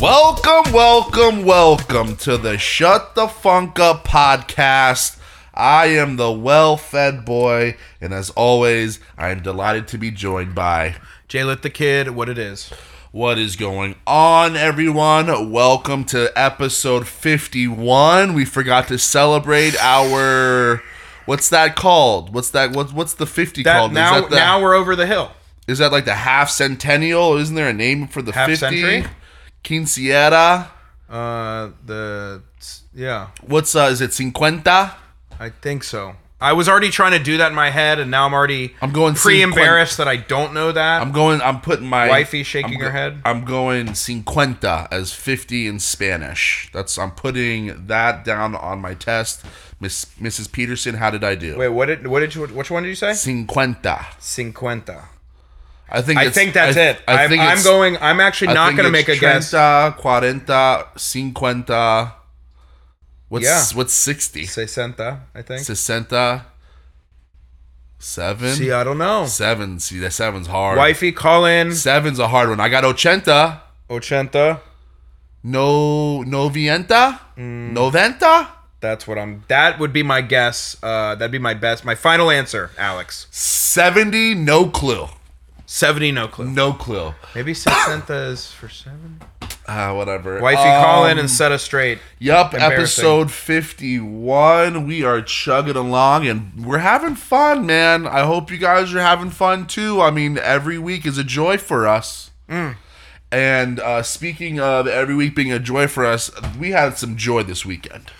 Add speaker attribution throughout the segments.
Speaker 1: Welcome, welcome, welcome to the Shut the Funk Up podcast. I am the well fed boy, and as always, I am delighted to be joined by
Speaker 2: Jay Lit the Kid, what it is.
Speaker 1: what is going on, everyone. Welcome to episode 51. We forgot to celebrate our. What's that called? What's that? What's what's the fifty
Speaker 2: That
Speaker 1: called?
Speaker 2: now
Speaker 1: is, that the,
Speaker 2: now we're over the hill.
Speaker 1: is that like the half centennial? Isn't there a name for the
Speaker 2: Half
Speaker 1: fifty?
Speaker 2: century?
Speaker 1: Quinceañera.
Speaker 2: Uh the yeah,
Speaker 1: What's uh, is it? Cinquenta.
Speaker 2: I think so. I was already trying to do that in my head and now I'm already
Speaker 1: I'm going
Speaker 2: pre-embarrassed that I don't know that.
Speaker 1: I'm going. I'm putting my
Speaker 2: Wifey shaking
Speaker 1: I'm
Speaker 2: her head.
Speaker 1: I'm going cinquenta as fifty in Spanish. That's I'm putting that down on my test. Miss Mrs. Peterson, how did I do?
Speaker 2: Wait, what did what did you which one did you say?
Speaker 1: Cinquenta.
Speaker 2: Cinquenta.
Speaker 1: I think.
Speaker 2: I
Speaker 1: it's-
Speaker 2: think that's
Speaker 1: I-
Speaker 2: it.
Speaker 1: I
Speaker 2: I
Speaker 1: think
Speaker 2: am
Speaker 1: it's-
Speaker 2: going I'm actually
Speaker 1: I
Speaker 2: not
Speaker 1: think
Speaker 2: going to
Speaker 1: it's
Speaker 2: make a guess.
Speaker 1: Treinta, cuarenta, cinquenta. What's
Speaker 2: Yeah.
Speaker 1: what's sixty?
Speaker 2: Sesenta, I think.
Speaker 1: Sesenta. Seven.
Speaker 2: See, uh, I don't know.
Speaker 1: seven. See, that seven's hard.
Speaker 2: Wifey, call in.
Speaker 1: Seven's a hard one. I got ochenta.
Speaker 2: Ochenta.
Speaker 1: No, novienta, Mm. noventa,
Speaker 2: That's what I'm. That would be my guess. Uh, that'd be my best, my final answer, Alex.
Speaker 1: seventy. No clue.
Speaker 2: Seventy, no clue.
Speaker 1: No clue.
Speaker 2: Maybe sesenta is for seven.
Speaker 1: Ah, whatever.
Speaker 2: Wifey,
Speaker 1: Um,
Speaker 2: call in and set us straight.
Speaker 1: Yup,
Speaker 2: Embarrassing.
Speaker 1: episode 51. We are chugging along and we're having fun, man. I hope you guys are having fun too. I mean, every week is a joy for us. And uh, speaking of every week being a joy for us, we had some joy this weekend.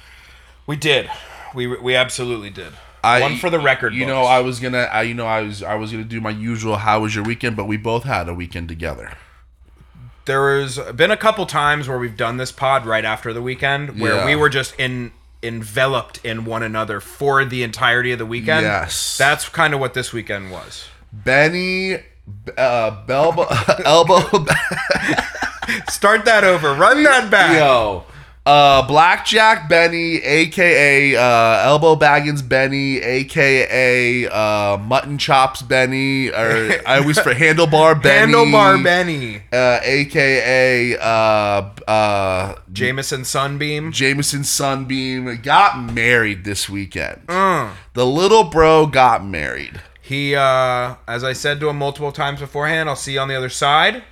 Speaker 2: We did. We we absolutely did.
Speaker 1: I-
Speaker 2: One for the record.
Speaker 1: You know, I was gonna, I, you know, I was, I was gonna do my usual. How was your weekend? But we both had a weekend together.
Speaker 2: there has been a couple times where we've done this pod right after the weekend where
Speaker 1: Yeah.
Speaker 2: we were just in enveloped in one another for the entirety of the weekend.
Speaker 1: Yes.
Speaker 2: That's kind of what this weekend was.
Speaker 1: Benny, uh, Belbo, elbow,
Speaker 2: Start that over. Run that back.
Speaker 1: yo, uh, Blackjack Benny, aka uh, Elbow Baggins Benny, aka uh, Mutton Chops Benny, or I always for Handlebar Benny,
Speaker 2: Handlebar Benny.
Speaker 1: uh, aka uh, uh,
Speaker 2: Jameson Sunbeam.
Speaker 1: Jameson Sunbeam got married this weekend.
Speaker 2: Mm.
Speaker 1: The little bro got married.
Speaker 2: He, uh, as I said to him multiple times beforehand, I'll see you on the other side.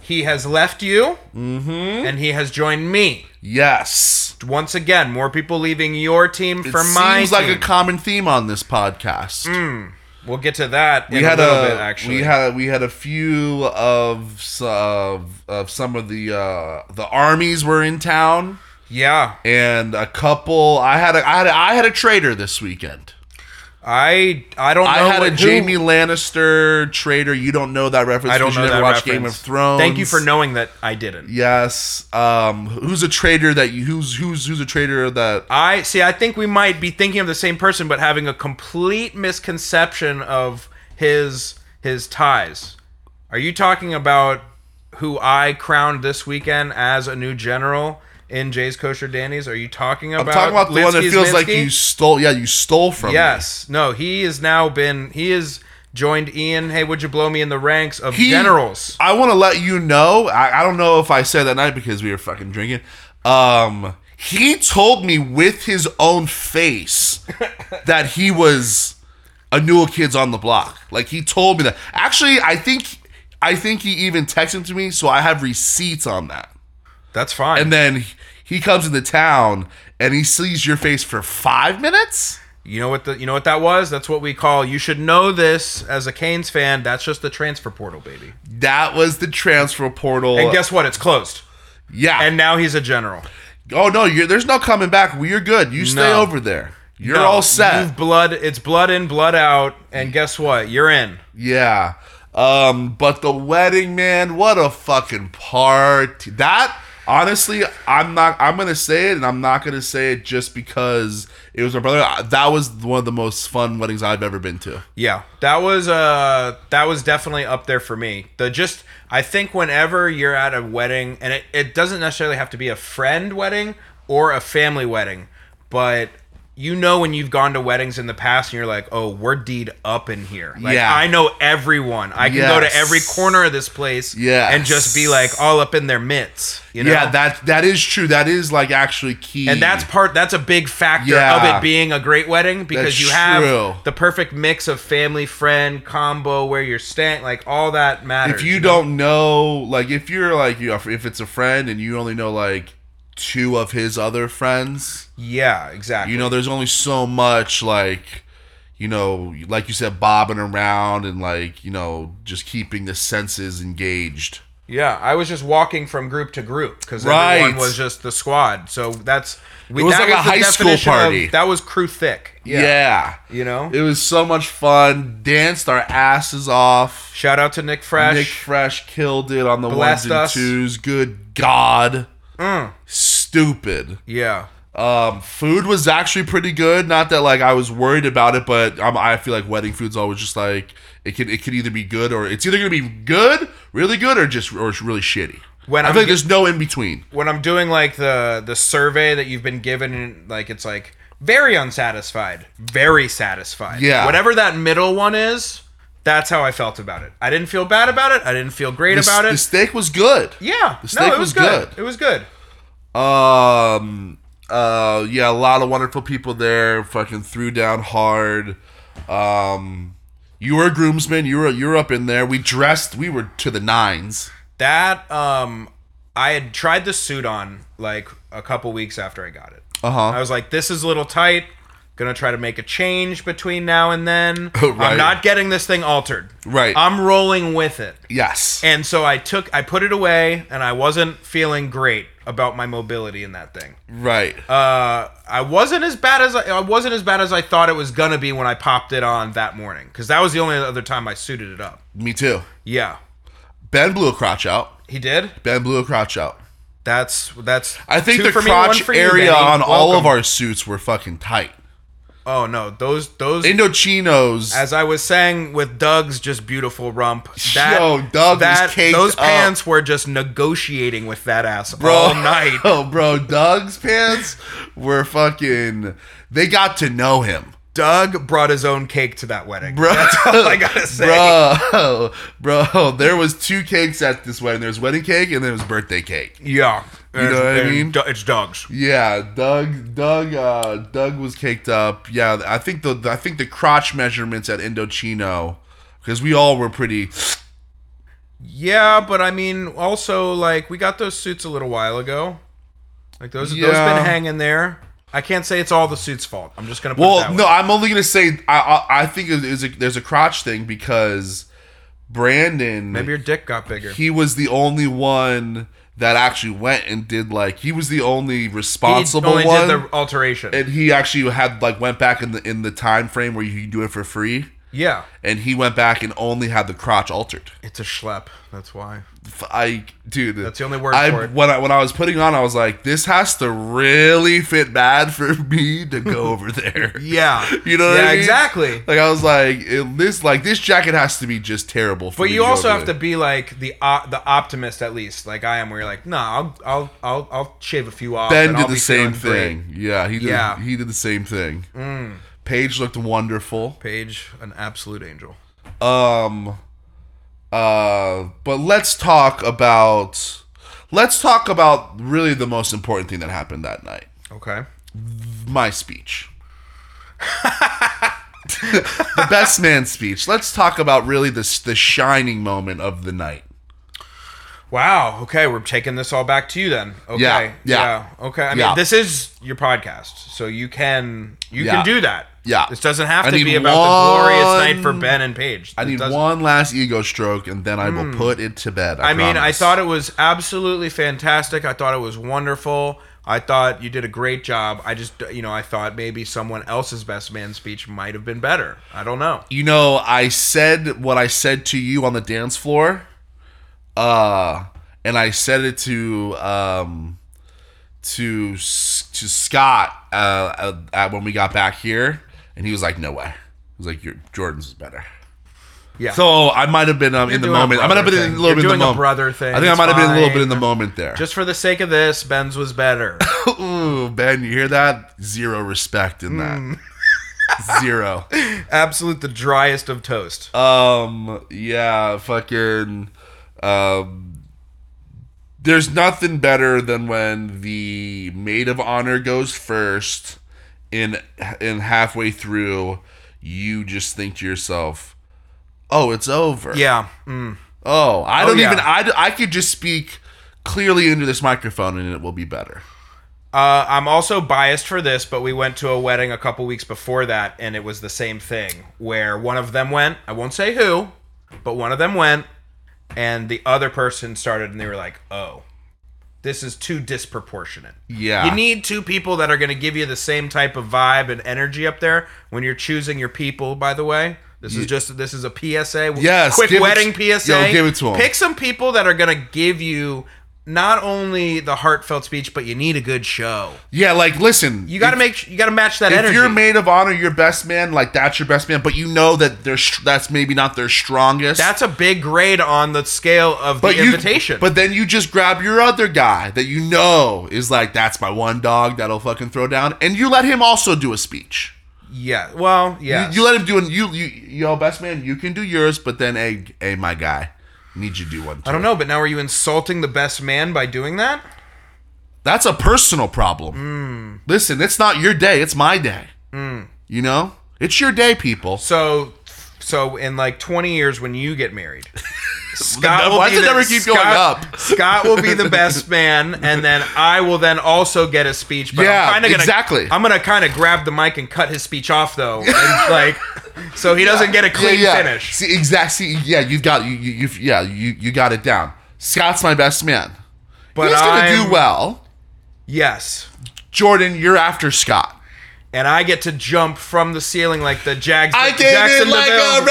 Speaker 2: He has left you,
Speaker 1: Mm-hmm.
Speaker 2: and he has joined me
Speaker 1: Yes.
Speaker 2: once again. More people leaving your team
Speaker 1: It
Speaker 2: for
Speaker 1: seems
Speaker 2: my
Speaker 1: like a
Speaker 2: team.
Speaker 1: common theme on this podcast.
Speaker 2: we'll get to that.
Speaker 1: we
Speaker 2: in
Speaker 1: had
Speaker 2: a
Speaker 1: a,
Speaker 2: little bit, actually.
Speaker 1: we had we had a few of s- of, of some of the uh, the armies were in town
Speaker 2: yeah,
Speaker 1: and a couple I had a I had a, I had a traitor this weekend.
Speaker 2: I I don't. Know
Speaker 1: I had
Speaker 2: what,
Speaker 1: a Jamie Lannister traitor. You don't know that reference.
Speaker 2: Who, I don't
Speaker 1: because you
Speaker 2: know
Speaker 1: never
Speaker 2: that
Speaker 1: watched
Speaker 2: reference.
Speaker 1: Game of Thrones.
Speaker 2: Thank you for knowing that I didn't.
Speaker 1: Yes. Um who's a traitor that you who's who's who's a traitor that
Speaker 2: I see. I think we might be thinking of the same person, but having a complete misconception of his his ties. Are you talking about who I crowned this weekend as a new general in Jay's Kosher Danny's? Are you talking about?
Speaker 1: I'm talking about the one that
Speaker 2: Linsky's
Speaker 1: feels like
Speaker 2: Minsky?
Speaker 1: you stole yeah, you stole from me.
Speaker 2: Yes. No. He has now been. He has joined Ian. Hey, would you blow me in the ranks of
Speaker 1: He-
Speaker 2: generals?
Speaker 1: I want to let you know. I, I don't know if I said that night because we were fucking drinking. Um, he told me with his own face that he was a new kids on the block. Like he told me that. Actually, I think I think he even texted to me, so I have receipts on that.
Speaker 2: That's fine.
Speaker 1: And then he comes into town and he sees your face for five minutes.
Speaker 2: you know what the you know what that was? That's what we call. You should know this as a Canes fan. That's just the transfer portal, baby.
Speaker 1: That was the transfer portal.
Speaker 2: And guess what? It's closed.
Speaker 1: yeah.
Speaker 2: And now he's a general.
Speaker 1: Oh no, you're, there's no coming back. Well, You're good. You stay
Speaker 2: No.
Speaker 1: over there. You're
Speaker 2: No,
Speaker 1: all set.
Speaker 2: You've blood. It's blood in, blood out. And guess what? You're in.
Speaker 1: Yeah. Um, but the wedding, man, what a fucking party. That honestly, I'm not I'm gonna say it and I'm not gonna say it just because it was my brother. I- That was one of the most fun weddings I've ever been to.
Speaker 2: Yeah, that was uh that was definitely up there for me. The just I think whenever you're at a wedding, and it, it doesn't necessarily have to be a friend wedding or a family wedding, but you know when you've gone to weddings in the past and you're like, oh, we're deed up in here. Like
Speaker 1: Yeah.
Speaker 2: I know everyone. I can go
Speaker 1: Yes.
Speaker 2: to every corner of this place
Speaker 1: Yes.
Speaker 2: and just be like all up in their mitts. You know?
Speaker 1: Yeah, that that is true. That is like actually key.
Speaker 2: and that's part that's a big factor
Speaker 1: Yeah.
Speaker 2: of it being a great wedding because
Speaker 1: That's
Speaker 2: you have
Speaker 1: true.
Speaker 2: the perfect mix of family friend combo where you're staying like all that matters
Speaker 1: if you don't know, like if you're like you if it's a friend and you only know like two of his other friends,
Speaker 2: yeah exactly
Speaker 1: you know, there's only so much like you know, like you said, bobbing around and like you know, just keeping the senses engaged.
Speaker 2: Yeah, I was just walking from group to group because
Speaker 1: Right.
Speaker 2: everyone was just the squad. So that's we,
Speaker 1: It was
Speaker 2: that
Speaker 1: like a
Speaker 2: the
Speaker 1: high school
Speaker 2: definition of-
Speaker 1: party.
Speaker 2: that was crew thick.
Speaker 1: Yeah.
Speaker 2: you know.
Speaker 1: it was so much fun. Danced our asses off.
Speaker 2: Shout out to Nick Fresh.
Speaker 1: Nick Fresh killed it on the ones
Speaker 2: Blessed
Speaker 1: and
Speaker 2: us.
Speaker 1: twos. Good God,
Speaker 2: Mm.
Speaker 1: stupid.
Speaker 2: Yeah,
Speaker 1: Um, food was actually pretty good. Not that like I was worried about it, but um, I feel like wedding food's always just like it could it could either be good or it's either gonna be good, really good, or just or it's really shitty.
Speaker 2: When
Speaker 1: I
Speaker 2: I'm
Speaker 1: feel like
Speaker 2: get-
Speaker 1: there's no in between.
Speaker 2: when I'm doing like the the survey that you've been given, and like it's like very unsatisfied, very satisfied.
Speaker 1: Yeah.
Speaker 2: whatever that middle one is, that's how I felt about it. I didn't feel bad about it. I didn't feel great
Speaker 1: The,
Speaker 2: about
Speaker 1: s-
Speaker 2: it.
Speaker 1: the steak was good.
Speaker 2: yeah,
Speaker 1: the
Speaker 2: no,
Speaker 1: steak
Speaker 2: it was
Speaker 1: was
Speaker 2: good.
Speaker 1: good.
Speaker 2: It was good.
Speaker 1: Um. Uh. Yeah. A lot of wonderful people there. Fucking threw down hard. Um. You were a groomsman. You were you were up in there. We dressed. We were to the nines.
Speaker 2: That um, I had tried the suit on like a couple weeks after I got it.
Speaker 1: Uh huh.
Speaker 2: I was like, this is a little tight. Gonna try to make a change between now and then.
Speaker 1: Right.
Speaker 2: I'm not getting this thing altered.
Speaker 1: Right.
Speaker 2: I'm rolling with it.
Speaker 1: yes.
Speaker 2: um, And so I took, I put it away, and I wasn't feeling great about my mobility in that thing.
Speaker 1: right.
Speaker 2: Uh, I wasn't as bad as I, I wasn't as bad as I thought it was gonna be when I popped it on that morning, because that was the only other time I suited it up.
Speaker 1: Me too.
Speaker 2: Yeah,
Speaker 1: Ben blew a crotch out.
Speaker 2: he did.
Speaker 1: Ben blew a crotch out.
Speaker 2: That's that's.
Speaker 1: I think
Speaker 2: two
Speaker 1: the
Speaker 2: for me, one
Speaker 1: crotch
Speaker 2: for you,
Speaker 1: area
Speaker 2: Benny.
Speaker 1: on all of
Speaker 2: Welcome.
Speaker 1: our suits were fucking tight.
Speaker 2: Oh no, those those
Speaker 1: Indochinos.
Speaker 2: as I was saying with Doug's just beautiful rump. That,
Speaker 1: Yo, Doug was
Speaker 2: that
Speaker 1: caked
Speaker 2: those
Speaker 1: up.
Speaker 2: pants were just negotiating with that ass
Speaker 1: bro.
Speaker 2: all night.
Speaker 1: Oh, bro. Doug's pants were fucking. They got to know him.
Speaker 2: Doug brought his own cake to that wedding.
Speaker 1: Bro.
Speaker 2: That's all I gotta say.
Speaker 1: Bro, bro, there was two cakes at this wedding. There was wedding cake and there was birthday cake.
Speaker 2: Yeah, you
Speaker 1: know what I mean?
Speaker 2: It's Doug's.
Speaker 1: Yeah, Doug, Doug, uh, Doug was caked up. Yeah, I think the I think the crotch measurements at Indochino, because we all were pretty.
Speaker 2: Yeah, but I mean, also like we got those suits a little while ago. Like those, those
Speaker 1: Yeah.
Speaker 2: been hanging there. I can't say it's all the suit's fault. I'm just gonna put it that
Speaker 1: Well,
Speaker 2: way.
Speaker 1: no, I'm only gonna say I I, I think it is a, there's a crotch thing because Brandon
Speaker 2: Maybe your dick got bigger.
Speaker 1: he was the only one that actually went and did like he was the only responsible
Speaker 2: only
Speaker 1: one,
Speaker 2: did the alteration.
Speaker 1: and he actually had like went back in the in the time frame where you could do it for free,
Speaker 2: yeah,
Speaker 1: and he went back and only had the crotch altered.
Speaker 2: it's a schlep. That's why.
Speaker 1: F- I dude,
Speaker 2: That's the only word
Speaker 1: I,
Speaker 2: for it.
Speaker 1: When I when I was putting on, I was like, this has to really fit bad for me to go over there.
Speaker 2: Yeah.
Speaker 1: You know what
Speaker 2: yeah,
Speaker 1: I mean?
Speaker 2: exactly.
Speaker 1: Like I was like, it, this like this jacket has to be just terrible. For
Speaker 2: But
Speaker 1: me
Speaker 2: you
Speaker 1: go
Speaker 2: also
Speaker 1: over
Speaker 2: have to
Speaker 1: there.
Speaker 2: be like the op- the optimist at least, like I am, where you're like, nah, I'll I'll I'll, I'll shave a few off.
Speaker 1: Ben
Speaker 2: and
Speaker 1: did
Speaker 2: I'll
Speaker 1: the
Speaker 2: be
Speaker 1: same
Speaker 2: feeling
Speaker 1: thing.
Speaker 2: great."
Speaker 1: Yeah, he did.
Speaker 2: Yeah. Mm.
Speaker 1: he did the same thing. Paige looked wonderful.
Speaker 2: Paige, an absolute angel.
Speaker 1: Um, uh, but let's talk about let's talk about really the most important thing that happened that night.
Speaker 2: Okay.
Speaker 1: My speech. the best man speech. Let's talk about really the the shining moment of the night.
Speaker 2: Wow. Okay, we're taking this all back to you then. Okay.
Speaker 1: Yeah, yeah.
Speaker 2: Okay. I mean,
Speaker 1: Yeah.
Speaker 2: this is your podcast, so you can you
Speaker 1: Yeah.
Speaker 2: can do that.
Speaker 1: Yeah.
Speaker 2: This doesn't have
Speaker 1: I
Speaker 2: to
Speaker 1: need
Speaker 2: be about the glorious
Speaker 1: one-
Speaker 2: night for Ben and Paige.
Speaker 1: I
Speaker 2: It
Speaker 1: need
Speaker 2: doesn't- Hmm.
Speaker 1: one last ego stroke, and then I will put it to bed. I,
Speaker 2: I mean, I
Speaker 1: promise.
Speaker 2: thought it was absolutely fantastic. I thought it was wonderful. I thought you did a great job. I just, you know, I thought maybe someone else's best man speech might have been better. I don't know.
Speaker 1: you know, I said what I said to you on the dance floor, uh, and I said it to um, to S- to Scott uh, uh, at, when we got back here, and he was like, "No way." He was like, "Your Jordan's is better."
Speaker 2: Yeah.
Speaker 1: So I might have been um, in the
Speaker 2: doing a
Speaker 1: moment. I might have been in a
Speaker 2: brother thing.
Speaker 1: little bit
Speaker 2: You're
Speaker 1: in
Speaker 2: doing
Speaker 1: the
Speaker 2: a
Speaker 1: moment.
Speaker 2: brother thing.
Speaker 1: I think I
Speaker 2: It's
Speaker 1: might have been a little bit
Speaker 2: fine.
Speaker 1: in the moment there.
Speaker 2: Just for the sake of this, Ben's was better.
Speaker 1: Ooh, Ben, you hear that? Zero respect in that.
Speaker 2: Hmm.
Speaker 1: Zero.
Speaker 2: Absolute the driest of toast.
Speaker 1: Um, yeah, fucking. Um, there's nothing better than when the maid of honor goes first, and and halfway through, you just think to yourself, "Oh, it's over."
Speaker 2: Yeah. Mm.
Speaker 1: Oh, I don't
Speaker 2: yeah.
Speaker 1: even. I I could just speak clearly into this microphone, and it will be better.
Speaker 2: Uh, I'm also biased for this, but we went to a wedding a couple weeks before that, and it was the same thing where one of them went. I won't say who, but one of them went, and the other person started, and they were like, "Oh, this is too disproportionate."
Speaker 1: Yeah.
Speaker 2: You need two people that are going to give you the same type of vibe and energy up there when you're choosing your people. By the way, this is just this is a PSA.
Speaker 1: Yes,
Speaker 2: quick
Speaker 1: give it-
Speaker 2: wedding PSA.
Speaker 1: yo, give it to 'em.
Speaker 2: Pick some people that are going to give you not only the heartfelt speech, but you need a good show.
Speaker 1: yeah, like listen,
Speaker 2: You got to make you got to match that
Speaker 1: if
Speaker 2: energy.
Speaker 1: you're maid of honor, your best man, like that's your best man, but you know that they're str- that's maybe not their strongest.
Speaker 2: That's a big grade on the scale of the
Speaker 1: but you,
Speaker 2: invitation.
Speaker 1: But then you just grab your other guy that you know is like that's my one dog that'll fucking throw down, and you let him also do a speech.
Speaker 2: yeah, well,
Speaker 1: You-
Speaker 2: yeah.
Speaker 1: You, let him do an you you yo best man, you can do yours, but then hey hey my guy, need you to do one. Too.
Speaker 2: I don't know, but now are you insulting the best man by doing that?
Speaker 1: That's a personal problem.
Speaker 2: Hmm.
Speaker 1: Listen, it's not your day; it's my day. You know, it's your day, people.
Speaker 2: So, so in like 20 years when you get married, Scott
Speaker 1: The-
Speaker 2: will
Speaker 1: why
Speaker 2: be
Speaker 1: does it
Speaker 2: the-
Speaker 1: never keep going
Speaker 2: Scott-
Speaker 1: up?
Speaker 2: Scott will be the best man, and then I will then also get a speech. But
Speaker 1: Yeah,
Speaker 2: I'm kinda gonna,
Speaker 1: exactly.
Speaker 2: I'm gonna kind of grab the mic and cut his speech off though, and like so he doesn't get a clean
Speaker 1: yeah, yeah.
Speaker 2: finish.
Speaker 1: See, exactly. See, yeah, you've got you, you you've yeah you you got it down. Scott's my best man.
Speaker 2: But
Speaker 1: He's gonna
Speaker 2: I'm-
Speaker 1: do well.
Speaker 2: Yes.
Speaker 1: Jordan, you're after Scott.
Speaker 2: and I get to jump from the ceiling like the Jags.
Speaker 1: I
Speaker 2: the
Speaker 1: did it
Speaker 2: Jackson
Speaker 1: like
Speaker 2: Deville.
Speaker 1: a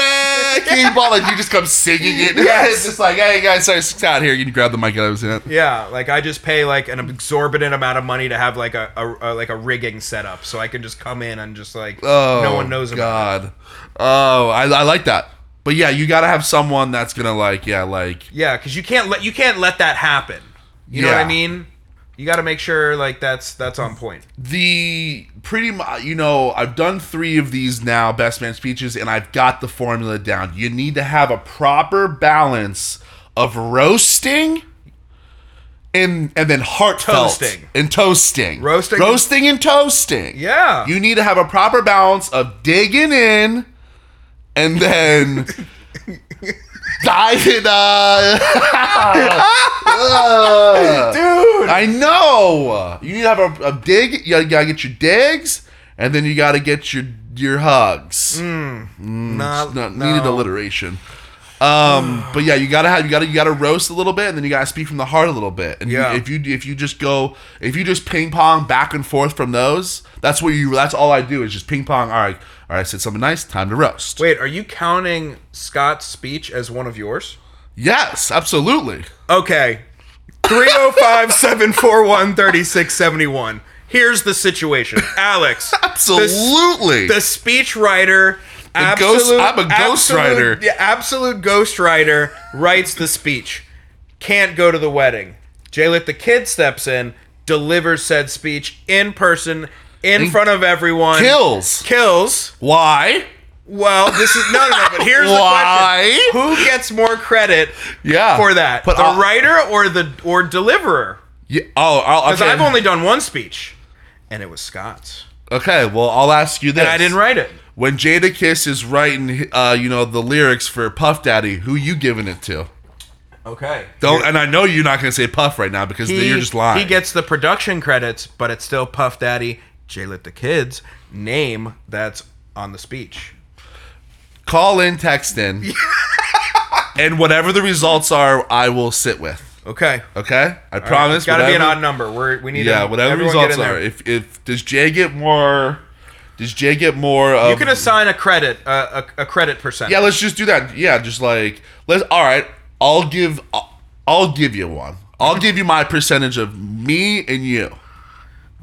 Speaker 1: wrecking ball, and you just come singing it.
Speaker 2: Yes.
Speaker 1: it's just like, hey guys, sorry, Scott here. You can grab the mic. That was it.
Speaker 2: Yeah, like I just pay like an exorbitant amount of money to have like a, a, a like a rigging set up, so I can just come in and just like
Speaker 1: Oh,
Speaker 2: no one knows about.
Speaker 1: God. Oh, I, I like that. But yeah, you gotta have someone that's gonna like, yeah, like,
Speaker 2: It. Yeah, because you can't let you can't let that happen. You know what
Speaker 1: Yeah.
Speaker 2: I mean? You got to make sure like that's that's on point.
Speaker 1: the pretty much you know i've done three of these now best man speeches and i've got the formula down you need to have a proper balance of roasting and and then heartfelt
Speaker 2: Toasting.
Speaker 1: and toasting
Speaker 2: Roasting-
Speaker 1: roasting and toasting
Speaker 2: Yeah.
Speaker 1: you need to have a proper balance of digging in and then diving uh,
Speaker 2: Dude,
Speaker 1: I know. You need to have a, a dig. You gotta, gotta get your digs, and then you gotta get your your hugs.
Speaker 2: no,
Speaker 1: No,
Speaker 2: Mm, no.
Speaker 1: Needed alliteration. Um, but yeah, you gotta have you gotta you gotta roast a little bit, and then you gotta speak from the heart a little bit. And you-
Speaker 2: Yeah.
Speaker 1: if you if you just go if you just ping pong back and forth from those, that's what you that's all I do is just ping pong. All right, all right, I said something nice. Time to roast.
Speaker 2: Wait, are you counting Scott's speech as one of yours?
Speaker 1: Yes, absolutely.
Speaker 2: Okay. 305 741 3671. Here's the situation. Alex,
Speaker 1: Absolutely.
Speaker 2: the speechwriter.
Speaker 1: The ghost- I'm a ghostwriter.
Speaker 2: Absolute, yeah, absolute ghostwriter writes the speech. Can't go to the wedding. Jaylit the kid steps in, delivers said speech in person, in front of everyone.
Speaker 1: kills.
Speaker 2: Kills.
Speaker 1: Why?
Speaker 2: Well, this is no, no, no. But here's
Speaker 1: Why?
Speaker 2: the question: Who gets more credit
Speaker 1: Yeah.
Speaker 2: for that,
Speaker 1: But
Speaker 2: the
Speaker 1: I'll-
Speaker 2: writer or the or deliverer?
Speaker 1: Yeah, oh, I'll,
Speaker 2: Because
Speaker 1: okay.
Speaker 2: I've only done one speech, and it was Scott's,
Speaker 1: Okay, well, I'll ask you this.
Speaker 2: and I didn't write it.
Speaker 1: When Jada Kiss is writing, uh, you know, the lyrics for Puff Daddy, who you giving it to?
Speaker 2: Okay.
Speaker 1: Don't. And I know you're not going to say Puff right now because
Speaker 2: He-
Speaker 1: you're just lying.
Speaker 2: He gets the production credits, but it's still Puff Daddy, Jaylit the Kids name that's on the speech.
Speaker 1: Call in, text in, and whatever the results are, I will sit with.
Speaker 2: Okay.
Speaker 1: Okay, I promise.
Speaker 2: It's got to be an
Speaker 1: whatever-
Speaker 2: odd number. We're, we need
Speaker 1: Yeah,
Speaker 2: to-
Speaker 1: whatever
Speaker 2: everyone get
Speaker 1: results
Speaker 2: in there.
Speaker 1: are. If if does Jay get more? Does Jay get more? Of,
Speaker 2: you can assign a credit, uh, a, a credit percentage.
Speaker 1: Yeah, let's just do that. Yeah, just like let's. All right, I'll give. I'll, I'll give you one. I'll give you my percentage of me and you.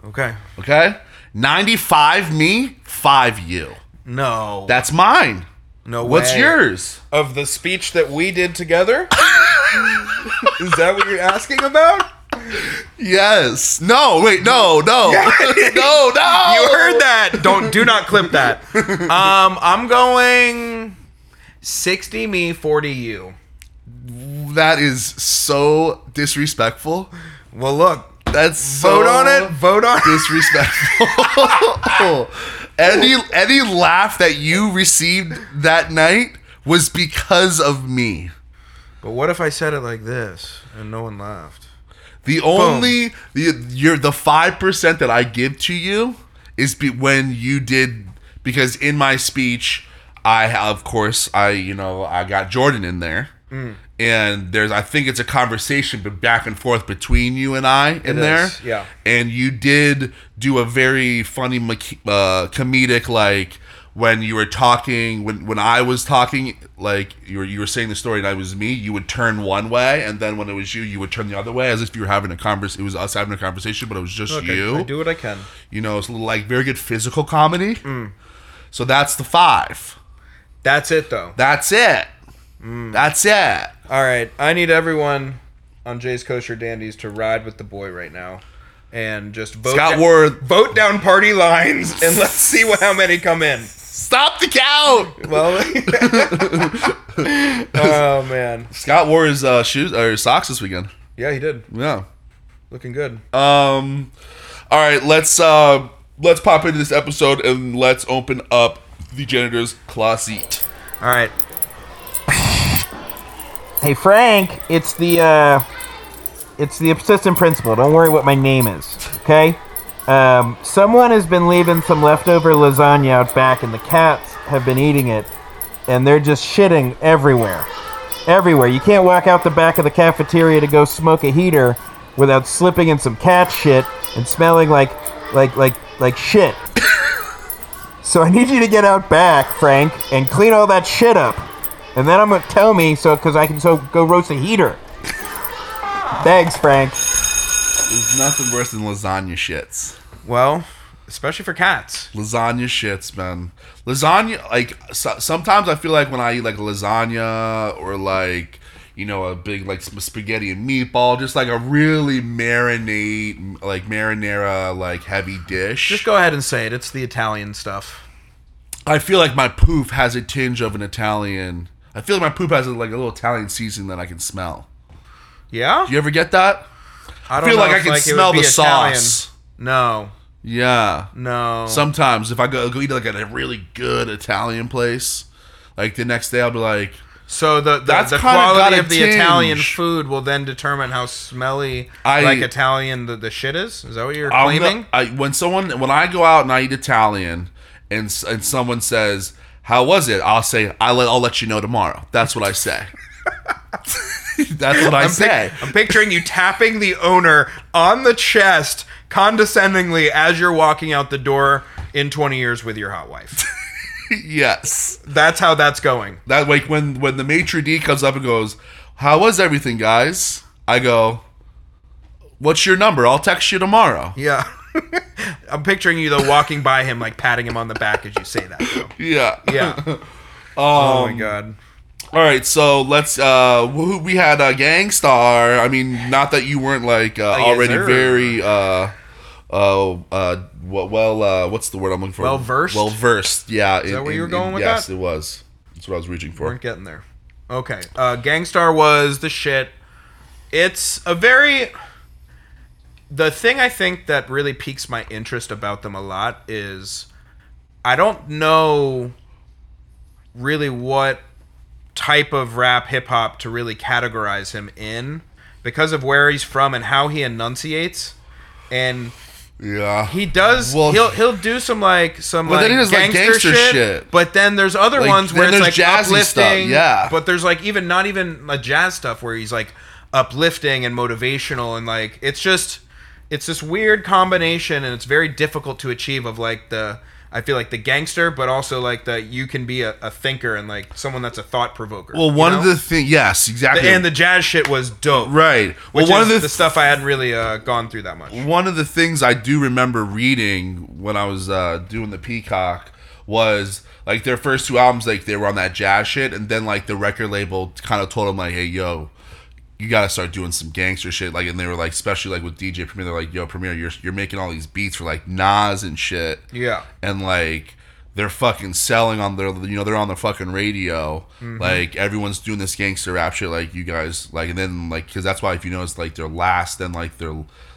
Speaker 2: Okay.
Speaker 1: Okay, ninety-five me, five you.
Speaker 2: No.
Speaker 1: That's mine.
Speaker 2: No way.
Speaker 1: What's yours?
Speaker 2: Of the speech that we did together? Is that what you're asking about?
Speaker 1: Yes. No. Wait. No. No. no. No.
Speaker 2: You heard that. Don't do not clip that. Um, I'm going 60 me, 40 you.
Speaker 1: That is so disrespectful.
Speaker 2: Well, look,
Speaker 1: That's so
Speaker 2: vote on it. Vote on it.
Speaker 1: disrespectful. any any laugh that you received that night was because of me.
Speaker 2: But what if I said it like this and no one laughed?
Speaker 1: The only the you're the five percent that I give to you is be, when you did because in my speech I ha- of course I you know I got Jordan in there
Speaker 2: Mm.
Speaker 1: and there's I think it's a conversation but back and forth between you and I in
Speaker 2: It
Speaker 1: there
Speaker 2: is, yeah.
Speaker 1: and you did do a very funny mc- uh, comedic like when you were talking when when I was talking like you were you were saying the story and I was me you would turn one way and then when it was you you would turn the other way as if you were having a convers it was us having a conversation but it was just
Speaker 2: Look, I-
Speaker 1: you
Speaker 2: I do what I can.
Speaker 1: you know it's like very good physical comedy so that's the five
Speaker 2: That's it, though.
Speaker 1: that's it that's it
Speaker 2: All right, I need everyone on Jay's Kosher Dandies to ride with the boy right now, and just vote.
Speaker 1: Scott
Speaker 2: down,
Speaker 1: Ward.
Speaker 2: vote down party lines, and let's see what, how many come in.
Speaker 1: stop the count
Speaker 2: Well, oh man,
Speaker 1: Scott wore his uh, shoes or his socks this weekend
Speaker 2: yeah, he did,
Speaker 1: yeah.
Speaker 2: looking good.
Speaker 1: Um, all right, let's uh, let's pop into this episode and let's open up the janitor's closet.
Speaker 2: All right. Hey Frank, it's the uh, it's the assistant principal. Don't worry what my name is, okay? Um, someone has been leaving some leftover lasagna out back, and the cats have been eating it, and they're just shitting everywhere, everywhere. You can't walk out the back of the cafeteria to go smoke a heater without slipping in some cat shit and smelling like like like like shit. So I need you to get out back, Frank, and clean all that shit up. And then I'm gonna tell me so because I can so go roast a heater. Thanks, Frank.
Speaker 1: There's nothing worse than lasagna shits.
Speaker 2: Well, especially for cats.
Speaker 1: Lasagna shits, man. Lasagna, like so, sometimes I feel like when I eat like lasagna or like you know a big like sp- spaghetti and meatball, just like a really marinate like marinara like heavy dish.
Speaker 2: Just go ahead and say it. It's the Italian stuff.
Speaker 1: I feel like my poof has a tinge of an Italian. I feel like my poop has like a little Italian seasoning that I can smell.
Speaker 2: Yeah.
Speaker 1: Do you ever get that?
Speaker 2: I
Speaker 1: I
Speaker 2: don't
Speaker 1: feel
Speaker 2: know
Speaker 1: like I
Speaker 2: if,
Speaker 1: can
Speaker 2: it would
Speaker 1: smell
Speaker 2: be
Speaker 1: the
Speaker 2: Italian.
Speaker 1: sauce.
Speaker 2: No.
Speaker 1: Yeah.
Speaker 2: No.
Speaker 1: Sometimes if I go, go eat like at a really good Italian place, like the next day I'll be like,
Speaker 2: so the the,
Speaker 1: That's
Speaker 2: the
Speaker 1: kinda got
Speaker 2: quality
Speaker 1: a
Speaker 2: of the
Speaker 1: tinge.
Speaker 2: Italian food will then determine how smelly
Speaker 1: I-
Speaker 2: like Italian the, the shit is. Is that what you're
Speaker 1: I'm
Speaker 2: claiming?
Speaker 1: not- I, when someone when I go out and I eat Italian, and s- and someone says, "How was it?" I'll say, "I let I'll let you know tomorrow." That's what I say. That's what I
Speaker 2: I'm, pic-
Speaker 1: say.
Speaker 2: I'm picturing you tapping the owner on the chest condescendingly as you're walking out the door in 20 years with your hot wife.
Speaker 1: yes.
Speaker 2: That's how that's going.
Speaker 1: That like when when the maitre d comes up and goes, "How was everything, guys?" I go, "What's your number? I'll text you tomorrow."
Speaker 2: Yeah. I'm picturing you though walking by him like patting him on the back as you say that. Though.
Speaker 1: Yeah.
Speaker 2: Yeah.
Speaker 1: Um,
Speaker 2: oh my god.
Speaker 1: All right. So let's. Uh, who- we had a gangstar. I mean, not that you weren't like uh,
Speaker 2: yes,
Speaker 1: already
Speaker 2: sir.
Speaker 1: very. Uh, uh, uh, well, well, uh, what's the word I'm looking for?
Speaker 2: Well-versed?
Speaker 1: Well versed. Yeah. Is
Speaker 2: that where you were going with
Speaker 1: yes,
Speaker 2: that?
Speaker 1: it was. That's what I was reaching for.
Speaker 2: Weren't getting there. Okay. Uh, Gangstar was the shit. It's a very. The thing I think that really piques my interest about them a lot is I don't know really what type of rap hip hop to really categorize him in because of where he's from and how he enunciates. And
Speaker 1: Yeah.
Speaker 2: he does.
Speaker 1: Well,
Speaker 2: he'll he'll do some like some
Speaker 1: But
Speaker 2: like,
Speaker 1: then he does, like,
Speaker 2: gangster,
Speaker 1: gangster
Speaker 2: shit,
Speaker 1: shit.
Speaker 2: But then there's other
Speaker 1: Like,
Speaker 2: ones
Speaker 1: then
Speaker 2: where it's like
Speaker 1: there's jazzy stuff,
Speaker 2: uplifting.
Speaker 1: yeah.
Speaker 2: But there's like even not even a jazz stuff where he's like uplifting and motivational and like it's just it's this weird combination and it's very difficult to achieve of like the I feel like the gangster, but also like the you can be a, a thinker and like someone that's a thought provoker.
Speaker 1: Well,
Speaker 2: you
Speaker 1: one
Speaker 2: know?
Speaker 1: of the thing. Yes, exactly.
Speaker 2: and the jazz shit was dope.
Speaker 1: right. Well,
Speaker 2: Which
Speaker 1: one
Speaker 2: is
Speaker 1: of the
Speaker 2: the stuff I hadn't really uh, gone through that much.
Speaker 1: one of the things I do remember reading when I was uh, doing the Peacock was like their first two albums, like they were on that jazz shit, and then like the record label kind of told them like, hey, yo, you gotta start doing some gangster shit. Like, and they were like, especially like with DJ Premier, they're like, yo, Premier, you're you're making all these beats for like Nas and shit
Speaker 2: Yeah.
Speaker 1: and like they're fucking selling on their you know they're on the fucking radio
Speaker 2: Mm-hmm.
Speaker 1: like everyone's doing this gangster rap shit like you guys like and then like because that's why if you notice like their last then like they're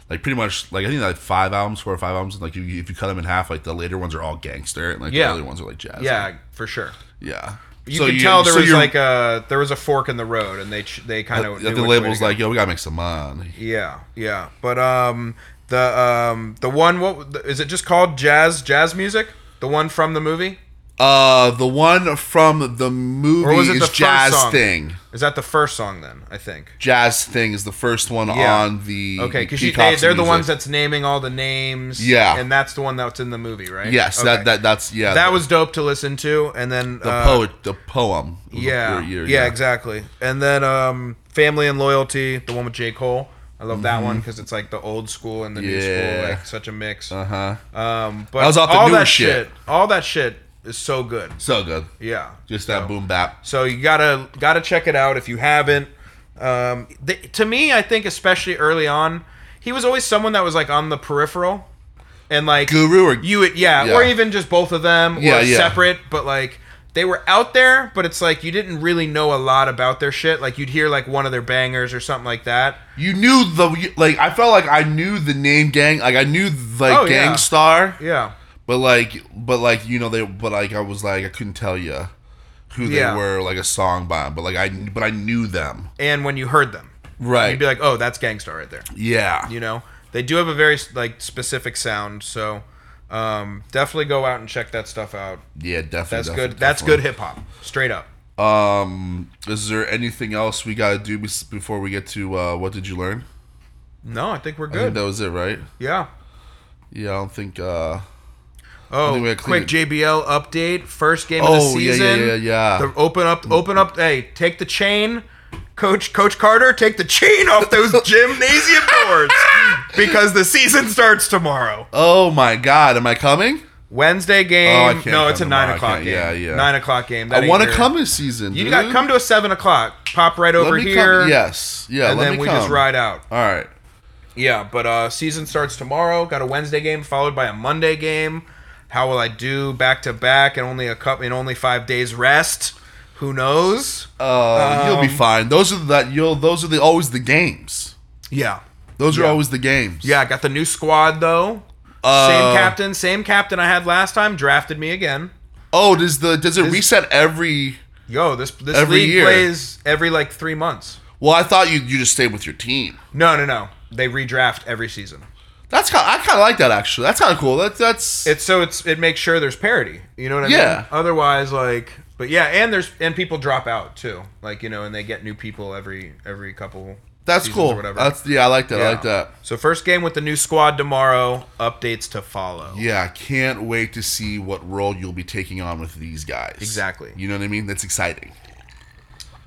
Speaker 1: like pretty much like I think like five albums four or five albums and like you, if you cut them in half like the later ones are all gangster and like
Speaker 2: Yeah.
Speaker 1: the earlier ones are like jazz
Speaker 2: Yeah, for sure.
Speaker 1: yeah
Speaker 2: You
Speaker 1: So
Speaker 2: can tell there
Speaker 1: so
Speaker 2: was
Speaker 1: you're-
Speaker 2: like a there was a fork in the road, and they ch- they kind of
Speaker 1: the label's like yo we gotta make some money
Speaker 2: yeah yeah. But um the um the one what is it just called jazz jazz music? The one from the movie
Speaker 1: uh the one from the movie
Speaker 2: or was it
Speaker 1: is
Speaker 2: the first
Speaker 1: jazz
Speaker 2: song?
Speaker 1: thing
Speaker 2: Is that the first song then? I think.
Speaker 1: jazz thing is the first one
Speaker 2: Yeah.
Speaker 1: on the
Speaker 2: Okay, because they,
Speaker 1: Peacock's
Speaker 2: they're the
Speaker 1: music.
Speaker 2: ones that's naming all the names.
Speaker 1: Yeah.
Speaker 2: and that's the one that's in the movie, right?
Speaker 1: Yes,
Speaker 2: Okay.
Speaker 1: that, that that's yeah.
Speaker 2: that
Speaker 1: the-
Speaker 2: was dope to listen to, and then
Speaker 1: the
Speaker 2: uh,
Speaker 1: poet, the poem. It was a
Speaker 2: Yeah,
Speaker 1: weird year,
Speaker 2: yeah, exactly. And then um, Family and Loyalty, the one with J Cole. I love that one because it's like the old school and the new
Speaker 1: Mm-hmm. Yeah.
Speaker 2: school, like such a mix.
Speaker 1: Uh huh.
Speaker 2: Um, but
Speaker 1: That was off the
Speaker 2: all
Speaker 1: newer
Speaker 2: that
Speaker 1: shit.
Speaker 2: all that shit is so good.
Speaker 1: So good.
Speaker 2: Yeah,
Speaker 1: Just that boom bap.
Speaker 2: so you gotta gotta check it out if you haven't. Um, th- to me, I think especially early on, he was always someone that was like on the peripheral, and like
Speaker 1: Guru or-
Speaker 2: you, would- yeah,
Speaker 1: yeah.
Speaker 2: or even just both of them, or
Speaker 1: Yeah, yeah.
Speaker 2: separate, but like they were out there, but it's like you didn't really know a lot about their shit. Like you'd hear like one of their bangers or something like that.
Speaker 1: You knew the like. I felt like I knew the name gang. Like I knew like
Speaker 2: Oh, yeah.
Speaker 1: gang star.
Speaker 2: Yeah,
Speaker 1: But like, but like you know they. But like I was like I couldn't tell you who they
Speaker 2: Yeah.
Speaker 1: were like a song by. But like I but I knew them.
Speaker 2: and when you heard them,
Speaker 1: Right.
Speaker 2: you'd be like, oh, that's Gangstar right there.
Speaker 1: yeah.
Speaker 2: you know they do have a very like specific sound so um, definitely go out and check that stuff out
Speaker 1: yeah. Definitely.
Speaker 2: that's
Speaker 1: definitely,
Speaker 2: good that's
Speaker 1: definitely.
Speaker 2: good hip hop straight up
Speaker 1: Um. Is there anything else we gotta do bes- before we get to uh, what did you learn?
Speaker 2: no i think we're
Speaker 1: I think
Speaker 2: good
Speaker 1: that was it, right?
Speaker 2: yeah
Speaker 1: Yeah. I don't think. uh
Speaker 2: oh
Speaker 1: think we had
Speaker 2: quick jbl update first game of the
Speaker 1: Oh yeah,
Speaker 2: season
Speaker 1: yeah, yeah, yeah.
Speaker 2: The open up open up hey take the chain coach coach carter take the chain off those gymnasium boards because the season starts tomorrow
Speaker 1: Oh my god, am I coming?
Speaker 2: wednesday
Speaker 1: Oh, I
Speaker 2: game
Speaker 1: can't
Speaker 2: no it's a
Speaker 1: come
Speaker 2: nine
Speaker 1: tomorrow. I
Speaker 2: o'clock
Speaker 1: can't-
Speaker 2: game
Speaker 1: yeah, yeah.
Speaker 2: nine o'clock game That
Speaker 1: I
Speaker 2: ain't
Speaker 1: want to
Speaker 2: your-
Speaker 1: come this season.
Speaker 2: you
Speaker 1: dude.
Speaker 2: got come to a seven o'clock pop right over
Speaker 1: Let me come-
Speaker 2: here
Speaker 1: Yes, yeah.
Speaker 2: and
Speaker 1: let
Speaker 2: then
Speaker 1: me
Speaker 2: we
Speaker 1: come.
Speaker 2: just ride out.
Speaker 1: All right.
Speaker 2: Yeah, but uh season starts tomorrow. Got a Wednesday game followed by a Monday game. How will I do back to back and only a cup in only five days rest? Who knows?
Speaker 1: Uh, you'll
Speaker 2: Um,
Speaker 1: be fine. Those are that. You'll. Those are the always the games.
Speaker 2: Yeah,
Speaker 1: Those are
Speaker 2: Yeah.
Speaker 1: always the games.
Speaker 2: yeah. I got the new squad though.
Speaker 1: Uh,
Speaker 2: same captain, same captain I had last time drafted me again.
Speaker 1: Oh, does the does it reset every?
Speaker 2: Yo, this this
Speaker 1: Every
Speaker 2: league
Speaker 1: year.
Speaker 2: plays every like three months.
Speaker 1: Well, I thought you you just stayed with your team.
Speaker 2: No, no, no. They redraft every season.
Speaker 1: That's kind. I kind of like that actually. That's kind of cool. That that's.
Speaker 2: it's so it's it makes sure there's parity. You know what I
Speaker 1: Yeah.
Speaker 2: mean? Otherwise, like, but yeah, and there's and people drop out too. Like you know, and they get new people every every couple.
Speaker 1: that's
Speaker 2: seasons
Speaker 1: cool.
Speaker 2: Or whatever.
Speaker 1: That's yeah. I like that.
Speaker 2: Yeah.
Speaker 1: I like that.
Speaker 2: So first game with the new squad tomorrow. Updates to follow.
Speaker 1: Yeah, I can't wait to see what role you'll be taking on with these guys.
Speaker 2: Exactly.
Speaker 1: You know what I mean? That's exciting.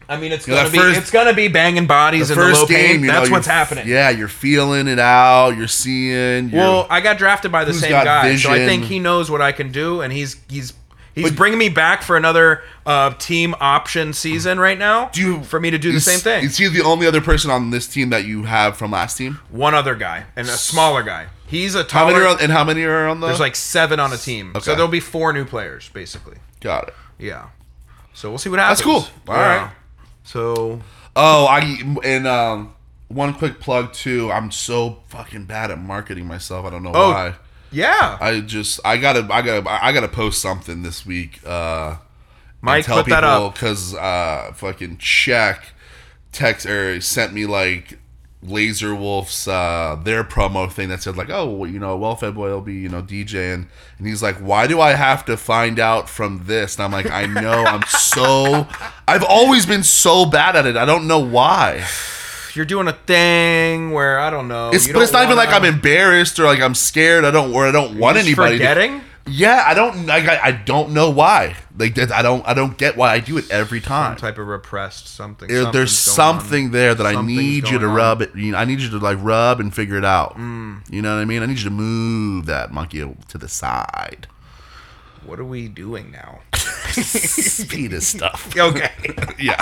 Speaker 2: I mean, it's
Speaker 1: You know,
Speaker 2: gonna
Speaker 1: that
Speaker 2: be
Speaker 1: first-
Speaker 2: it's gonna be banging bodies in the low paint.
Speaker 1: you
Speaker 2: That's
Speaker 1: know,
Speaker 2: what's
Speaker 1: you're-
Speaker 2: happening.
Speaker 1: Yeah, you're feeling it out. You're seeing. You're,
Speaker 2: Well, I got drafted by the
Speaker 1: Who's
Speaker 2: same
Speaker 1: got
Speaker 2: guy, so I
Speaker 1: vision?
Speaker 2: think he knows what I can do, and he's he's. He's bringing me back for another uh, team option season right now
Speaker 1: Do you-
Speaker 2: for me to do the
Speaker 1: is-
Speaker 2: same thing.
Speaker 1: Is he the only other person on this team that you have from last team?
Speaker 2: one other guy and a smaller guy. He's a
Speaker 1: How
Speaker 2: taller.
Speaker 1: many are on, and how many are on the?
Speaker 2: there's like seven on a team, so
Speaker 1: Okay.
Speaker 2: there'll be four new players basically.
Speaker 1: got it.
Speaker 2: Yeah. So we'll see what happens.
Speaker 1: cool. All
Speaker 2: Yeah.
Speaker 1: right.
Speaker 2: So
Speaker 1: Oh, I and um, one quick plug too. I'm so fucking bad at marketing myself. I don't know
Speaker 2: Oh.
Speaker 1: why.
Speaker 2: yeah,
Speaker 1: I just I gotta I gotta I gotta post something this week. Uh,
Speaker 2: Mike, put that up.
Speaker 1: because uh, fucking check text or sent me like Laser Wolf's uh, their promo thing that said like, oh, well, you know, Welfare Boy will be you know DJing, and he's like, why do I have to find out from this? And I'm like, I know, I'm so, I've always been so bad at it. I don't know why.
Speaker 2: You're doing a thing where I don't know.
Speaker 1: It's
Speaker 2: Oh, you
Speaker 1: but
Speaker 2: don't
Speaker 1: it's not even
Speaker 2: wanna-
Speaker 1: like I'm embarrassed or like I'm scared. I don't or I don't want
Speaker 2: Just
Speaker 1: anybody. to-
Speaker 2: forgetting.
Speaker 1: yeah, I don't like I, I don't know why. Like that, I don't I don't get why I do it every time.
Speaker 2: Some type of repressed something.
Speaker 1: There-
Speaker 2: something's
Speaker 1: there's
Speaker 2: going on.
Speaker 1: something there that I
Speaker 2: Something's
Speaker 1: need you to
Speaker 2: going on. Mm.
Speaker 1: rub it. You know, I need you to like rub and figure it out. You know what I mean? I need you to move that monkey to the side.
Speaker 2: what are we doing now?
Speaker 1: Speed is stuff.
Speaker 2: Okay.
Speaker 1: Yeah.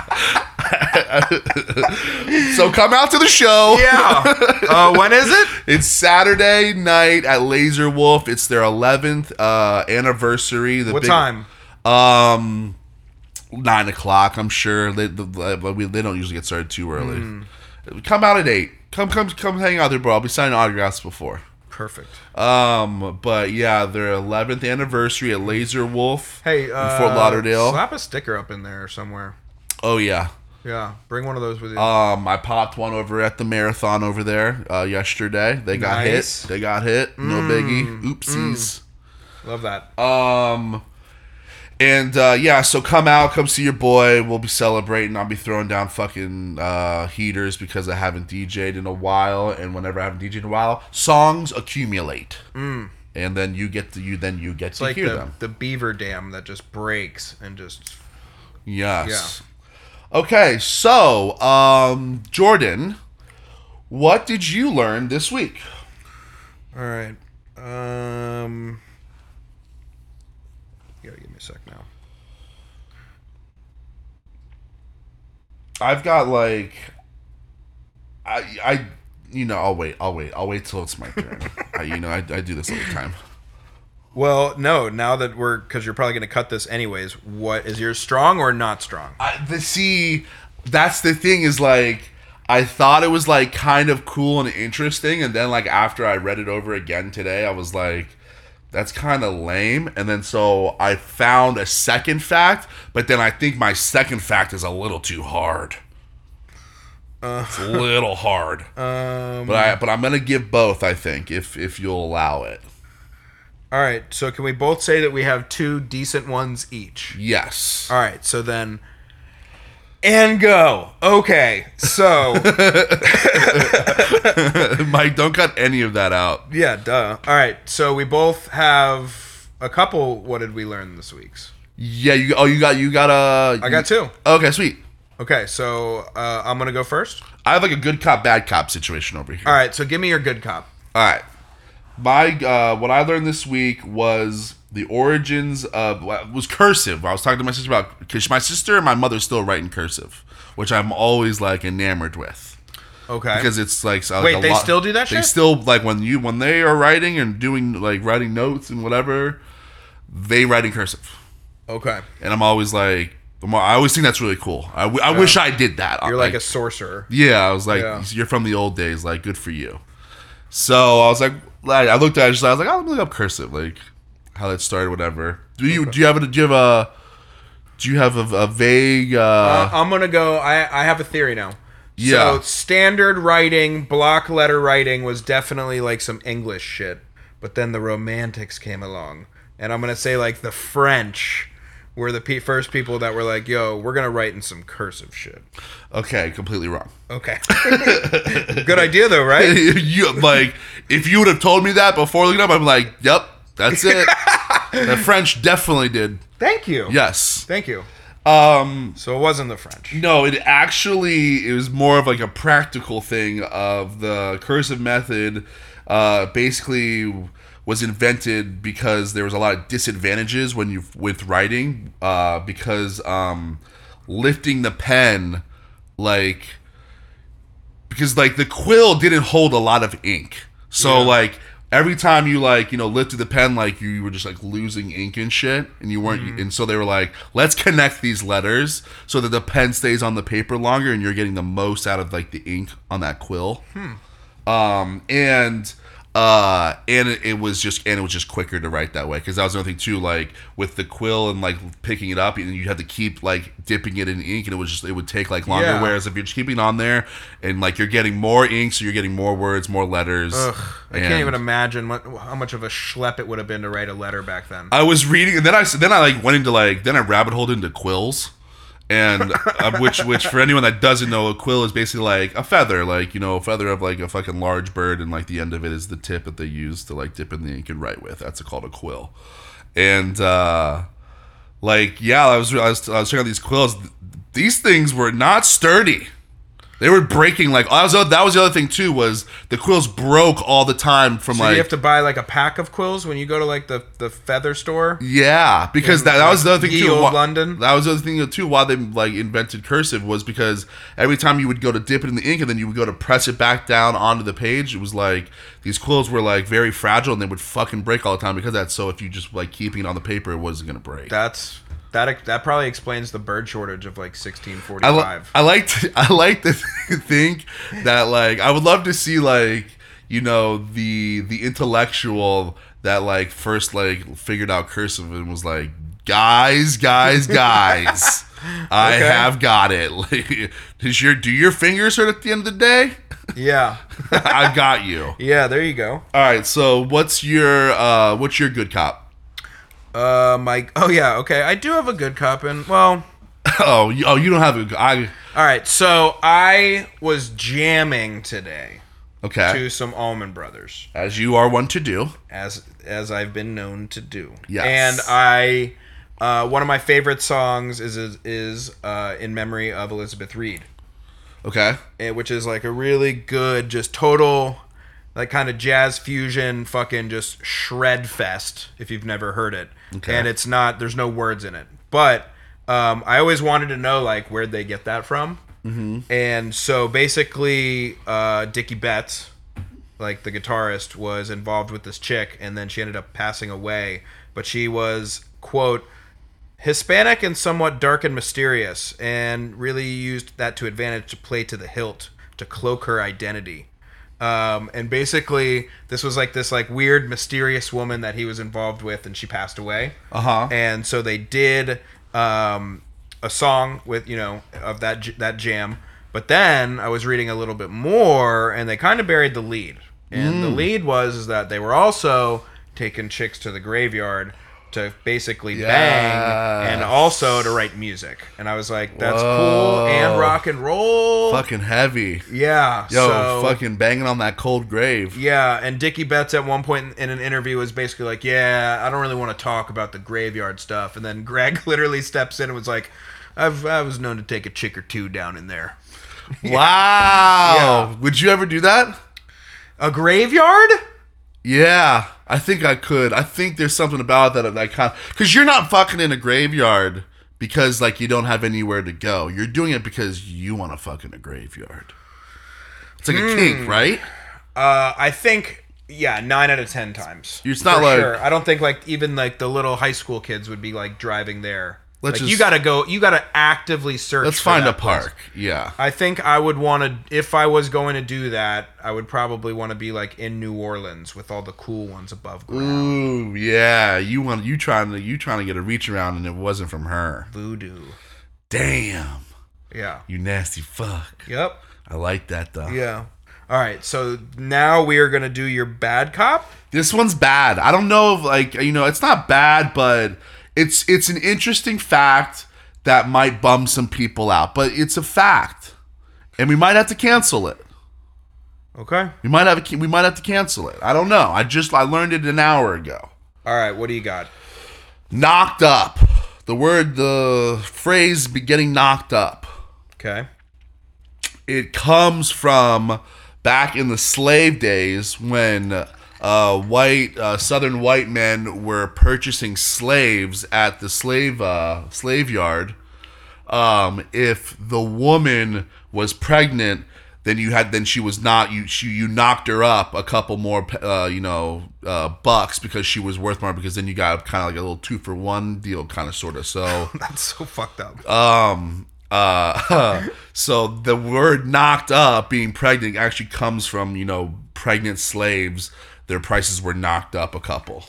Speaker 1: so come out to the show.
Speaker 2: yeah. Uh, when is it?
Speaker 1: It's Saturday night at Laser Wolf. It's their 11th uh, anniversary. The
Speaker 2: What
Speaker 1: big-
Speaker 2: time?
Speaker 1: Um, nine o'clock. I'm sure they the, the, we- they don't usually get started too early.
Speaker 2: Hmm.
Speaker 1: Come out at eight. Come come come hang out there, bro. I'll be signing autographs before.
Speaker 2: Perfect.
Speaker 1: Um, but yeah, their 11th anniversary at Laser Wolf.
Speaker 2: Hey, uh,
Speaker 1: Fort Lauderdale.
Speaker 2: Slap a sticker up in there somewhere.
Speaker 1: Oh yeah.
Speaker 2: Yeah, bring one of those with you.
Speaker 1: Um, I popped one over at the marathon over there uh, yesterday. They got
Speaker 2: Nice. Mm.
Speaker 1: hit. They got hit. No biggie. Oopsies.
Speaker 2: Love that.
Speaker 1: Um, and uh, yeah, so come out, come see your boy. We'll be celebrating. I'll be throwing down fucking uh, heaters because I haven't DJ'd in a while, and whenever I haven't DJ'd in a while, songs accumulate, and then you get to you then you get
Speaker 2: Mm. it's
Speaker 1: to
Speaker 2: like
Speaker 1: hear
Speaker 2: the,
Speaker 1: them.
Speaker 2: the beaver dam that just breaks and just
Speaker 1: Yes. Okay, so um, Jordan, what did you learn this week?
Speaker 2: All right. Um. You gotta give me a sec now.
Speaker 1: I've got like, I I you know I'll wait I'll wait I'll wait till it's my turn. I, you know I, I do this all the time.
Speaker 2: Well, no. Now that we're, because you're probably gonna cut this anyways. What is yours strong or not strong?
Speaker 1: I, the see, that's the thing is like I thought it was like kind of cool and interesting, and then like after I read it over again today, I was like, that's kind of lame. And then so I found a second fact, but then I think my second fact is a little too hard. it's a little hard,
Speaker 2: Uh, Um.
Speaker 1: but I but I'm gonna give both. I think if if you'll allow it.
Speaker 2: All right. So can we both say that we have two decent ones each?
Speaker 1: Yes.
Speaker 2: All right. So then. And go. Okay. So Uh,
Speaker 1: Mike, don't cut any of that out.
Speaker 2: yeah, duh. All right. So we both have a couple. What did we learn this week's?
Speaker 1: Yeah, you oh you got you got a
Speaker 2: I got two.
Speaker 1: Okay, sweet.
Speaker 2: Okay. So uh, I'm gonna go first.
Speaker 1: I have like a good cop, bad cop situation over here.
Speaker 2: All right. So give me your good cop.
Speaker 1: All right. My uh, what I learned this week was the origins of was cursive. I was talking to my sister about because my sister and my mother still write in cursive, which I'm always like enamored with
Speaker 2: Okay.
Speaker 1: because it's like so,
Speaker 2: Wait,
Speaker 1: like, a
Speaker 2: they still do that
Speaker 1: They
Speaker 2: shit?
Speaker 1: still like when you when they are writing and doing like writing notes and whatever, they write in cursive,
Speaker 2: okay.
Speaker 1: and I'm always like. I'm- I always think that's really cool. I, w- I wish I did that.
Speaker 2: You're like a sorcerer.
Speaker 1: Yeah, I was like,
Speaker 2: Yeah.
Speaker 1: you're from the old days, like good for you. So I was like, like I looked at it, just- I was like, I'll look up cursive, like how that started, whatever. Do you do you have a do you have a do you have a, a vague? Uh,
Speaker 2: Uh, I'm gonna go. I I have a theory now.
Speaker 1: Yeah.
Speaker 2: So standard writing, block letter writing was definitely like some English shit, but then the Romantics came along, and I'm gonna say like the French were the pe- first people that were like, "Yo, we're gonna write in some cursive shit."
Speaker 1: okay, completely wrong.
Speaker 2: Okay. Good idea though, right?
Speaker 1: you like if you would have told me that before looking up, I'm like, yep, that's it. the French definitely did.
Speaker 2: Thank you.
Speaker 1: Yes.
Speaker 2: Thank you.
Speaker 1: Um.
Speaker 2: So it wasn't the French.
Speaker 1: No, it actually it was more of like a practical thing of the cursive method. Uh, basically, was invented because there was a lot of disadvantages when you with writing uh, because um, lifting the pen, like because like the quill didn't hold a lot of ink, so like every time you like you know lifted the pen, like you were just like losing ink and shit, and you weren't, and so they were like, let's connect these letters so that the pen stays on the paper longer, and you're getting the most out of like the ink on that quill. Um, and uh, and it, it was just and it was just quicker to write that way because that was another thing too. Like with the quill and like picking it up, and you had to keep like dipping it in ink, and it was just it would take like longer.
Speaker 2: Yeah.
Speaker 1: Whereas if you're just keeping it on there and like you're getting more ink, so you're getting more words, more letters.
Speaker 2: Ugh, I can't
Speaker 1: and-
Speaker 2: even imagine what, how much of a schlep it would have been to write a letter back then.
Speaker 1: I was reading, and then I then I like went into like then I rabbit holed into quills, and uh, which which for anyone that doesn't know, a quill is basically like a feather, like you know, a feather of like a fucking large bird, and like the end of it is the tip that they use to like dip in the ink and write with. That's called a quill, and uh, like yeah, I was I was I was checking out these quills. These things were not sturdy. They were breaking like I was. That was the other thing too was the quills broke all the time from
Speaker 2: So
Speaker 1: like
Speaker 2: you have to buy like a pack of quills when you go to like the, the feather store.
Speaker 1: Yeah, because
Speaker 2: In,
Speaker 1: that, that was the
Speaker 2: like,
Speaker 1: other thing
Speaker 2: ye
Speaker 1: too.
Speaker 2: olde
Speaker 1: why-
Speaker 2: London.
Speaker 1: That was the other thing too. Why they like invented cursive was because every time you would go to dip it in the ink and then you would go to press it back down onto the page, it was like these quills were like very fragile and they would fucking break all the time because of that. So if you just like keeping it on the paper, it wasn't gonna break.
Speaker 2: That's that that probably explains the bird shortage of like
Speaker 1: I,
Speaker 2: 1645.
Speaker 1: li- I like to, I like to think that like I would love to see like you know the the intellectual that like first like figured out cursive and was like guys guys guys I
Speaker 2: Okay.
Speaker 1: have got it like does your do your fingers hurt at the end of the day
Speaker 2: yeah.
Speaker 1: I've got you all
Speaker 2: Yeah, there you go.
Speaker 1: right so what's your uh what's your good cop
Speaker 2: Uh Mike. Oh yeah, okay. I do have a good cop and well,
Speaker 1: oh you, oh you don't have a I
Speaker 2: all right. So I was jamming today
Speaker 1: okay
Speaker 2: to some Almond Brothers.
Speaker 1: as you are one to do
Speaker 2: as as I've been known to do.
Speaker 1: Yes.
Speaker 2: And I uh, one of my favorite songs is is, is uh, in memory of Elizabeth Reed,
Speaker 1: okay
Speaker 2: eh, which is like a really good, just total, like kind of jazz fusion, fucking just shred fest. If you've never heard it,
Speaker 1: Okay.
Speaker 2: and it's not there's no words in it, but um, I always wanted to know like where'd they get that from. Mm-hmm. And so basically, uh, Dickie Betts, like the guitarist was involved with this chick and then she ended up passing away but she was quote hispanic and somewhat dark and mysterious and really used that to advantage to play to the hilt to cloak her identity um, and basically this was like this like weird mysterious woman that he was involved with and she passed away
Speaker 1: Uh-huh.
Speaker 2: and so they did um, a song with you know of that j- that jam but then i was reading a little bit more and they kind of buried the lead and
Speaker 1: Hmm.
Speaker 2: the lead was is that they were also taking chicks to the graveyard to basically bang and
Speaker 1: Yes.
Speaker 2: also to write music and i was like that's cool and
Speaker 1: Whoa.
Speaker 2: rock and roll
Speaker 1: fucking heavy
Speaker 2: yeah
Speaker 1: Yo,
Speaker 2: so,
Speaker 1: fucking banging on that cold grave.
Speaker 2: Yeah, and Dickie Betts at one point in an interview was basically like, "Yeah, I don't really want to talk about the graveyard stuff." And then Greg literally steps in and was like, "I've I was known to take a chick or two down in there."
Speaker 1: Wow. Would you ever do that?
Speaker 2: A graveyard?
Speaker 1: Yeah, I think I could. I think there's something about that that I kind because you're not fucking in a graveyard because like you don't have anywhere to go. You're doing it because you want to fuck in a graveyard. It's like
Speaker 2: Hmm.
Speaker 1: a kink, right?
Speaker 2: Uh, I think yeah, nine out of ten times.
Speaker 1: It's not
Speaker 2: For
Speaker 1: like-
Speaker 2: I don't think like even like the little high school kids would be like driving there.
Speaker 1: Let's
Speaker 2: like
Speaker 1: just-
Speaker 2: you gotta go. You gotta actively search.
Speaker 1: Let's
Speaker 2: for
Speaker 1: find
Speaker 2: that
Speaker 1: a
Speaker 2: place.
Speaker 1: park. Yeah.
Speaker 2: I think I would want to, if I was going to do that, I would probably want to be like in New Orleans with all the cool ones
Speaker 1: Mm.
Speaker 2: above ground.
Speaker 1: Ooh, yeah. You want you trying to you trying to get a reach around and it wasn't from her.
Speaker 2: Voodoo.
Speaker 1: Damn,
Speaker 2: Yeah.
Speaker 1: you nasty fuck.
Speaker 2: Yep.
Speaker 1: I like that though.
Speaker 2: Yeah. All right. So now we are going to do your bad cop.
Speaker 1: This one's bad. I don't know if like you know, it's not bad, but it's it's an interesting fact that might bum some people out, but it's a fact. And we might have to cancel it.
Speaker 2: Okay.
Speaker 1: We might have we might have to cancel it. I don't know. I just I learned it an hour ago.
Speaker 2: All right. What do you got?
Speaker 1: Knocked up. The word the phrase be getting knocked up.
Speaker 2: Okay.
Speaker 1: it comes from back in the slave days when uh, white uh, southern white men were purchasing slaves at the slave uh, slave yard. Um, if the woman was pregnant, then you had then she was not you she, you knocked her up a couple more uh, you know uh, bucks because she was worth more because then you got kind of like a little two for one deal kind of sort of so.
Speaker 2: That's so fucked up.
Speaker 1: Um. Uh. so the word "knocked up" being pregnant actually comes from you know pregnant slaves. Their prices were knocked up a couple.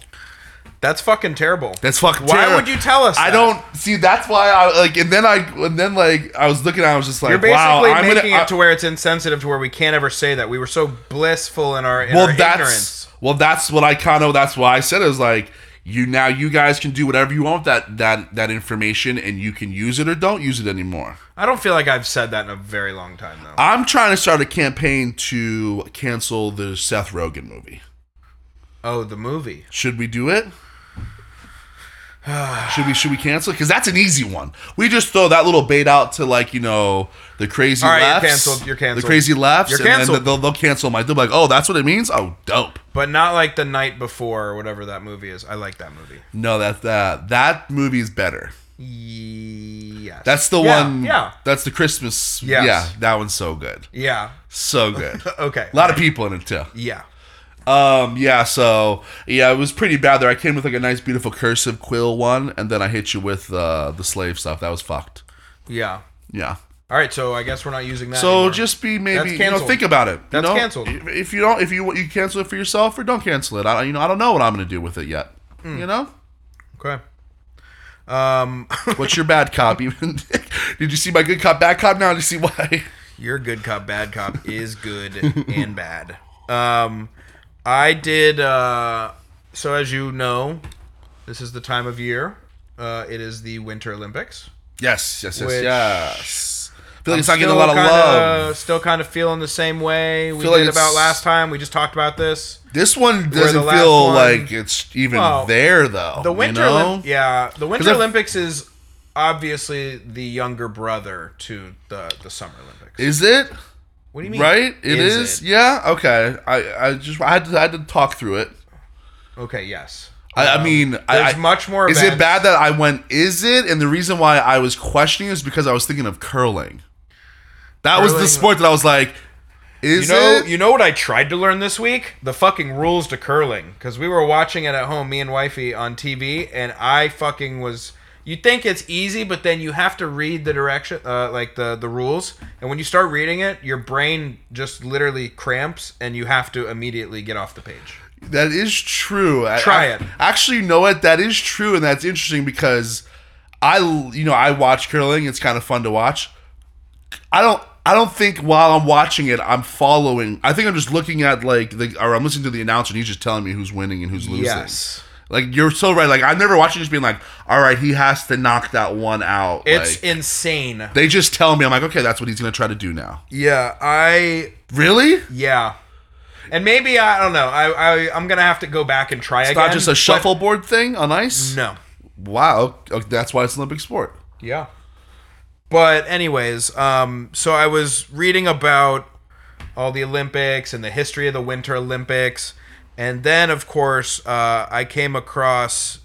Speaker 2: That's fucking terrible.
Speaker 1: That's fucking.
Speaker 2: Why
Speaker 1: terri-
Speaker 2: would you tell us?
Speaker 1: I
Speaker 2: that?
Speaker 1: don't see. That's why I like. And then I and then like I was looking. I was just like,
Speaker 2: You're basically
Speaker 1: wow. I'm
Speaker 2: making
Speaker 1: gonna, uh, I-
Speaker 2: it to where it's insensitive to where we can't ever say that. We were so blissful in our, in
Speaker 1: well,
Speaker 2: our
Speaker 1: that's
Speaker 2: ignorance.
Speaker 1: well, that's what I kind of. That's why I said it was like you now. You guys can do whatever you want with that that that information, and you can use it or don't use it anymore.
Speaker 2: I don't feel like I've said that in a very long time, though.
Speaker 1: I'm trying to start a campaign to cancel the Seth Rogen movie.
Speaker 2: oh, the movie.
Speaker 1: Should we do it? should we should we cancel? Because that's an easy one. We just throw that little bait out to like you know the crazy
Speaker 2: All right, you're
Speaker 1: laughs.
Speaker 2: canceled, you're canceled.
Speaker 1: The crazy laughs.
Speaker 2: You're
Speaker 1: and then
Speaker 2: canceled.
Speaker 1: they'll, they'll cancel my. They'll be like, oh, that's what it means. Oh, dope.
Speaker 2: But not like the night before or whatever that movie is. I like that movie.
Speaker 1: No, that that that movie's better.
Speaker 2: Yes.
Speaker 1: That's the
Speaker 2: Yeah,
Speaker 1: one.
Speaker 2: Yeah.
Speaker 1: That's the Christmas.
Speaker 2: Yes.
Speaker 1: Yeah, that one's so good.
Speaker 2: Yeah.
Speaker 1: So good.
Speaker 2: Okay.
Speaker 1: A lot of people in it too.
Speaker 2: Yeah.
Speaker 1: Um, yeah, so yeah, it was pretty bad there. I came with like a nice, beautiful cursive quill one, and then I hit you with uh, the slave stuff. That was fucked.
Speaker 2: Yeah.
Speaker 1: Yeah.
Speaker 2: All right. So I guess we're not using that.
Speaker 1: So
Speaker 2: anymore.
Speaker 1: just be maybe
Speaker 2: That's
Speaker 1: you know
Speaker 2: canceled.
Speaker 1: think about it. you
Speaker 2: That's
Speaker 1: know?
Speaker 2: canceled.
Speaker 1: If- If you don't, if you you cancel it for yourself or don't cancel it, I you know I don't know what I'm gonna do with it yet.
Speaker 2: Hmm.
Speaker 1: You know,
Speaker 2: okay. Um,
Speaker 1: what's your bad cop? Even did you see my good cop, bad cop? Now you see why.
Speaker 2: your good cop, bad cop is good and bad. Um, I did. Uh, so as you know, this is the time of year. Uh, it is the Winter Olympics.
Speaker 1: Yes, yes, yes,
Speaker 2: Which-
Speaker 1: yes. I feel like it's not getting a
Speaker 2: Still
Speaker 1: lot of
Speaker 2: kinda-
Speaker 1: love.
Speaker 2: Still kind of feeling the same way we
Speaker 1: Feel like
Speaker 2: did
Speaker 1: it's-
Speaker 2: about last time. We just talked about this.
Speaker 1: This one
Speaker 2: the
Speaker 1: doesn't
Speaker 2: last
Speaker 1: feel
Speaker 2: one-
Speaker 1: like it's even
Speaker 2: Well,
Speaker 1: there though.
Speaker 2: The Winter,
Speaker 1: you know?
Speaker 2: Olymp- yeah, the Winter
Speaker 1: I've-
Speaker 2: Olympics is obviously the younger brother to the the Summer Olympics.
Speaker 1: Is it
Speaker 2: what do you mean?
Speaker 1: right? It is.
Speaker 2: it?
Speaker 1: Yeah. Okay. I I just I had to, I had to talk through it.
Speaker 2: Okay. Yes. Um,
Speaker 1: I, I mean, I,
Speaker 2: There's
Speaker 1: I-
Speaker 2: much more.
Speaker 1: Is
Speaker 2: events.
Speaker 1: it bad that I went? Is it? And the reason why I was questioning is because I was thinking of curling. That was the
Speaker 2: Curling-
Speaker 1: sport that I was like,
Speaker 2: You
Speaker 1: is
Speaker 2: know,
Speaker 1: it?
Speaker 2: you know what I tried to learn this week? The fucking rules to curling. Because we were watching it at home, me and wifey on TV, and I fucking was. You think it's easy, but then you have to read the direction, uh, like the the rules. And when you start reading it, your brain just literally cramps, and you have to immediately get off the page.
Speaker 1: that is true. I-
Speaker 2: Try
Speaker 1: I-
Speaker 2: it.
Speaker 1: Actually, you know what? That is true, and that's interesting because I, l- you know, I watch curling. It's kind of fun to watch. I don't. I don't think while I'm watching it, I'm following. I think I'm just looking at like the, or I'm listening to the announcer. and He's just telling me who's winning and who's losing.
Speaker 2: Yes.
Speaker 1: Like you're so right. Like I've never watched it just being like, all right, he has to knock that one out.
Speaker 2: It's
Speaker 1: Like,
Speaker 2: insane.
Speaker 1: they just tell me. I'm like, okay, that's what he's gonna try to do now.
Speaker 2: Yeah, I
Speaker 1: Really? It's
Speaker 2: yeah. And maybe I don't know. I, I I'm gonna have to go back and try again.
Speaker 1: not just a
Speaker 2: but
Speaker 1: shuffleboard thing on ice.
Speaker 2: No.
Speaker 1: Wow, okay, that's why it's an Olympic sport.
Speaker 2: Yeah. But anyways, um, so I was reading about all the Olympics and the history of the Winter Olympics, and then of course uh, I came across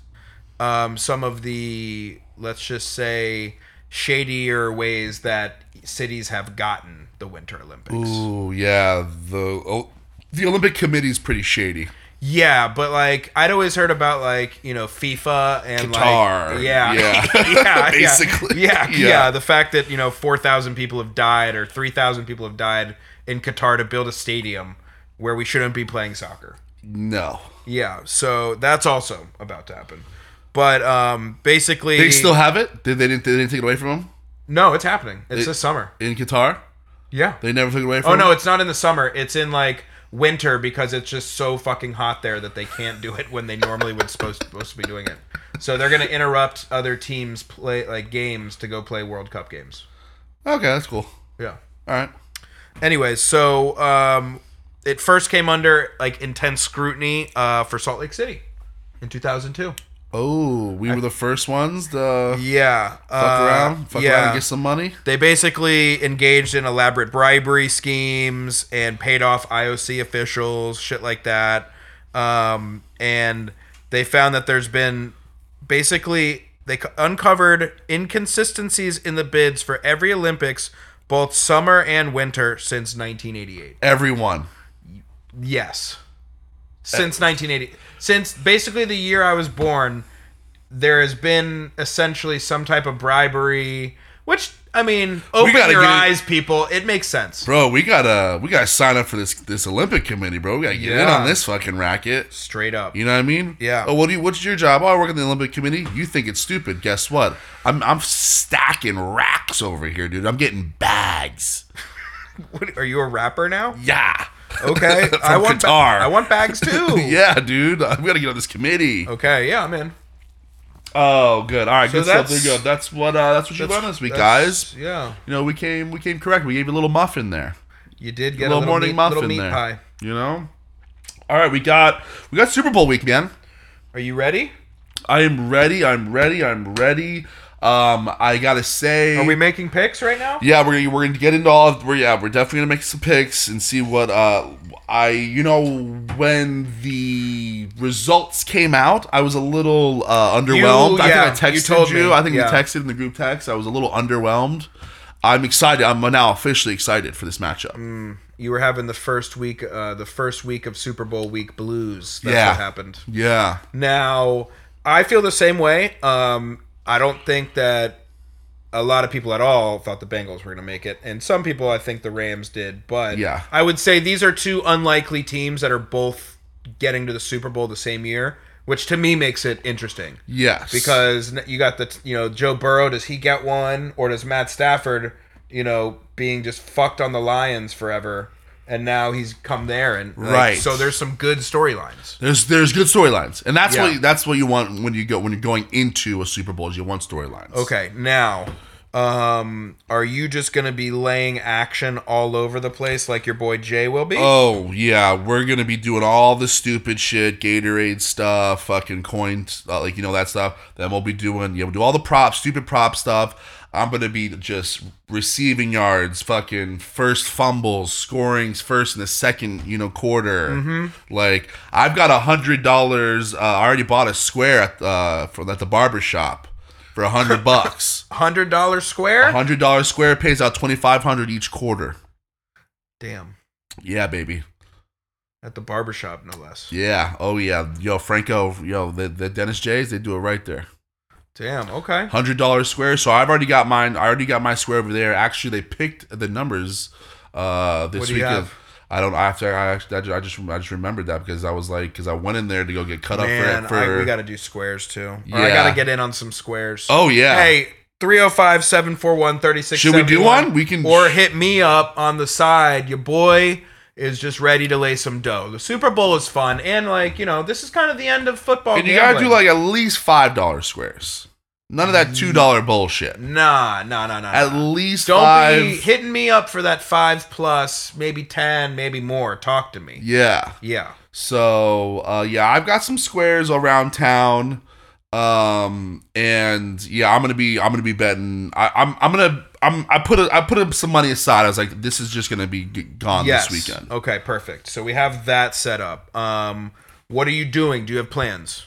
Speaker 2: um, some of the let's just say shadier ways that cities have gotten the Winter Olympics.
Speaker 1: Ooh, yeah. The oh, the Olympic Committee's pretty shady.
Speaker 2: Yeah, but like I'd always heard about like you know FIFA and
Speaker 1: Qatar,
Speaker 2: like yeah
Speaker 1: yeah.
Speaker 2: yeah
Speaker 1: Basically,
Speaker 2: yeah, yeah
Speaker 1: yeah.
Speaker 2: yeah the fact that you know four thousand people have died or three thousand people have died in Qatar to build a stadium where we shouldn't be playing soccer.
Speaker 1: No,
Speaker 2: Yeah, so that's also about to happen. But um basically
Speaker 1: they still have it. Did they didn't they didn't take it away from him
Speaker 2: no, it's happening. It's this summer.
Speaker 1: in Qatar?
Speaker 2: Yeah.
Speaker 1: They never took it away from.
Speaker 2: Oh
Speaker 1: him?
Speaker 2: no, it's not in the summer. It's in like winter because it's just so fucking hot there that they can't do it when they normally would supposed supposed to be doing it. So they're gonna interrupt other teams play like games to go play World Cup games.
Speaker 1: Okay, that's cool.
Speaker 2: Yeah.
Speaker 1: All right.
Speaker 2: Anyways, so um, it first came under like intense scrutiny uh, for Salt Lake City in 2002.
Speaker 1: Oh, we were the first ones to
Speaker 2: Yeah.
Speaker 1: fuck around, fuck around, and get some money.
Speaker 2: They basically engaged in elaborate bribery schemes and paid off IOC officials, shit like that. Um, and they found that there's been basically they c- uncovered inconsistencies in the bids for every Olympics, both summer and winter, since 1988.
Speaker 1: Everyone.
Speaker 2: Yes, since 1980, since basically the year I was born, there has been essentially some type of bribery. Which I mean, open
Speaker 1: gotta
Speaker 2: your
Speaker 1: get-
Speaker 2: eyes, people. It makes sense.
Speaker 1: Bro, we gotta we gotta sign up for this this Olympic committee, bro. We gotta get in
Speaker 2: Yeah.
Speaker 1: on this fucking racket.
Speaker 2: Straight up.
Speaker 1: You know what I mean?
Speaker 2: Yeah.
Speaker 1: Oh, what do you, what's your job? Oh, I work in the Olympic committee. You think it's stupid? Guess what? I'm I'm stacking racks over here, dude. I'm getting bags.
Speaker 2: What, are you a rapper now?
Speaker 1: Yeah.
Speaker 2: Okay.
Speaker 1: From
Speaker 2: I want ba-
Speaker 1: Qatar.
Speaker 2: I want bags too.
Speaker 1: yeah, dude. I'm gonna get on this committee.
Speaker 2: Okay. Yeah, I'm in.
Speaker 1: Oh, good. All right, good stuff. There
Speaker 2: that's-
Speaker 1: you go. That's what uh, that's what you learned this week,
Speaker 2: That's-
Speaker 1: guys.
Speaker 2: Yeah.
Speaker 1: You know, we came we came correct. We gave you a little muffin there.
Speaker 2: You did get
Speaker 1: little,
Speaker 2: a little
Speaker 1: morning
Speaker 2: meat,
Speaker 1: muffin
Speaker 2: little meat
Speaker 1: there.
Speaker 2: pie.
Speaker 1: You know. All right, we got we got Super Bowl week, man.
Speaker 2: Are you ready?
Speaker 1: I am ready. I'm ready. I'm ready. Um, I gotta say,
Speaker 2: Are we making picks right now?
Speaker 1: Mm. yeah, we're we're gonna get into all. Of, we're yeah, we're definitely gonna make some picks and see what uh I you know when the results came out, I was a little uh underwhelmed. I
Speaker 2: yeah,
Speaker 1: think I texted
Speaker 2: you
Speaker 1: you.
Speaker 2: told me,
Speaker 1: I think
Speaker 2: yeah.
Speaker 1: you texted in the group text. I was a little underwhelmed. I'm excited. I'm now officially excited for this matchup.
Speaker 2: Mm. You were having the first week, uh, the first week of Super Bowl week blues. That's
Speaker 1: Yeah.
Speaker 2: what happened.
Speaker 1: Yeah,
Speaker 2: Now, I feel the same way. Um, I don't think that a lot of people at all thought the Bengals were going to make it, and some people I think the Rams did. But
Speaker 1: Yeah.
Speaker 2: I would say these are two unlikely teams that are both getting to the Super Bowl the same year, which to me makes it interesting
Speaker 1: yes,
Speaker 2: because n- you got the t- you know Joe Burrow does he get one or does Matt Stafford you know being just fucked on the Lions forever and now he's come there and like,
Speaker 1: Right.
Speaker 2: so there's some good storylines
Speaker 1: There's there's good storylines, and that's
Speaker 2: Yeah.
Speaker 1: what that's what you want when you go when you're going into a Super Bowl. Is you want storylines.
Speaker 2: okay now um are you just gonna be laying action all over the place like your boy Jay will be
Speaker 1: Oh yeah, we're gonna be doing all the stupid shit, Gatorade stuff, fucking coin, uh, like you know that stuff. Then we'll be doing, yeah, we'll do all the props, stupid prop stuff. I'm gonna be just receiving yards, fucking first fumbles, scorings first in the second, you know, quarter. Like I've got a hundred dollars. Uh, I already bought a square at uh, from at the barber shop for a hundred bucks.
Speaker 2: hundred dollar square
Speaker 1: Hundred dollars square pays out twenty five hundred each quarter.
Speaker 2: damn
Speaker 1: Yeah, baby.
Speaker 2: at the barbershop no less
Speaker 1: Yeah. Oh yeah. Yo, Franco. Yo, the, the Dennis Jays. They do it right there.
Speaker 2: damn okay
Speaker 1: Hundred dollars square. So I've already got mine. I already got my square over there. Actually, they picked the numbers. Uh, this
Speaker 2: What do you
Speaker 1: week.
Speaker 2: have?
Speaker 1: I don't. I have to. I, actually- I ju- I just. I just remembered that because I was like, because I went in there to go get cut
Speaker 2: Man,
Speaker 1: up for.
Speaker 2: I,
Speaker 1: for
Speaker 2: we got to do squares too. Or
Speaker 1: Yeah.
Speaker 2: I got to get in on some squares.
Speaker 1: oh yeah.
Speaker 2: Hey, 305 741
Speaker 1: Should we do one? We can.
Speaker 2: Or hit me up on the side. Your boy is just ready to lay some dough. The Super Bowl is fun. And, like, you know, this is kind of the end of football.
Speaker 1: and you gotta do
Speaker 2: gambling.
Speaker 1: like at least five dollars squares. None of that two dollar bullshit.
Speaker 2: Nah, nah, nah, nah.
Speaker 1: At
Speaker 2: nah.
Speaker 1: least
Speaker 2: Don't
Speaker 1: five.
Speaker 2: be hitting me up for that five plus, maybe 10, maybe more. Talk to me.
Speaker 1: yeah.
Speaker 2: Yeah.
Speaker 1: So uh, yeah, I've got some squares around town, um, and yeah, I'm gonna be I'm gonna be betting. I, I'm I'm gonna I'm I put a, I put up some money aside. I was like, this is just gonna be g- gone
Speaker 2: Yes.
Speaker 1: this weekend.
Speaker 2: Okay, perfect. So we have that set up. Um, what are you doing? Do you have plans?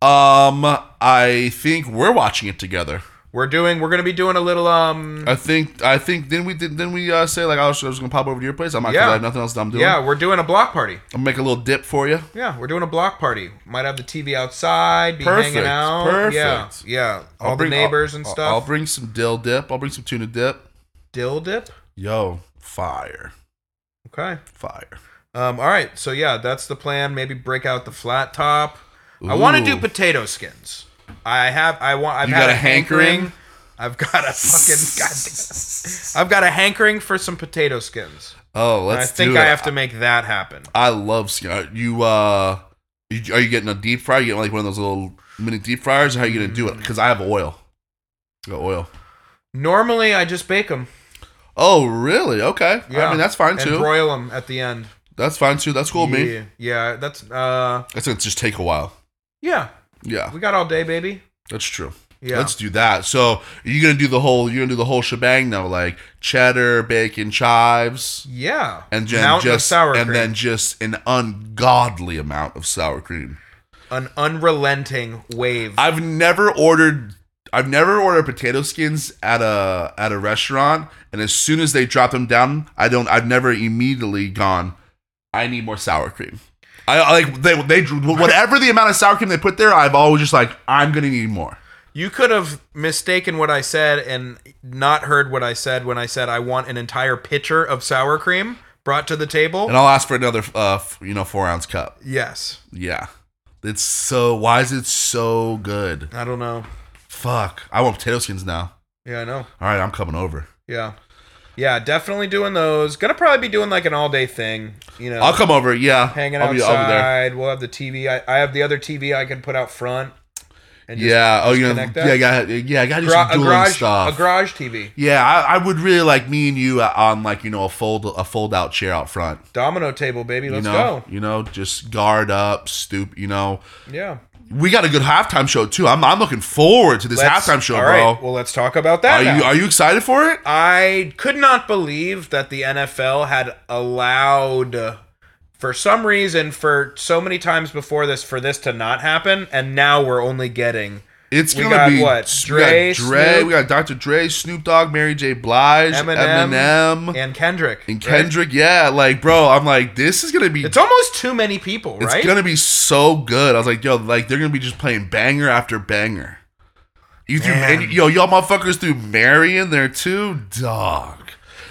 Speaker 1: Um, I think we're watching it together.
Speaker 2: We're doing. We're gonna be doing a little. Um.
Speaker 1: I think I think then we did then we uh, say like I was, I was gonna pop over to your place. I'm not
Speaker 2: Yeah.
Speaker 1: gonna have nothing else that I'm doing.
Speaker 2: Yeah, we're doing a block party.
Speaker 1: I'm gonna make a little dip for you.
Speaker 2: Yeah, we're doing a block party. Might have the TV outside, be hanging
Speaker 1: Perfect,
Speaker 2: out. Yeah,
Speaker 1: perfect.
Speaker 2: yeah. All the
Speaker 1: bring-
Speaker 2: neighbors
Speaker 1: I'll-
Speaker 2: and
Speaker 1: I'll, I'll
Speaker 2: stuff.
Speaker 1: bring some dill dip. I'll bring some tuna dip.
Speaker 2: Dill dip.
Speaker 1: Yo, fire,
Speaker 2: Okay.
Speaker 1: fire.
Speaker 2: Um. All right. So yeah, that's the plan. Maybe break out the flat top. I want to
Speaker 1: Ooh.
Speaker 2: do potato skins. I have. I want. I've
Speaker 1: You
Speaker 2: had
Speaker 1: got
Speaker 2: a
Speaker 1: a hankering?
Speaker 2: hankering. I've got a fucking. goddamn- I've got a hankering for some potato skins.
Speaker 1: Oh,
Speaker 2: And I
Speaker 1: let's
Speaker 2: think
Speaker 1: do
Speaker 2: I
Speaker 1: it.
Speaker 2: have to make that happen.
Speaker 1: I love skin. You uh, you, are you getting a deep fryer? You getting like one of those little mini deep fryers? Or how are you gonna do it?
Speaker 2: Mm.
Speaker 1: Because I have oil. I got oil.
Speaker 2: Normally, I just bake them.
Speaker 1: Oh, really? Okay.
Speaker 2: Yeah.
Speaker 1: I mean, that's fine
Speaker 2: and
Speaker 1: too.
Speaker 2: broil them at the end.
Speaker 1: that's fine too. That's cool, with me.
Speaker 2: Yeah, yeah, that's uh,
Speaker 1: That's gonna just take a while.
Speaker 2: yeah.
Speaker 1: Yeah,
Speaker 2: We got all day, baby.
Speaker 1: that's true.
Speaker 2: Yeah.
Speaker 1: Let's do that. So you're gonna do the whole. You're gonna do the whole shebang now, like cheddar, bacon, chives,
Speaker 2: yeah.
Speaker 1: and then
Speaker 2: Mountain of
Speaker 1: just
Speaker 2: sour
Speaker 1: and
Speaker 2: cream.
Speaker 1: then just an ungodly amount of sour cream.
Speaker 2: an unrelenting wave.
Speaker 1: I've never ordered I've never ordered potato skins at a at a restaurant and as soon as they drop them down, I don't I've never immediately gone I need more sour cream. I I like they they whatever the amount of sour cream they put there, I've always just like I'm going to need more.
Speaker 2: you could have mistaken what I said and not heard what I said when I said I want an entire pitcher of sour cream brought to the table.
Speaker 1: And I'll ask for another uh f- you know 4 ounce cup.
Speaker 2: yes.
Speaker 1: Yeah. It's so why is it so good?
Speaker 2: I don't know.
Speaker 1: Fuck. I want potato skins now.
Speaker 2: Yeah, I know.
Speaker 1: All right, I'm coming over.
Speaker 2: Yeah. Yeah, definitely doing those. Gonna probably be doing like an all day thing, you know.
Speaker 1: I'll come over. Yeah.
Speaker 2: hanging
Speaker 1: I'll
Speaker 2: outside.
Speaker 1: be- I'll be there.
Speaker 2: We'll have the TV. I, I have the other TV I can put out front. And just
Speaker 1: yeah. Oh, you know.
Speaker 2: connect that?
Speaker 1: Yeah, yeah, yeah. I got to do
Speaker 2: gra-
Speaker 1: some
Speaker 2: a
Speaker 1: dueling
Speaker 2: garage
Speaker 1: stuff.
Speaker 2: a garage TV.
Speaker 1: yeah, I, I would really like me and you uh, on like you know a fold a fold out chair out front.
Speaker 2: Domino table, baby.
Speaker 1: You
Speaker 2: Let's
Speaker 1: know, you know, just guard up, stoop. You know,
Speaker 2: go. Yeah.
Speaker 1: We got a good halftime show too. I'm, I'm looking forward to this
Speaker 2: Let's-
Speaker 1: halftime show,
Speaker 2: all
Speaker 1: bro.
Speaker 2: right, well, let's talk about that.
Speaker 1: are
Speaker 2: now.
Speaker 1: you are you excited for it?
Speaker 2: I could not believe that the NFL had allowed, for some reason, for so many times before this, for this to not happen, and now we're only getting
Speaker 1: It's
Speaker 2: we
Speaker 1: gonna
Speaker 2: got
Speaker 1: be
Speaker 2: what?
Speaker 1: we
Speaker 2: Dre,
Speaker 1: got Dre,
Speaker 2: Snoop?
Speaker 1: we got Dr. Dre, Snoop Dogg, Mary J. Blige,
Speaker 2: Eminem,
Speaker 1: Eminem,
Speaker 2: and Kendrick
Speaker 1: Oh. and
Speaker 2: right?
Speaker 1: Kendrick. Yeah, like bro, I'm like this is gonna be
Speaker 2: It's almost too many people,
Speaker 1: It's
Speaker 2: right?
Speaker 1: gonna be so good. I was like, yo, like they're gonna be just playing banger after banger. You threw
Speaker 2: Man.
Speaker 1: and, yo, y'all motherfuckers threw Mary in there too, dog.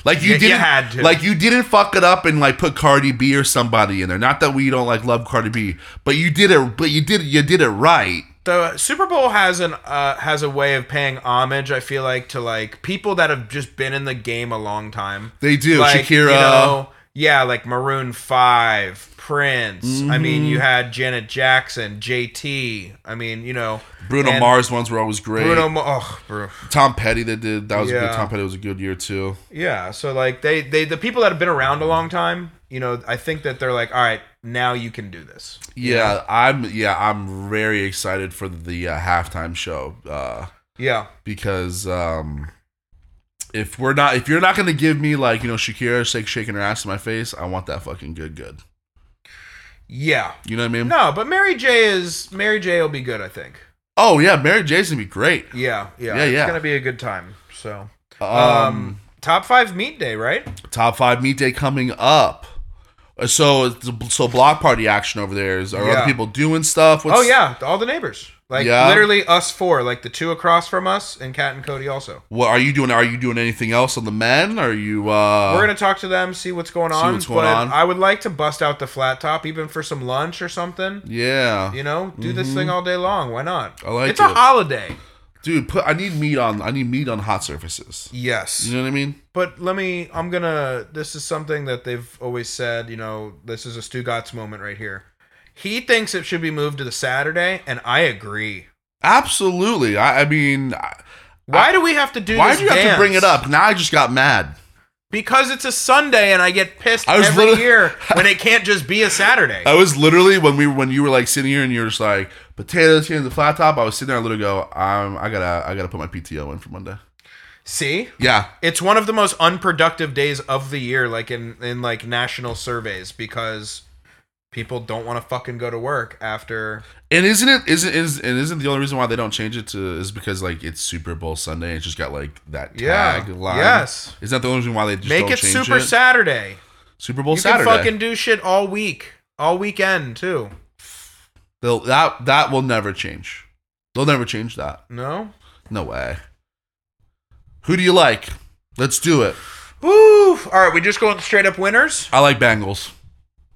Speaker 1: Like you
Speaker 2: Y- you
Speaker 1: didn't,
Speaker 2: had to.
Speaker 1: like you didn't fuck it up and like put Cardi B or somebody in there. Not that we don't like love Cardi B, but you did it. But you did you did it right.
Speaker 2: the Super Bowl has an uh, has a way of paying homage. I feel like to like people that have just been in the game a long time.
Speaker 1: They do
Speaker 2: like,
Speaker 1: Shakira.
Speaker 2: you know, yeah, like Maroon Five, Prince. I mean,
Speaker 1: Mm-hmm.
Speaker 2: you had Janet Jackson, JT. I mean, you know,
Speaker 1: Bruno
Speaker 2: and
Speaker 1: Mars ones were always great.
Speaker 2: Bruno. Ma- oh, bro.
Speaker 1: Tom Petty that did that was a good
Speaker 2: Yeah.
Speaker 1: Tom Petty was a good year too.
Speaker 2: yeah. So like they they the people that have been around a long time. You know, I think that they're like, all right, now you can do this.
Speaker 1: Yeah, I'm yeah I'm very excited for the uh, halftime show. Uh,
Speaker 2: Yeah.
Speaker 1: because um if we're not if you're not gonna give me like you know Shakira shake, shaking her ass in my face, I want that fucking good good.
Speaker 2: Yeah.
Speaker 1: You know what I mean?
Speaker 2: No, but Mary J is Mary J will be good, I think.
Speaker 1: Oh yeah, Mary J's gonna be great.
Speaker 2: Yeah, yeah.
Speaker 1: Yeah,
Speaker 2: It's
Speaker 1: yeah.
Speaker 2: gonna be a good time. So
Speaker 1: Um,
Speaker 2: um, top five meat day, right?
Speaker 1: top five meet day coming up. Uh, So it's- so block party action over there is are
Speaker 2: Yeah.
Speaker 1: other people doing stuff? What's,
Speaker 2: oh yeah, all the neighbors. Like
Speaker 1: Yeah.
Speaker 2: literally us four, like the two across from us and Kat and Cody also.
Speaker 1: What are you doing? Are you doing anything else on the men? Are you? uh
Speaker 2: We're gonna talk to them, see what's going on.
Speaker 1: what's going
Speaker 2: but
Speaker 1: on.
Speaker 2: I would like to bust out the flat top even for some lunch or something.
Speaker 1: Yeah,
Speaker 2: You know, do this thing all day long. Why not?
Speaker 1: Mm-hmm. I like
Speaker 2: it's a
Speaker 1: it.
Speaker 2: holiday.
Speaker 1: dude. Put I need meat on. I need meat on hot surfaces.
Speaker 2: Yes.
Speaker 1: You know what I mean?
Speaker 2: But let me. I'm gonna. This is something that they've always said. You know, this is a Stugatz moment right here. He thinks it should be moved to the Saturday, and I agree.
Speaker 1: Absolutely. I, I mean, I-
Speaker 2: Why do we have to do?
Speaker 1: why
Speaker 2: this
Speaker 1: do you have to
Speaker 2: dance?
Speaker 1: bring it up? Now I just got mad.
Speaker 2: Because it's a Sunday, and I get pissed
Speaker 1: I was Uh,
Speaker 2: every
Speaker 1: literally-
Speaker 2: year when it can't just be a Saturday.
Speaker 1: I was literally when we when you were like sitting here and you were just like potatoes here in the flat top. I was sitting there, I literally go, um, I gotta I gotta put my PTO in for Monday.
Speaker 2: See,
Speaker 1: Yeah,
Speaker 2: it's one of the most unproductive days of the year, like in in like national surveys, because people don't want to fucking go to work after.
Speaker 1: and isn't it isn't is and isn't the only reason why they don't change it to is because like it's Super Bowl Sunday. It's just got like that
Speaker 2: Yeah.
Speaker 1: tag line.
Speaker 2: Yes.
Speaker 1: is that the only reason why they just
Speaker 2: Make
Speaker 1: don't
Speaker 2: it
Speaker 1: change
Speaker 2: Super
Speaker 1: it?
Speaker 2: Saturday.
Speaker 1: Super Bowl
Speaker 2: You
Speaker 1: Saturday.
Speaker 2: can fucking do shit all week, all weekend too.
Speaker 1: They'll, that that will never change. They'll never change that.
Speaker 2: No.
Speaker 1: No way. Who do you like? Let's do it.
Speaker 2: Woo! All right, we just going straight up winners.
Speaker 1: I like Bengals.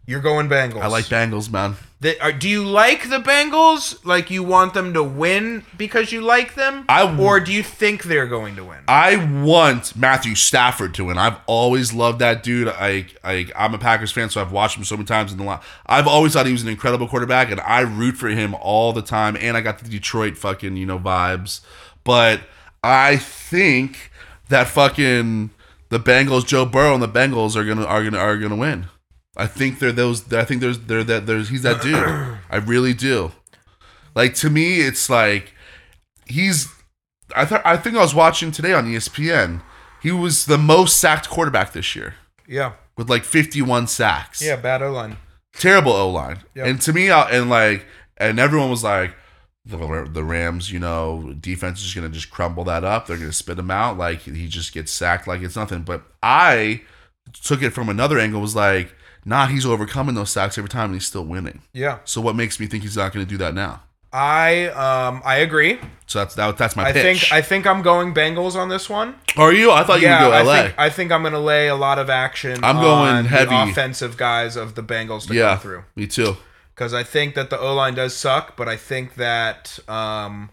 Speaker 2: You're going Bengals.
Speaker 1: I like Bengals, man.
Speaker 2: The, are, do you like the Bengals? Like you want them to win because you like them,
Speaker 1: I-
Speaker 2: or do you think they're going to win?
Speaker 1: I want Matthew Stafford to win. I've always loved that dude. I, I I'm a Packers fan, so I've watched him so many times in the line. I've always thought he was an incredible quarterback, and I root for him all the time. And I got the Detroit fucking you know vibes, but I think that fucking the Bengals, Joe Burrow, and the Bengals are gonna are gonna are gonna win. I think they're those. I think there's they're that there's he's that dude. I really do. Like to me, it's like he's I th- I think I was watching today on E ESPN. He was the most sacked quarterback this year
Speaker 2: yeah,
Speaker 1: with like 51 sacks.
Speaker 2: yeah, bad O line.
Speaker 1: Terrible O line.
Speaker 2: Yep.
Speaker 1: And to me, I, and like, and everyone was like, the, the Rams, you know, defense is going to just crumble that up. They're going to spit him out. Like, he just gets sacked like it's nothing. But I took it from another angle, was like, nah, he's overcoming those sacks every time and he's still winning.
Speaker 2: Yeah,
Speaker 1: So what makes me think he's not going to do that now?
Speaker 2: I um I agree.
Speaker 1: So that's that, that's my
Speaker 2: I
Speaker 1: pitch.
Speaker 2: think I think I'm going Bengals on this one.
Speaker 1: Are you? I thought you
Speaker 2: yeah,
Speaker 1: would go LA.
Speaker 2: I think I think I'm going to lay a lot of action.
Speaker 1: I'm going
Speaker 2: on the
Speaker 1: heavy.
Speaker 2: offensive guys of the Bengals to
Speaker 1: yeah,
Speaker 2: come through.
Speaker 1: me too.
Speaker 2: because I think that the O line does suck, but I think that um,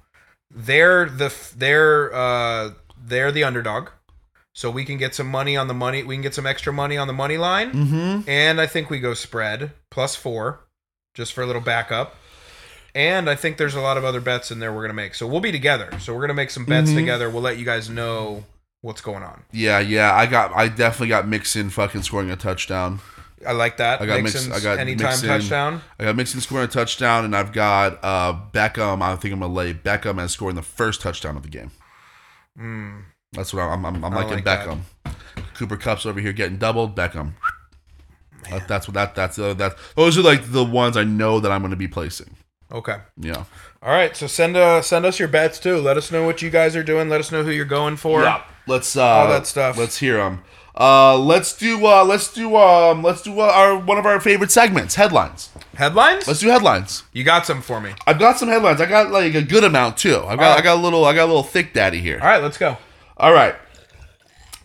Speaker 2: they're the f- they're uh, they're the underdog, so we can get some money on the money. We can get some extra money on the money line,
Speaker 1: Mm-hmm.
Speaker 2: and I think we go spread plus four, just for a little backup. And I think there's a lot of other bets in there we're gonna make, so we'll be together. So we're gonna make some bets
Speaker 1: Mhm.
Speaker 2: together. We'll let you guys know what's going on.
Speaker 1: Yeah, yeah. I got I definitely got Mixon fucking scoring a touchdown.
Speaker 2: I like that.
Speaker 1: I got
Speaker 2: Nixon's
Speaker 1: Mixon. I got
Speaker 2: anytime
Speaker 1: Mixon-
Speaker 2: touchdown.
Speaker 1: I got Mixon scoring a touchdown, and I've got uh, Beckham. I think I'm gonna lay Beckham as scoring the first touchdown of the game.
Speaker 2: Hmm,
Speaker 1: That's what I'm. I'm, I'm liking
Speaker 2: like that.
Speaker 1: Beckham. Cooper Cups over here getting doubled. Beckham. That, that's what that. That's uh, that. Those are like the ones I know that I'm gonna be placing.
Speaker 2: Okay.
Speaker 1: Yeah.
Speaker 2: All right. So send uh send us your bets too. Let us know what you guys are doing. Let us know who you're going for.
Speaker 1: Yeah. Let's uh,
Speaker 2: that stuff.
Speaker 1: Let's hear them. Uh, let's do. Uh, let's do. Um, let's do uh, our one of our favorite segments. Headlines.
Speaker 2: Headlines?
Speaker 1: Let's do headlines.
Speaker 2: you got some for me.
Speaker 1: I've got some headlines. I got like a good amount too. I got I got a little I got a little thick daddy here.
Speaker 2: All right. Let's go.
Speaker 1: All right.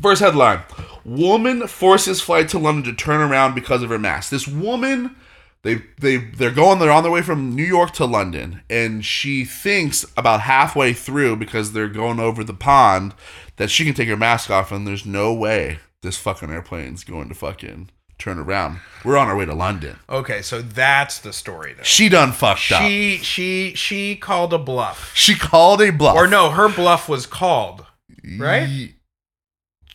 Speaker 1: First headline: Woman forces flight to London to turn around because of her mask. This woman, they they they're going. They're on their way from New York to London, and she thinks about halfway through because they're going over the pond that she can take her mask off, and there's no way this fucking airplane's going to fucking turn around. We're on our way to London.
Speaker 2: Okay. So that's the story. Though.
Speaker 1: She done fucked up.
Speaker 2: She she she called a bluff.
Speaker 1: She called a bluff.
Speaker 2: Or no, her bluff was called. right?
Speaker 1: Ye-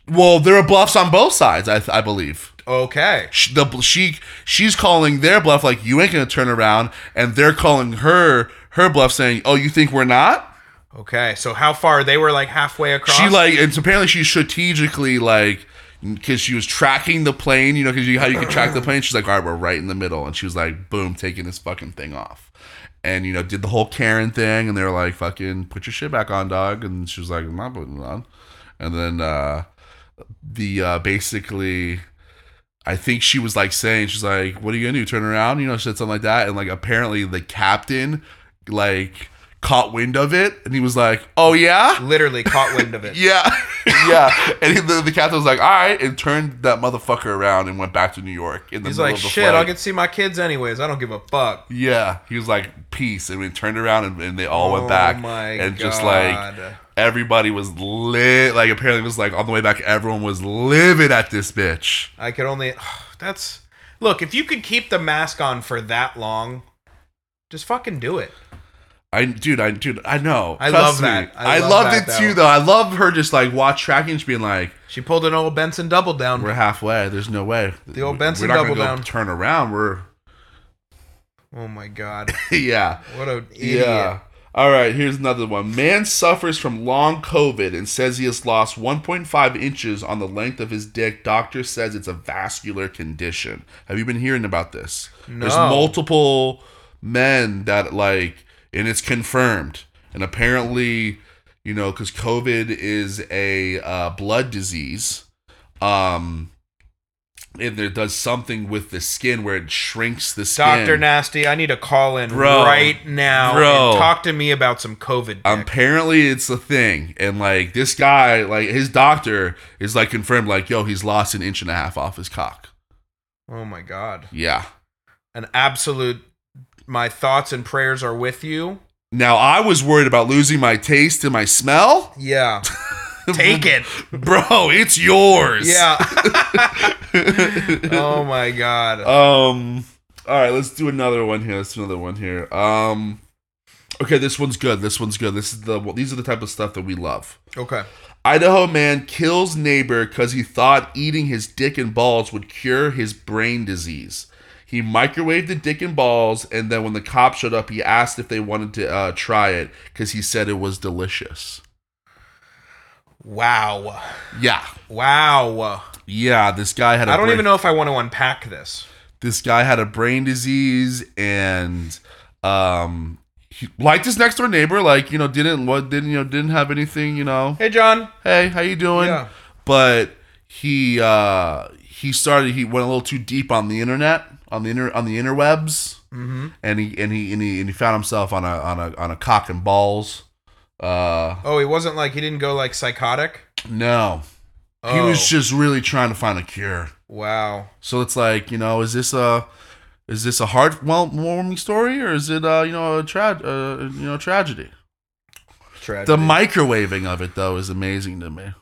Speaker 1: Well, there are bluffs on both sides, I, I believe.
Speaker 2: Okay.
Speaker 1: She, the, bl- she she's calling their bluff like you ain't gonna turn around, and they're calling her her bluff saying, "Oh, you think we're not?"
Speaker 2: Okay. So how far they were like halfway across?
Speaker 1: She like and so apparently she strategically like because she was tracking the plane, you know, because you, how you can track the plane. She's like, "All right, we're right in the middle," and she was like, "Boom, taking this fucking thing off." And you know, did the whole Karen thing, and they were like, "Fucking put your shit back on, dog." And she was like, "I'm not putting it on." And then uh, the uh, basically I think she was like saying, she's like, "What are you gonna do? Turn around?" You know, she said something like that, and like apparently the captain like caught wind of it, and he was like, "Oh yeah,
Speaker 2: literally caught wind of it.
Speaker 1: yeah, yeah," and he, the, the captain was like, "All right," and turned that motherfucker around and went back to New York in the
Speaker 2: He's
Speaker 1: middle
Speaker 2: like,
Speaker 1: of the
Speaker 2: shit,
Speaker 1: flight.
Speaker 2: I'll get to see my kids anyways. I don't give a fuck.
Speaker 1: yeah, he was like, "Peace," and we turned around and, and they all
Speaker 2: Oh
Speaker 1: went back,
Speaker 2: my
Speaker 1: and just
Speaker 2: God.
Speaker 1: like everybody was lit. Like apparently, it was like on the way back, everyone was livid at this bitch.
Speaker 2: I could only. that's. Look, if you could keep the mask on for that long, just fucking do it.
Speaker 1: I dude, I dude, I know.
Speaker 2: I love
Speaker 1: Trust me.
Speaker 2: that. I
Speaker 1: I,
Speaker 2: love
Speaker 1: loved
Speaker 2: that,
Speaker 1: it too,
Speaker 2: though.
Speaker 1: though. I love her just like watch tracking, just being like,
Speaker 2: She pulled an old Benson double down.
Speaker 1: "We're halfway. There's no way." The
Speaker 2: old Benson double down.
Speaker 1: Turn around. We're
Speaker 2: Oh my god,
Speaker 1: yeah,
Speaker 2: what an idiot!
Speaker 1: yeah. All right, here's another one. Man suffers from long COVID and says he has lost 1.5 inches on the length of his dick. Doctor says it's a vascular condition. Have you been hearing about this? There's
Speaker 2: No.
Speaker 1: multiple men that like, and it's confirmed. And apparently, you know, because COVID is a uh, blood disease, um, and it does something with the skin where it shrinks the skin.
Speaker 2: Doctor Nasty, I need a call in
Speaker 1: Bro.
Speaker 2: right now
Speaker 1: Bro.
Speaker 2: and talk to me about some COVID. dick.
Speaker 1: apparently it's a thing and like this guy like his doctor is like confirmed like yo he's lost an inch and a half off his cock
Speaker 2: oh my god,
Speaker 1: yeah
Speaker 2: an absolute. My thoughts and prayers are with you.
Speaker 1: now i was worried about losing my taste and my smell
Speaker 2: Yeah, take it.
Speaker 1: bro it's yours
Speaker 2: Yeah. oh my god.
Speaker 1: um all right let's do another one here let's do another one here um okay this one's good this one's good this is the these are the type of stuff that we love
Speaker 2: okay.
Speaker 1: Idaho man kills neighbor because he thought eating his dick and balls would cure his brain disease. He microwaved the dick and balls, and then when the cop showed up, he asked if they wanted to uh, try it because he said it was delicious.
Speaker 2: Wow.
Speaker 1: Yeah,
Speaker 2: Wow.
Speaker 1: yeah. This guy had. I
Speaker 2: I don't even know if I want to unpack this.
Speaker 1: This guy had a brain disease, and um, he liked his next door neighbor. Like you know, didn't what didn't you know didn't have anything you know.
Speaker 2: Hey, John.
Speaker 1: hey how you doing
Speaker 2: Yeah.
Speaker 1: but he uh he started he went a little too deep on the internet on the inter on the interwebs mm-hmm. and he and he and he and he found himself on a on a on a cock and balls uh
Speaker 2: Oh, he wasn't like he didn't go like psychotic.
Speaker 1: no
Speaker 2: Oh,
Speaker 1: he was just really trying to find a cure
Speaker 2: wow.
Speaker 1: so it's like you know is this a is this a heart well warming story or is it uh you know a tra- uh, you know tragedy
Speaker 2: Tragic.
Speaker 1: the microwaving of it though is amazing to me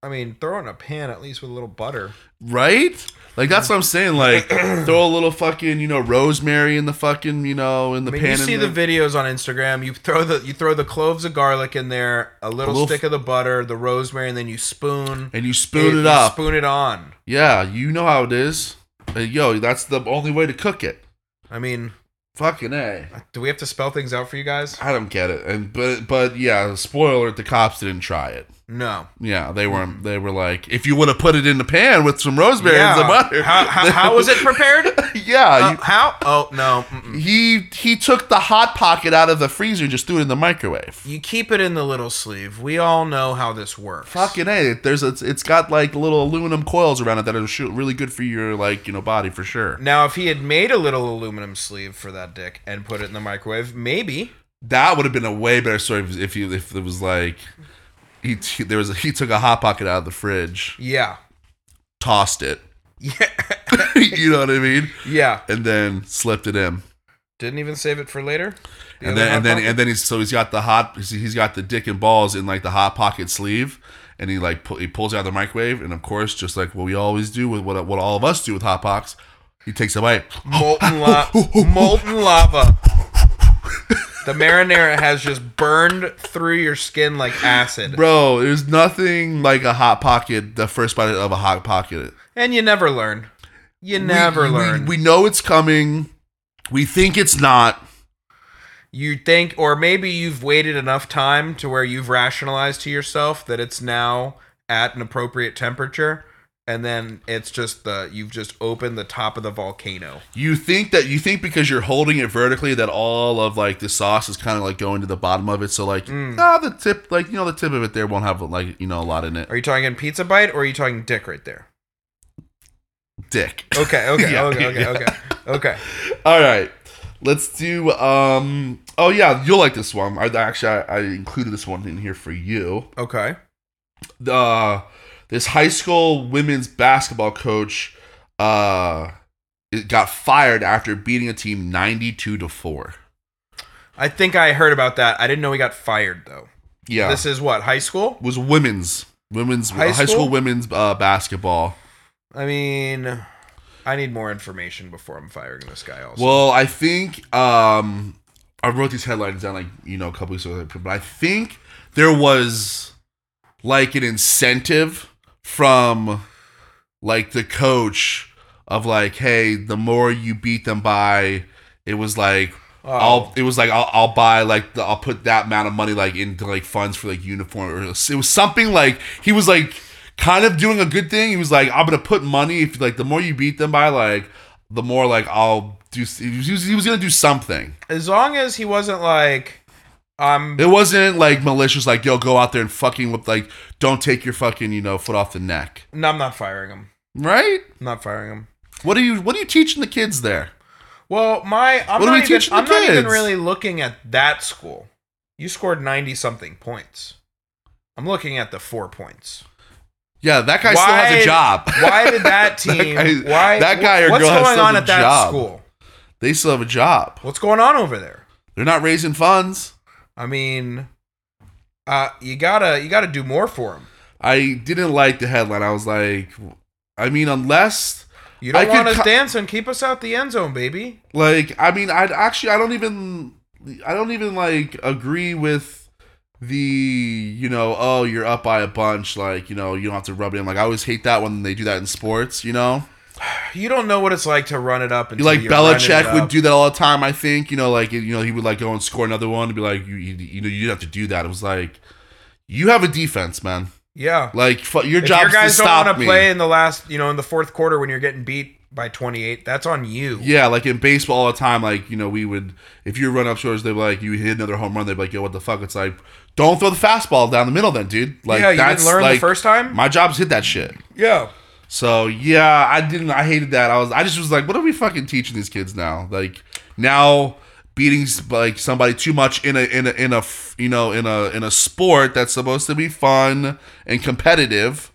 Speaker 2: I mean, throw in a pan at least with a little butter.
Speaker 1: Right? Like that's what I'm saying. Like throw a little fucking, you know, rosemary in the fucking, you know, in the
Speaker 2: I mean,
Speaker 1: pan.
Speaker 2: you see
Speaker 1: and
Speaker 2: the videos on Instagram. You throw the you throw the cloves of garlic in there, a little,
Speaker 1: little
Speaker 2: stick of the butter, the rosemary, and then you spoon
Speaker 1: and you spoon it,
Speaker 2: you
Speaker 1: up.
Speaker 2: Spoon it on.
Speaker 1: yeah, you know how it is. Uh, yo, that's the only way to cook it.
Speaker 2: I mean,
Speaker 1: Fucking a.
Speaker 2: do we have to spell things out for you guys?
Speaker 1: I don't get it. And but but yeah, spoiler: alert, the cops didn't try it.
Speaker 2: No.
Speaker 1: Yeah, they were they were like, if you would have put it in the pan with some rosemary and some butter,
Speaker 2: How, how, how was it prepared?
Speaker 1: yeah,
Speaker 2: Uh, how? Oh no. Mm-mm.
Speaker 1: you, he he took the hot pocket out of the freezer, and just threw it in the microwave.
Speaker 2: You keep it in the little sleeve. We all know how this works.
Speaker 1: Fucking a, there's a, it's got like little aluminum coils around it that are shoot really good for your like you know body for sure.
Speaker 2: Now, if he had made a little aluminum sleeve for that dick and put it in the microwave, maybe.
Speaker 1: That would have been a way better story if, if you if it was like he, he there was a, he took a hot pocket out of the fridge,
Speaker 2: Yeah.
Speaker 1: tossed it,
Speaker 2: Yeah.
Speaker 1: you know what I mean,
Speaker 2: Yeah.
Speaker 1: and then slipped it in.
Speaker 2: Didn't even save it for later.
Speaker 1: and
Speaker 2: The other
Speaker 1: then and
Speaker 2: hot
Speaker 1: then
Speaker 2: dog?
Speaker 1: and then he's so he's got the hot he's- he's got the dick and balls in like the hot pocket sleeve and he like pu- he pulls it out of the microwave and of course just like what we always do with what what all of us do with hot pox he takes a bite
Speaker 2: molten lava. molten lava. The marinara has just burned through your skin like acid,
Speaker 1: bro there's nothing like a hot pocket the first bite of a hot pocket
Speaker 2: and you never learn. You
Speaker 1: We-
Speaker 2: never
Speaker 1: we,
Speaker 2: learn.
Speaker 1: we know it's coming we think it's not
Speaker 2: you think or maybe you've waited enough time to where you've rationalized to yourself that it's now at an appropriate temperature and then it's just the you've just opened the top of the volcano
Speaker 1: you think that you think because you're holding it vertically that all of like the sauce is kind of like going to the bottom of it so like
Speaker 2: Mm.
Speaker 1: ah, the tip like you know the tip of it there won't have like you know a lot in it
Speaker 2: are you talking in pizza bite or are you talking dick right there
Speaker 1: dick
Speaker 2: okay okay
Speaker 1: Yeah,
Speaker 2: okay okay
Speaker 1: yeah.
Speaker 2: okay okay
Speaker 1: All right, let's do. Um. Oh yeah, you'll like this one. I actually I, I included this one in here for you.
Speaker 2: okay
Speaker 1: Uh, this high school women's basketball coach, uh, it got fired after beating a team ninety-two to four.
Speaker 2: i think i heard about that i didn't know he got fired though
Speaker 1: Yeah,
Speaker 2: this is what high school
Speaker 1: was women's women's
Speaker 2: High
Speaker 1: high, school?
Speaker 2: school?
Speaker 1: women's uh, basketball.
Speaker 2: i mean i need more information before i'm firing this guy also
Speaker 1: Well, I think um, I wrote these headlines down like you know a couple weeks ago, but I think there was like an incentive from like the coach of like, hey, the more you beat them by, it was like. I'll. It was like I'll, I'll buy like the, I'll put that amount of money like into like funds for like uniform or it was something like he was like kind of doing a good thing. He was like I'm gonna put money if like the more you beat them by like the more like I'll do. He was, he was gonna do something.
Speaker 2: as long as he wasn't like um, i'm
Speaker 1: It wasn't like malicious. Like yo, go out there and fucking whip. Like don't take your fucking you know foot off the neck.
Speaker 2: No, I'm not firing him.
Speaker 1: Right?
Speaker 2: I'm not firing him.
Speaker 1: What are you What are you teaching the kids there?
Speaker 2: Well, my I'm
Speaker 1: What are
Speaker 2: not
Speaker 1: we
Speaker 2: even
Speaker 1: teaching the
Speaker 2: I'm not even
Speaker 1: kids?
Speaker 2: really looking at that school. You scored 90 something points. I'm looking at the 4 points.
Speaker 1: Yeah, that guy still has
Speaker 2: Why-
Speaker 1: a job.
Speaker 2: Why did that team
Speaker 1: guy-
Speaker 2: why
Speaker 1: that guy or
Speaker 2: what's
Speaker 1: girl has
Speaker 2: going
Speaker 1: still
Speaker 2: on
Speaker 1: the
Speaker 2: at that
Speaker 1: job.
Speaker 2: school?
Speaker 1: they still have a job.
Speaker 2: What's going on over there?
Speaker 1: They're not raising funds.
Speaker 2: I mean uh you got to you got to do more for him.
Speaker 1: I didn't like the headline. I was like, I mean, unless
Speaker 2: You
Speaker 1: I
Speaker 2: don't
Speaker 1: could
Speaker 2: want us
Speaker 1: co-
Speaker 2: dancing, keep us out the end zone, baby.
Speaker 1: like, I mean, I actually, I don't even, I don't even like agree with the, you know, oh, you're up by a bunch, like, you know, you don't have to rub it in. Like, I always hate that when they do that in sports. You know,
Speaker 2: You don't know what it's like to run it up and
Speaker 1: like Belichick would do that all the time. I think, you know, like, you know, he would like go and score another one and be like, you, you, you know, you didn't have to do that. It was like, you have a defense, man.
Speaker 2: Yeah.
Speaker 1: Like, fu- your
Speaker 2: If your
Speaker 1: job is
Speaker 2: guys
Speaker 1: to
Speaker 2: don't
Speaker 1: stop
Speaker 2: want to
Speaker 1: me.
Speaker 2: play in the last, you know, in the fourth quarter when you're getting beat by 28, that's on you.
Speaker 1: Yeah, like in baseball all the time, like, you know, we would, if you run up shores, they'd be like, you hit another home run, they'd be like, yo, what the fuck? It's like, don't throw the fastball down the middle then, dude. Like,
Speaker 2: yeah, you didn't learn
Speaker 1: like,
Speaker 2: the first time.
Speaker 1: My job's hit that shit.
Speaker 2: yeah,
Speaker 1: So, yeah, I didn't, I hated that. I was, I just was like, what are we fucking teaching these kids now? Like, now beating, like, somebody too much in a, in a, in a, f- you know, in a, in a sport that's supposed to be fun and competitive.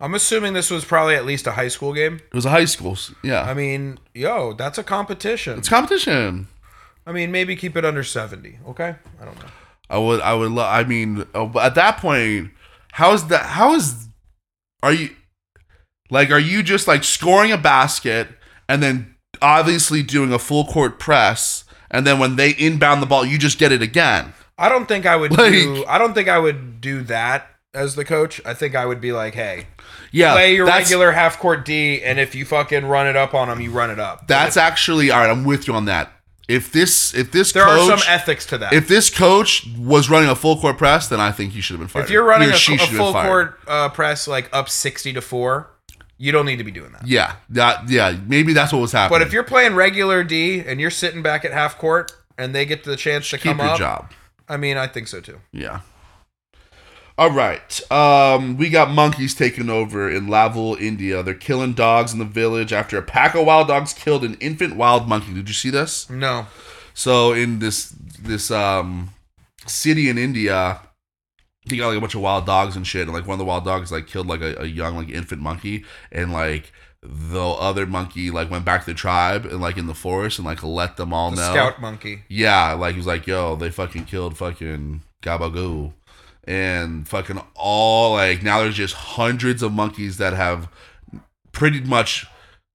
Speaker 2: I'm assuming this was probably at least a high school game.
Speaker 1: It was a high school. s- Yeah.
Speaker 2: I mean, yo, that's a competition.
Speaker 1: it's competition.
Speaker 2: I mean, maybe keep it under 70. Okay, I don't know.
Speaker 1: I would, I would love. I mean, uh, but at that point, how is that? How is? Are you like? Are you just like scoring a basket and then obviously doing a full court press, and then when they inbound the ball, you just get it again?
Speaker 2: I don't think I would
Speaker 1: Like-
Speaker 2: do. I don't think I would do that as the coach, I think I would be like, hey,
Speaker 1: Yeah,
Speaker 2: play your
Speaker 1: that's-
Speaker 2: regular half court D, and if you fucking run it up on them, you run it up.
Speaker 1: That's actually all right. I'm with you on that. If this if this
Speaker 2: there
Speaker 1: coach
Speaker 2: are some ethics to that.
Speaker 1: if this coach was running a full court press, then I think he should have been fired.
Speaker 2: If you're running
Speaker 1: He
Speaker 2: a,
Speaker 1: or she
Speaker 2: a
Speaker 1: should have been
Speaker 2: full
Speaker 1: fired.
Speaker 2: court uh, press like up 60 to 4, you don't need to be doing that.
Speaker 1: yeah, that yeah, maybe that's what was happening.
Speaker 2: But if you're playing regular D and you're sitting back at half court and they get the chance to
Speaker 1: keep
Speaker 2: come
Speaker 1: your
Speaker 2: up,
Speaker 1: job,
Speaker 2: I mean, I think so too.
Speaker 1: yeah. All right, um, we got monkeys taking over in Laval, India. They're killing dogs in the village after a pack of wild dogs killed an infant wild monkey. Did you see this?
Speaker 2: No.
Speaker 1: So in this this um city in India, you got like a bunch of wild dogs and shit, and like one of the wild dogs like killed like a, a young like infant monkey, and like the other monkey like went back to the tribe and like in the forest and like let them all
Speaker 2: The
Speaker 1: know.
Speaker 2: scout monkey.
Speaker 1: Yeah, like he was like, yo, they fucking killed fucking Gabagoo. And fucking all like now there's just hundreds of monkeys that have pretty much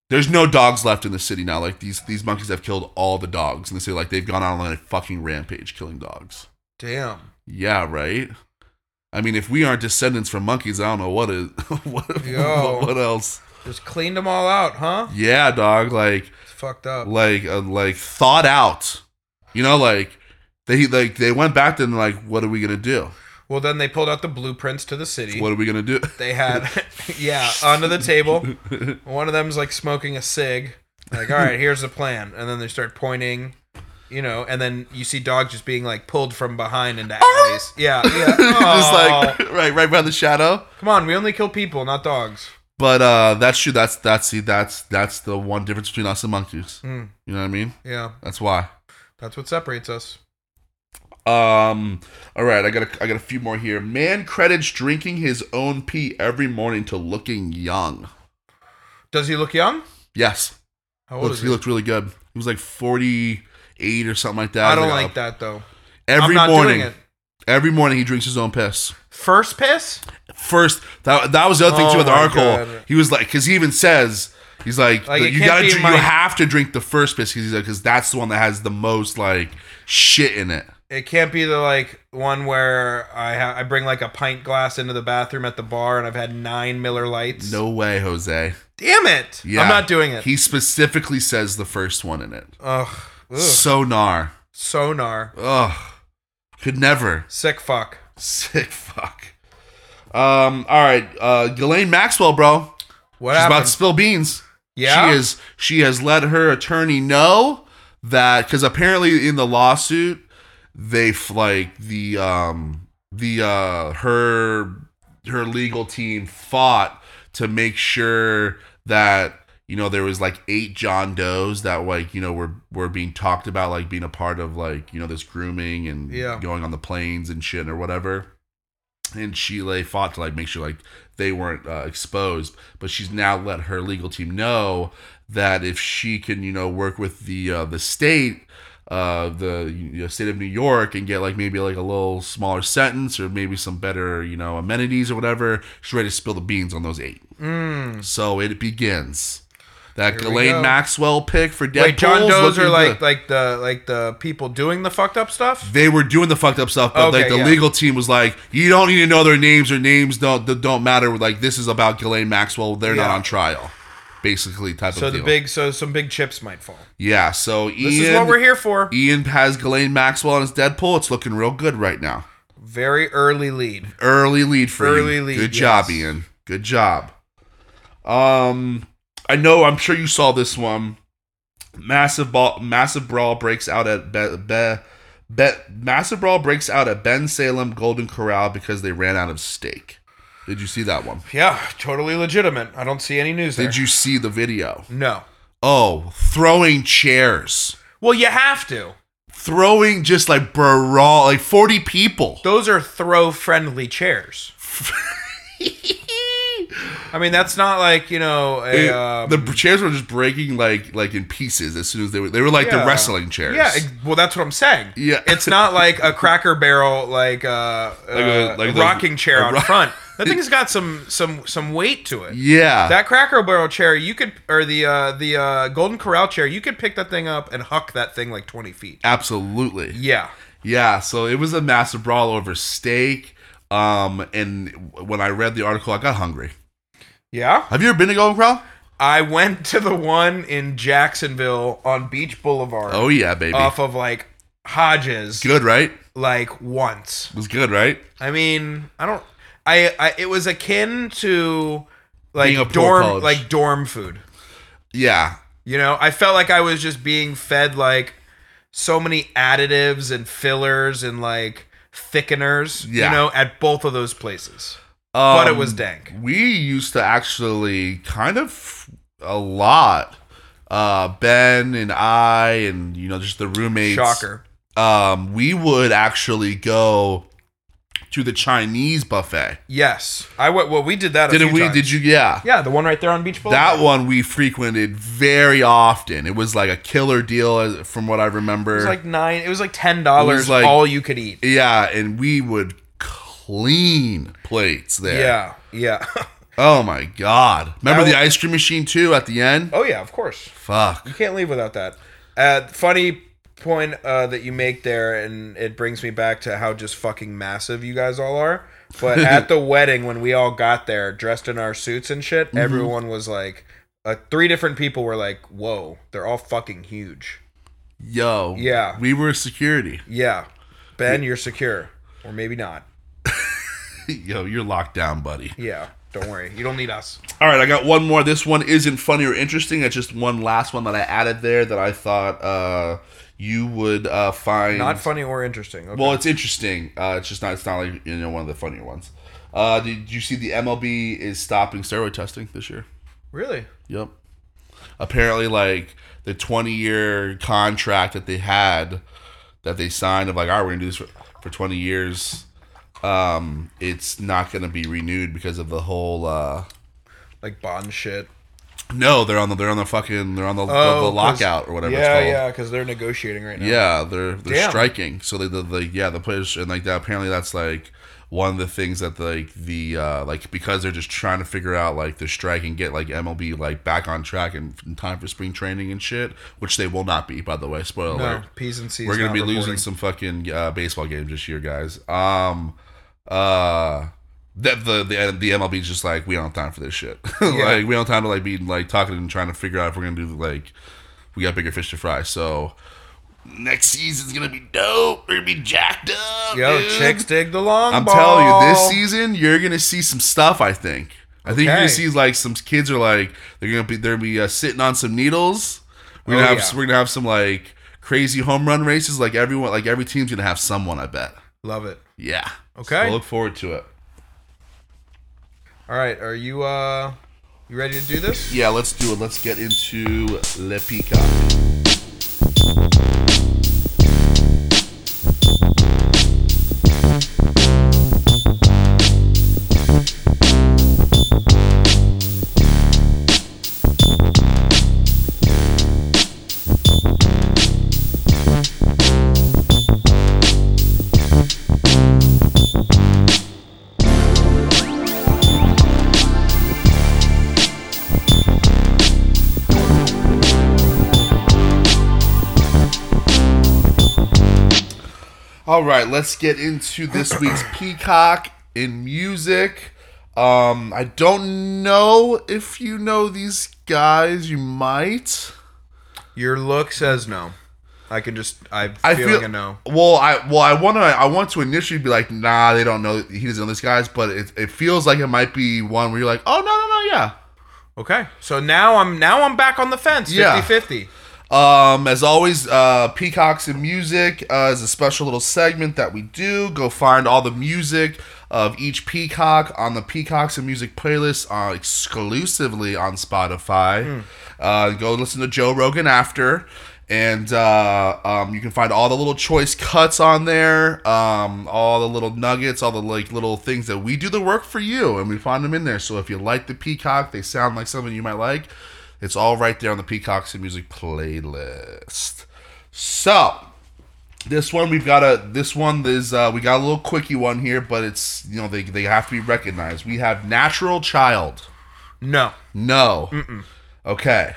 Speaker 1: there's no dogs left in the city now. Like these these monkeys have killed all the dogs in the city. Like they've gone on a fucking rampage killing dogs.
Speaker 2: Damn.
Speaker 1: Yeah, right. I mean, if we aren't descendants from monkeys, I don't know what is what,
Speaker 2: Yo.
Speaker 1: what what else.
Speaker 2: Just cleaned them all out, huh?
Speaker 1: Yeah, dog. Like
Speaker 2: It's fucked up.
Speaker 1: like uh, like thought out. You know, like they like they went back then like, what are we gonna do?
Speaker 2: Well, then they pulled out the blueprints to the city.
Speaker 1: What are we gonna do?
Speaker 2: They had, yeah, onto the table. One of them's like smoking a cig. Like, all right, here's the plan. And then they start pointing, you know, and then you see dogs just being like pulled from behind into alleys. Yeah, yeah.
Speaker 1: Oh! Just
Speaker 2: Oh,
Speaker 1: like right right by the shadow.
Speaker 2: come on, we only kill people, not dogs.
Speaker 1: But uh that's true. That's that's see that's that's the one difference between us and monkeys.
Speaker 2: Mm.
Speaker 1: You know what I mean?
Speaker 2: Yeah,
Speaker 1: That's why.
Speaker 2: that's what separates us.
Speaker 1: Um. All right, I got a, I got a few more here. Man credits drinking his own pee every morning to looking young.
Speaker 2: Does he look young?
Speaker 1: Yes,
Speaker 2: How old
Speaker 1: looks,
Speaker 2: is
Speaker 1: he
Speaker 2: he?
Speaker 1: looked really good. He was like forty eight or something like that.
Speaker 2: I don't
Speaker 1: Like,
Speaker 2: like that though.
Speaker 1: Every
Speaker 2: I'm not
Speaker 1: morning,
Speaker 2: doing it.
Speaker 1: every morning he drinks his own piss.
Speaker 2: First piss?
Speaker 1: First, that that was the other thing
Speaker 2: Oh
Speaker 1: too with the
Speaker 2: my
Speaker 1: article.
Speaker 2: God.
Speaker 1: He was like, because he even says he's like,
Speaker 2: Like, it
Speaker 1: you
Speaker 2: can't
Speaker 1: gotta,
Speaker 2: be
Speaker 1: drink,
Speaker 2: my-
Speaker 1: you have to drink the first piss because he's like, because that's the one that has the most like shit in it.
Speaker 2: It can't be the like one where I ha- I bring like a pint glass into the bathroom at the bar and I've had nine Miller Lights.
Speaker 1: No way, Jose.
Speaker 2: Damn it!
Speaker 1: Yeah,
Speaker 2: I'm not doing it.
Speaker 1: He specifically says the first one in it.
Speaker 2: Ugh. Ugh.
Speaker 1: So gnar.
Speaker 2: Sonar.
Speaker 1: Ugh. Could never.
Speaker 2: Sick fuck.
Speaker 1: Sick fuck. Um. All right. Uh. Ghislaine Maxwell, bro.
Speaker 2: What
Speaker 1: She's about
Speaker 2: happened?
Speaker 1: to spill beans.
Speaker 2: yeah.
Speaker 1: She is. She has let her attorney know that because apparently in the lawsuit they f- like the um the uh her her legal team fought to make sure that you know there was like eight John Does that like you know were were being talked about like being a part of like you know this grooming and
Speaker 2: Yeah.
Speaker 1: going on the planes and shit or whatever and she like fought to like make sure like they weren't uh, exposed but she's now let her legal team know that if she can you know work with the uh, the state uh, the you know, state of New York and get like maybe like a little smaller sentence or maybe some better you know amenities or whatever she's ready to spill the beans on those eight
Speaker 2: Mm.
Speaker 1: so it begins that
Speaker 2: Here we
Speaker 1: Ghislaine
Speaker 2: go.
Speaker 1: Maxwell pick for Deadpool
Speaker 2: Wait, John Doe's are
Speaker 1: looking
Speaker 2: like
Speaker 1: good.
Speaker 2: like the like the people doing the fucked up stuff.
Speaker 1: they were doing the fucked up stuff, but
Speaker 2: Okay,
Speaker 1: like the
Speaker 2: yeah.
Speaker 1: legal team was like, you don't need to know their names. Their names don't th- don't matter. Like this is about Ghislaine Maxwell. They're not
Speaker 2: Yeah.
Speaker 1: on trial, basically type
Speaker 2: So
Speaker 1: of
Speaker 2: the
Speaker 1: deal.
Speaker 2: big so some big chips might fall.
Speaker 1: yeah. So Ian,
Speaker 2: This is what we're here for.
Speaker 1: Ian has Ghislaine Maxwell on his Deadpool. It's looking real good right now.
Speaker 2: Very early lead.
Speaker 1: Early lead for
Speaker 2: Early
Speaker 1: Ian.
Speaker 2: lead,
Speaker 1: Good job,
Speaker 2: yes.
Speaker 1: Ian. Good job. Um, I know. I'm sure you saw this one. Massive ball, massive brawl breaks out at be, be, be, massive brawl breaks out at Ben Salem Golden Corral because they ran out of steak. Did you see that one?
Speaker 2: Yeah, totally legitimate. I don't see any news there.
Speaker 1: Did you see the video?
Speaker 2: No.
Speaker 1: Oh, throwing chairs,
Speaker 2: Well, you have to.
Speaker 1: throwing just like brawl, like forty people.
Speaker 2: Those are throw friendly chairs. I mean, that's not like you know a
Speaker 1: It-
Speaker 2: um,
Speaker 1: the b- chairs were just breaking like like in pieces as soon as they were they were like the
Speaker 2: Yeah.
Speaker 1: wrestling chairs.
Speaker 2: Yeah, ex- well, that's what I'm saying.
Speaker 1: Yeah.
Speaker 2: it's not like a Cracker Barrel like uh,
Speaker 1: a-
Speaker 2: uh,
Speaker 1: like the-
Speaker 2: rocking chair
Speaker 1: a
Speaker 2: on
Speaker 1: ro-
Speaker 2: front. That thing's got some some some weight to it.
Speaker 1: yeah.
Speaker 2: That Cracker Barrel chair, you could, or the uh, the uh, Golden Corral chair, you could pick that thing up and huck that thing like 20 feet.
Speaker 1: absolutely.
Speaker 2: Yeah,
Speaker 1: Yeah, so it was a massive brawl over steak, Um, and when I read the article, I got hungry.
Speaker 2: Yeah.
Speaker 1: Have you ever been to Golden Corral?
Speaker 2: I went to the one in Jacksonville on Beach Boulevard
Speaker 1: Oh yeah, baby.
Speaker 2: off of like Hodges
Speaker 1: good, right?
Speaker 2: like once.
Speaker 1: It was good, right?
Speaker 2: I mean, I don't I, I it was akin to like
Speaker 1: Being a poor
Speaker 2: dorm
Speaker 1: college.
Speaker 2: like dorm food.
Speaker 1: Yeah.
Speaker 2: You know, I felt like I was just being fed like so many additives and fillers and like thickeners,
Speaker 1: Yeah.
Speaker 2: you know, at both of those places.
Speaker 1: Um,
Speaker 2: But it was dank.
Speaker 1: We used to actually kind of a lot. Uh, ben and I, and you know, just the roommates.
Speaker 2: Shocker.
Speaker 1: Um, we would actually go to the Chinese buffet.
Speaker 2: Yes. I went well, we did that a
Speaker 1: Didn't
Speaker 2: few
Speaker 1: we?
Speaker 2: times. Oh,
Speaker 1: Did you? Yeah.
Speaker 2: Yeah, the one right there on Beach Boulevard.
Speaker 1: That one we frequented very often. It was like a killer deal, as- from what I remember.
Speaker 2: It was like nine. It was like ten dollars,
Speaker 1: like-
Speaker 2: all you could eat.
Speaker 1: yeah, and we would clean plates there.
Speaker 2: Yeah, yeah.
Speaker 1: Oh my god! Remember
Speaker 2: That
Speaker 1: the
Speaker 2: wa-
Speaker 1: ice cream machine too at the end?
Speaker 2: oh yeah, of course.
Speaker 1: Fuck.
Speaker 2: You can't leave without that. Uh, funny point uh, that you make there, and it brings me back to how just fucking massive you guys all are. But at the wedding, when we all got there, dressed in our suits and
Speaker 1: Mm-hmm.
Speaker 2: shit, everyone was like, uh, three different people were like, "Whoa, they're all fucking huge."
Speaker 1: Yo.
Speaker 2: Yeah.
Speaker 1: We were security.
Speaker 2: Yeah, Ben, you're secure, or maybe not.
Speaker 1: Yo, you're locked down, buddy.
Speaker 2: Yeah, don't worry, you don't need us.
Speaker 1: All right, I got one more. This one isn't funny or interesting. It's just one last one that I added there that I thought uh, you would uh, find
Speaker 2: Not funny or interesting. Okay.
Speaker 1: Well, it's interesting. Uh, it's just not. It's not like you know one of the funnier ones. Uh, did you see the MLB is stopping steroid testing this year?
Speaker 2: really?
Speaker 1: Yep. Apparently, like the twenty-year contract that they had, that they signed of like, all right, we're gonna do this for, for twenty years. Um, it's not gonna be renewed because of the whole. Uh,
Speaker 2: Like Bond shit.
Speaker 1: no, they're on the they're on the fucking they're on the, the- the,
Speaker 2: Oh, 'cause-
Speaker 1: lockout or whatever
Speaker 2: Yeah,
Speaker 1: it's called.
Speaker 2: yeah, because they're negotiating right now.
Speaker 1: Yeah, they're they're
Speaker 2: Damn.
Speaker 1: striking. So they the, the yeah the players and like that. Apparently that's like one of the things that like the uh like because they're just trying to figure out like the strike and get like MLB like back on track and in time for spring training and shit, which they will not be by the way. Spoiler
Speaker 2: no,
Speaker 1: alert.
Speaker 2: P's and C's.
Speaker 1: We're gonna
Speaker 2: not
Speaker 1: be
Speaker 2: reporting.
Speaker 1: losing some fucking uh, baseball games this year, guys. Um, uh. That the, the the MLB is just like we don't have time for this shit. like we don't have time to like be like talking and trying to figure out if we're gonna do like we got bigger fish to fry. So next season's gonna be dope. We're gonna be jacked up.
Speaker 2: Yo,
Speaker 1: dude.
Speaker 2: chicks dig the long
Speaker 1: I'm
Speaker 2: ball.
Speaker 1: telling you, this season you're gonna see some stuff. I think. I think you're gonna
Speaker 2: Okay.
Speaker 1: see like some kids are like they're gonna be they're gonna be uh, sitting on some needles. We're gonna
Speaker 2: Oh,
Speaker 1: have
Speaker 2: yeah.
Speaker 1: we're gonna have some like crazy home run races. Like everyone, like every team's gonna have someone. I bet.
Speaker 2: Love it.
Speaker 1: Yeah.
Speaker 2: Okay.
Speaker 1: So look forward to it.
Speaker 2: All right, are you uh, you ready to do this?
Speaker 1: Yeah, let's do it. Let's get into Le Peacock. All right, let's get into this week's Peacock in music. Um, I don't know if you know these guys. You might.
Speaker 2: Your look says no. I can just I'm
Speaker 1: I
Speaker 2: feeling
Speaker 1: feel
Speaker 2: a no.
Speaker 1: Well, I well, I want to. I want to initially be like, nah, they don't know. He doesn't know this guy's, but it, it feels like it might be one where you're like, oh no, no, no, yeah.
Speaker 2: Okay, so now I'm now I'm back on the fence. 50-50.
Speaker 1: Yeah. Um, as always, uh, Peacocks and Music uh, is a special little segment that we do. Go find all the music of each peacock on the Peacocks and Music playlist uh, exclusively on Spotify. Uh, go listen to Joe Rogan after. And uh, um, you can find all the little choice cuts on there, um, all the little nuggets, all the like little things that we do the work for you, and we find them in there. So if you like the peacock, they sound like something you might like. It's all right there on the Peacocks and Music playlist. So this one we've got a this one is uh, we got a little quickie one here, but it's you know they they have to be recognized. We have Natural Child.
Speaker 2: No.
Speaker 1: No. Okay.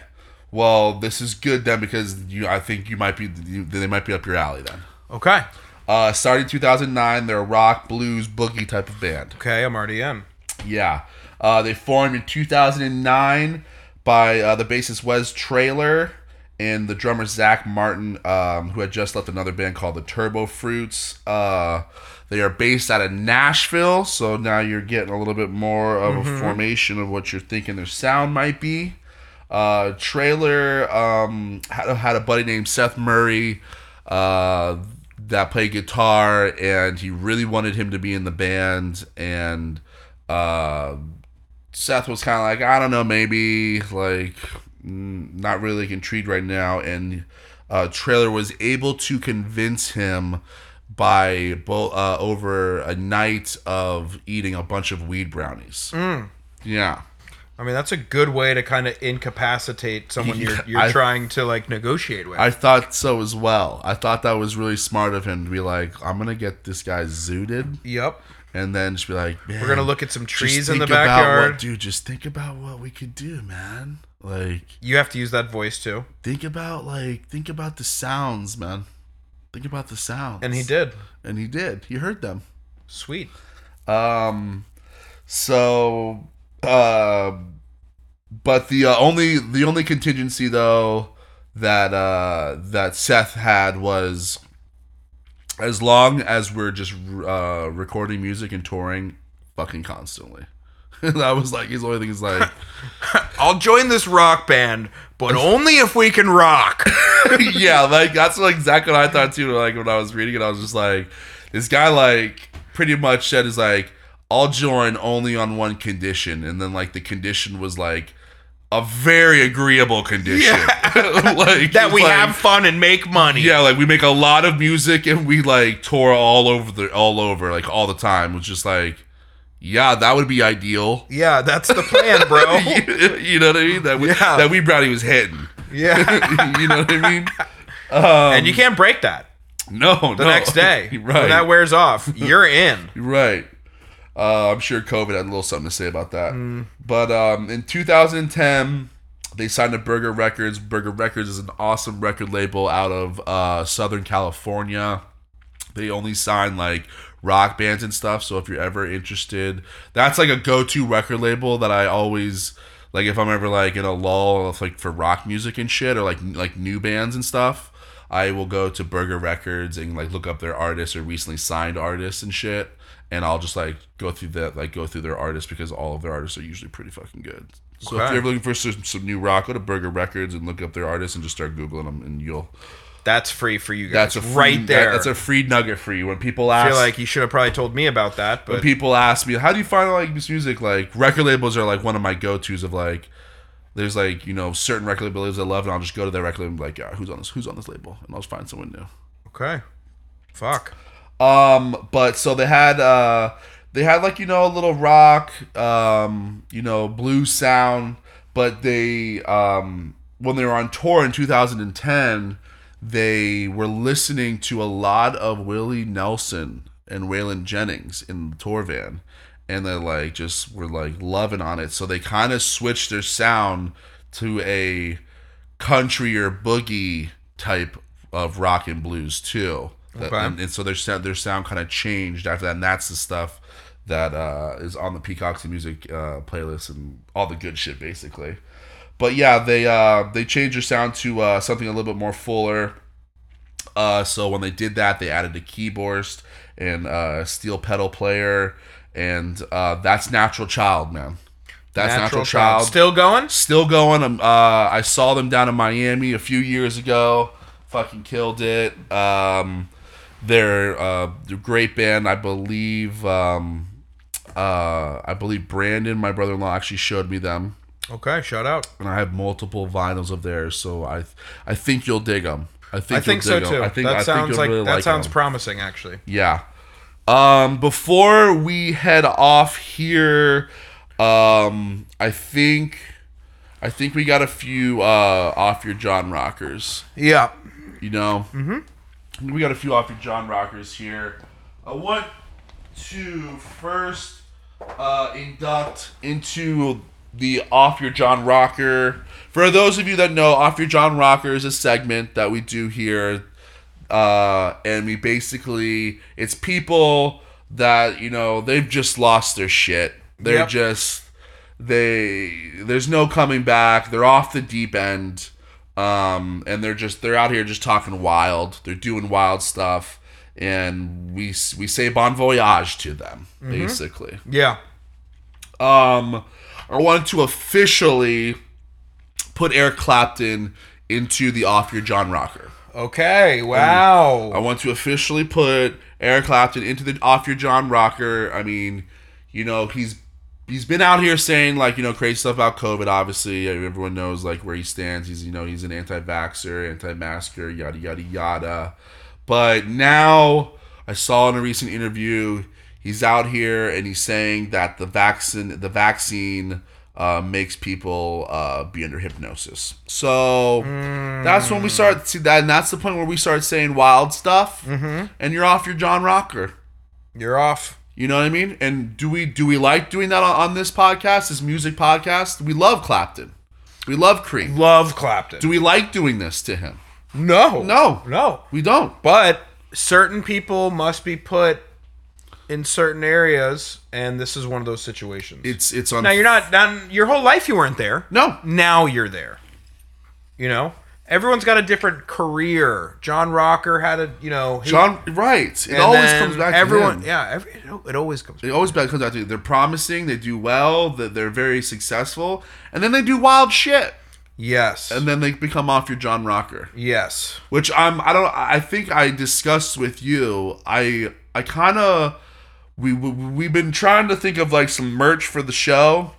Speaker 1: Well, this is good then because you I think you might be you, they might be up your alley then.
Speaker 2: Okay.
Speaker 1: Uh, started 2009, they're a rock, blues, boogie type of band.
Speaker 2: Okay, I'm already in.
Speaker 1: Yeah. Uh, they formed in 2009 by uh, the bassist Wes Trailer and the drummer Zach Martin, um, who had just left another band called the Turbo Fruits. Uh, they are based out of Nashville, so now you're getting a little bit more of a formation of what you're thinking their sound might be. Uh, Trailer um, had, had a buddy named Seth Murray uh, that played guitar, and he really wanted him to be in the band. And uh, Seth was kind of like, I don't know, maybe like mm, not really intrigued right now. And uh, Trailer was able to convince him by bo- uh, over a night of eating a bunch of weed brownies.
Speaker 2: Mm.
Speaker 1: Yeah.
Speaker 2: I mean, that's a good way to kind of incapacitate someone you're, you're
Speaker 1: I-
Speaker 2: trying to like negotiate with.
Speaker 1: I thought so as well. I thought that was really smart of him to be like, I'm gonna get this guy zooted,
Speaker 2: yep.
Speaker 1: and then just be like,
Speaker 2: We're gonna
Speaker 1: "Man,
Speaker 2: look at some
Speaker 1: just
Speaker 2: trees in the
Speaker 1: think about what-
Speaker 2: backyard.
Speaker 1: dude. Just think about what we could do, man. Like,
Speaker 2: you have to use that voice too,
Speaker 1: think about like think about the sounds, man. Think about the sounds.
Speaker 2: and he did.
Speaker 1: and he did. He heard them.
Speaker 2: Sweet.
Speaker 1: Um, so, uh, but the uh, only the only contingency though that uh, that Seth had was as long as we're just uh, recording music and touring fucking constantly. that was like his only thing. Is like,
Speaker 2: I'll join this rock band, but only if we can rock.
Speaker 1: yeah, like that's like exactly what I thought too. Like when I was reading it, I was just like, this guy like pretty much said is like, I'll join only on one condition, and then like the condition was like a very agreeable condition, like
Speaker 2: that we
Speaker 1: like-
Speaker 2: have fun and make money.
Speaker 1: Yeah, like we make a lot of music and we like tour all over the all over like all the time. It was just like, yeah, that would be ideal.
Speaker 2: Yeah, that's the plan, bro.
Speaker 1: you, you know what I mean? That we,
Speaker 2: Yeah.
Speaker 1: that we Brownie was hitting.
Speaker 2: yeah.
Speaker 1: you know what I mean?
Speaker 2: and you can't break that
Speaker 1: No,
Speaker 2: the next day.
Speaker 1: right?
Speaker 2: When that wears off, you're in.
Speaker 1: Right. Uh, I'm sure COVID had a little something to say about that. But um, in 2010, they signed to Burger Records. Burger Records is an awesome record label out of uh, Southern California. They only sign like rock bands and stuff. So if you're ever interested, that's like a go-to record label that I always like. If I'm ever like in a lull, of, like for rock music and shit, or like like new bands and stuff, I will go to Burger Records and like look up their artists or recently signed artists and shit. And I'll just like go through that, like go through their artists because all of their artists are usually pretty fucking good. So if
Speaker 2: Okay.
Speaker 1: you're ever looking for some, some new rock, go to Burger Records and look up their artists and just start googling them, and you'll
Speaker 2: That's free for you guys.
Speaker 1: that's a free,
Speaker 2: right there.
Speaker 1: that's a free nugget for you. When people ask,
Speaker 2: I feel like you should have probably told me about that,
Speaker 1: when
Speaker 2: but
Speaker 1: people ask me how do you find like this music like record labels are like one of my go-to's of like there's like you know certain record labels i love and i'll just go to their record label and be like yeah, who's on this who's on this label and i'll just find someone new
Speaker 2: okay. Fuck.
Speaker 1: um, but so they had uh they had like you know a little rock, um, you know, blues sound, but they um when they were on tour in 2010, they were listening to a lot of Willie Nelson and Waylon Jennings in the tour van and they like just were like loving on it. So they kind of switched their sound to a country or boogie type of rock and blues too. That-
Speaker 2: Okay.
Speaker 1: and, and so their sound, their sound kind of changed after that, and that's the stuff that uh, is on the Peacock's music uh, playlist and all the good shit basically. But yeah, they uh, they changed their sound to uh, something a little bit more fuller. Uh, so when they did that, they added a keyboardist and uh, steel pedal player, and uh, that's Natural Child, man. That's Natural, Child. Still,
Speaker 2: Still going?
Speaker 1: going. Um, uh, I saw them down in Miami a few years ago. Fucking killed it. Um, they're, uh, they're a great band, I believe. Um, uh, I believe Brandon, my brother-in-law, actually showed me them,
Speaker 2: Okay, shout out.
Speaker 1: and I have multiple vinyls of theirs. So I, I think you'll dig them. I think,
Speaker 2: I think
Speaker 1: you'll
Speaker 2: so
Speaker 1: dig 'em.
Speaker 2: too.
Speaker 1: I think I
Speaker 2: that
Speaker 1: think
Speaker 2: sounds
Speaker 1: you'll
Speaker 2: like
Speaker 1: really
Speaker 2: that sounds
Speaker 1: 'em.
Speaker 2: promising actually.
Speaker 1: Yeah. Um, before we head off here, um, I think, I think we got a few uh, off your John Rockers.
Speaker 2: Yeah.
Speaker 1: You know, mm-hmm. we got a few off your John Rockers here. I want to first uh, induct into the off your John Rocker. For those of you that know, off your John Rocker is a segment that we do here uh, and we basically it's people that you know they've just lost their shit. They're
Speaker 2: Yep.
Speaker 1: just they there's no coming back. They're off the deep end, um, and they're just they're out here just talking wild. They're doing wild stuff, and we s- we say bon voyage to them basically.
Speaker 2: Yeah.
Speaker 1: Um, I wanted to officially put Eric Clapton into the off your John Rocker.
Speaker 2: Okay. Wow.
Speaker 1: I want to officially put Eric Clapton into the off your John rocker. I mean, you know, he's he's been out here saying like you know crazy stuff about COVID. Obviously, everyone knows like where he stands. He's you know he's an anti-vaxxer, anti-masker, yada yada yada. But now I saw in a recent interview he's out here and he's saying that the vaccine the vaccine uh, makes people uh, be under hypnosis. So that's when we start see that, and that's the point where we start saying wild stuff,
Speaker 2: Mm-hmm.
Speaker 1: and you're off your John Rocker.
Speaker 2: You're off.
Speaker 1: You know what I mean? And do we do we like doing that on, on this podcast, this music podcast? We love Clapton, we love Cream.
Speaker 2: Love Clapton.
Speaker 1: Do we like doing this to him?
Speaker 2: no.
Speaker 1: No.
Speaker 2: No.
Speaker 1: We don't.
Speaker 2: But certain people must be put in certain areas, and this is one of those situations.
Speaker 1: It's it's on.
Speaker 2: now you're not down your whole life you weren't there.
Speaker 1: No.
Speaker 2: Now you're there. You know? Everyone's got a different career. John Rocker had a you know he,
Speaker 1: John. Right. It
Speaker 2: and
Speaker 1: always
Speaker 2: then
Speaker 1: comes back.
Speaker 2: everyone
Speaker 1: To him.
Speaker 2: yeah, every, it al- it always comes back.
Speaker 1: It always back- comes back to you. They're promising. They do well. That they're very successful, and then they do wild shit,
Speaker 2: Yes.
Speaker 1: and then they become off your John Rocker.
Speaker 2: yes.
Speaker 1: which I'm I don't I think I discussed with you. I I kind of we, we we've been trying to think of like some merch for the show.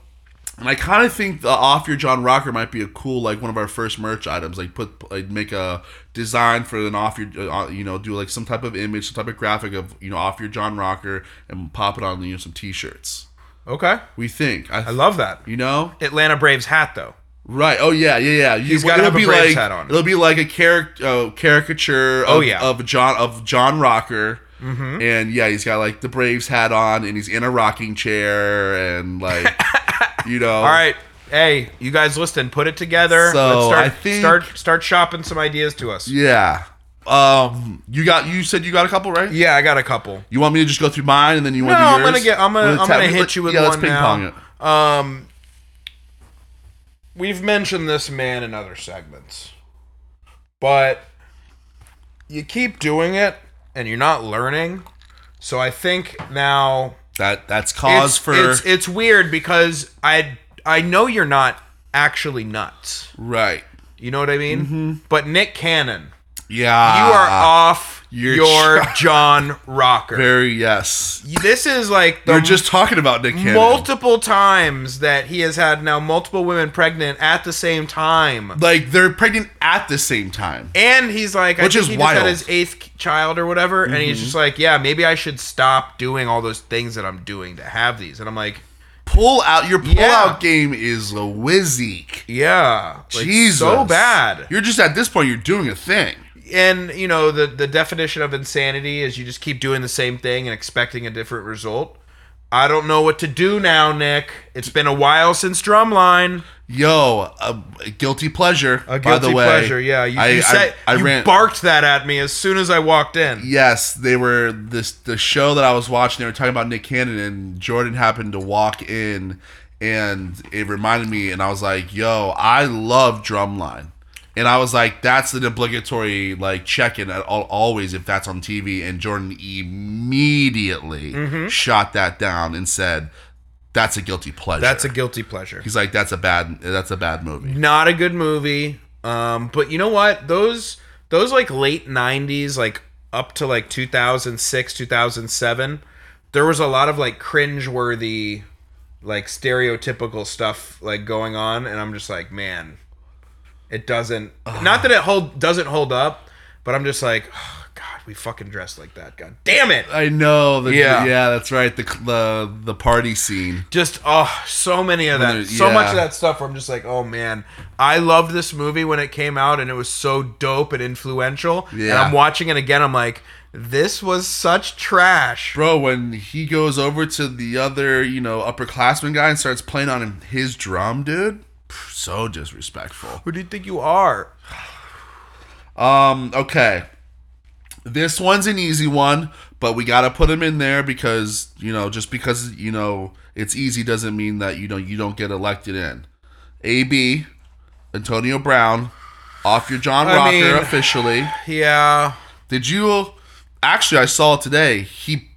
Speaker 1: And I kind of think the off your John Rocker might be a cool like one of our first merch items. Like put like make a design for an off your uh, you know do like some type of image, some type of graphic of you know off your John Rocker and pop it on you know some t-shirts.
Speaker 2: Okay.
Speaker 1: We think I,
Speaker 2: I love that.
Speaker 1: you know
Speaker 2: Atlanta Braves hat though.
Speaker 1: Right. Oh yeah, yeah, yeah. You, it'll
Speaker 2: gotta have a
Speaker 1: be
Speaker 2: Braves
Speaker 1: like,
Speaker 2: hat on.
Speaker 1: It'll be like a caric- uh, caricature. Of,
Speaker 2: Oh, yeah. Mm-hmm.
Speaker 1: Of John of John Rocker. And yeah, he's got like the Braves hat on, and he's in a rocking chair, and like you know.
Speaker 2: All right. Hey, you guys listen, put it together.
Speaker 1: So,
Speaker 2: Let's start
Speaker 1: I think-
Speaker 2: start start shopping some ideas to us.
Speaker 1: Yeah. Um. You got. You said you got a couple, right?
Speaker 2: Yeah, I got a couple.
Speaker 1: You want me to just go through mine, and then you
Speaker 2: No,
Speaker 1: want to do
Speaker 2: I'm
Speaker 1: yours?
Speaker 2: gonna get. I'm gonna.
Speaker 1: Let's
Speaker 2: I'm
Speaker 1: have-
Speaker 2: gonna
Speaker 1: let-
Speaker 2: hit you with
Speaker 1: yeah,
Speaker 2: one
Speaker 1: let's ping pong it.
Speaker 2: now. Um, we've mentioned this man in other segments, but you keep doing it, and you're not learning. So I think now
Speaker 1: That that's cause
Speaker 2: it's,
Speaker 1: for
Speaker 2: it's it's weird because I I know you're not actually nuts.
Speaker 1: right.
Speaker 2: You know what I mean? But Nick Cannon, you
Speaker 1: Yeah.
Speaker 2: are off
Speaker 1: Ah, you're
Speaker 2: your
Speaker 1: try-
Speaker 2: John Rocker.
Speaker 1: very yes.
Speaker 2: this is like the
Speaker 1: You're just talking about Nick Cannon.
Speaker 2: multiple times that he has had now multiple women pregnant at the same time.
Speaker 1: like they're pregnant at the same time.
Speaker 2: And he's like, I
Speaker 1: Which
Speaker 2: think
Speaker 1: is
Speaker 2: he
Speaker 1: wild. Mm-hmm.
Speaker 2: just had his eighth child or whatever, and he's just like, yeah, maybe I should stop doing all those things that I'm doing to have these. And I'm like,
Speaker 1: pull out your pull
Speaker 2: Yeah.
Speaker 1: out game is a whizik.
Speaker 2: yeah, like,
Speaker 1: Jesus,
Speaker 2: so bad.
Speaker 1: You're just at this point. You're doing a thing.
Speaker 2: and you know the the definition of insanity is you just keep doing the same thing and expecting a different result. I don't know what to do now, Nick. It's been a while since Drumline.
Speaker 1: Yo, a, a guilty pleasure. by
Speaker 2: A guilty
Speaker 1: the way,
Speaker 2: pleasure, yeah. You,
Speaker 1: I,
Speaker 2: you
Speaker 1: I-
Speaker 2: said
Speaker 1: I,
Speaker 2: you
Speaker 1: ran.
Speaker 2: barked that at me as soon as I walked in.
Speaker 1: yes, they were this the show that I was watching. They were talking about Nick Cannon, and Jordan happened to walk in, and it reminded me, and I was like, "Yo, I love Drumline." And I was like, "That's an obligatory like check-in at all, always if that's on TV." And Jordan immediately shot that down and said, "That's a guilty pleasure."
Speaker 2: That's a guilty pleasure.
Speaker 1: He's like, "That's a bad. That's a bad movie."
Speaker 2: Not a good movie. Um, but you know what? Those those like late '90s, like up to like 2006, 2007, there was a lot of like cringeworthy, like stereotypical stuff like going on, and I'm just like, man, it doesn't. Not that it hold doesn't hold up, but I'm just like, oh, God, we fucking dressed like that. God damn it.
Speaker 1: I know. The,
Speaker 2: Yeah.
Speaker 1: yeah, yeah, that's right. The the the party scene.
Speaker 2: just oh so many of that
Speaker 1: there's-
Speaker 2: so much of
Speaker 1: yeah.
Speaker 2: that stuff where i'm just like oh man i loved this movie when it came out and it was so dope and influential and
Speaker 1: Yeah.
Speaker 2: i'm watching it again i'm like this was such trash
Speaker 1: Bro, when he goes over to the other, you know, upperclassman guy and starts playing on him his drum, dude, so disrespectful.
Speaker 2: who do you think you are
Speaker 1: Um, okay. This one's an easy one, but we gotta put him in there because you know, just because you know it's easy doesn't mean that you know you don't get elected in. AB, Antonio Brown, off your John
Speaker 2: I
Speaker 1: Rocker
Speaker 2: mean-
Speaker 1: officially.
Speaker 2: Yeah.
Speaker 1: Did you actually I saw it today. He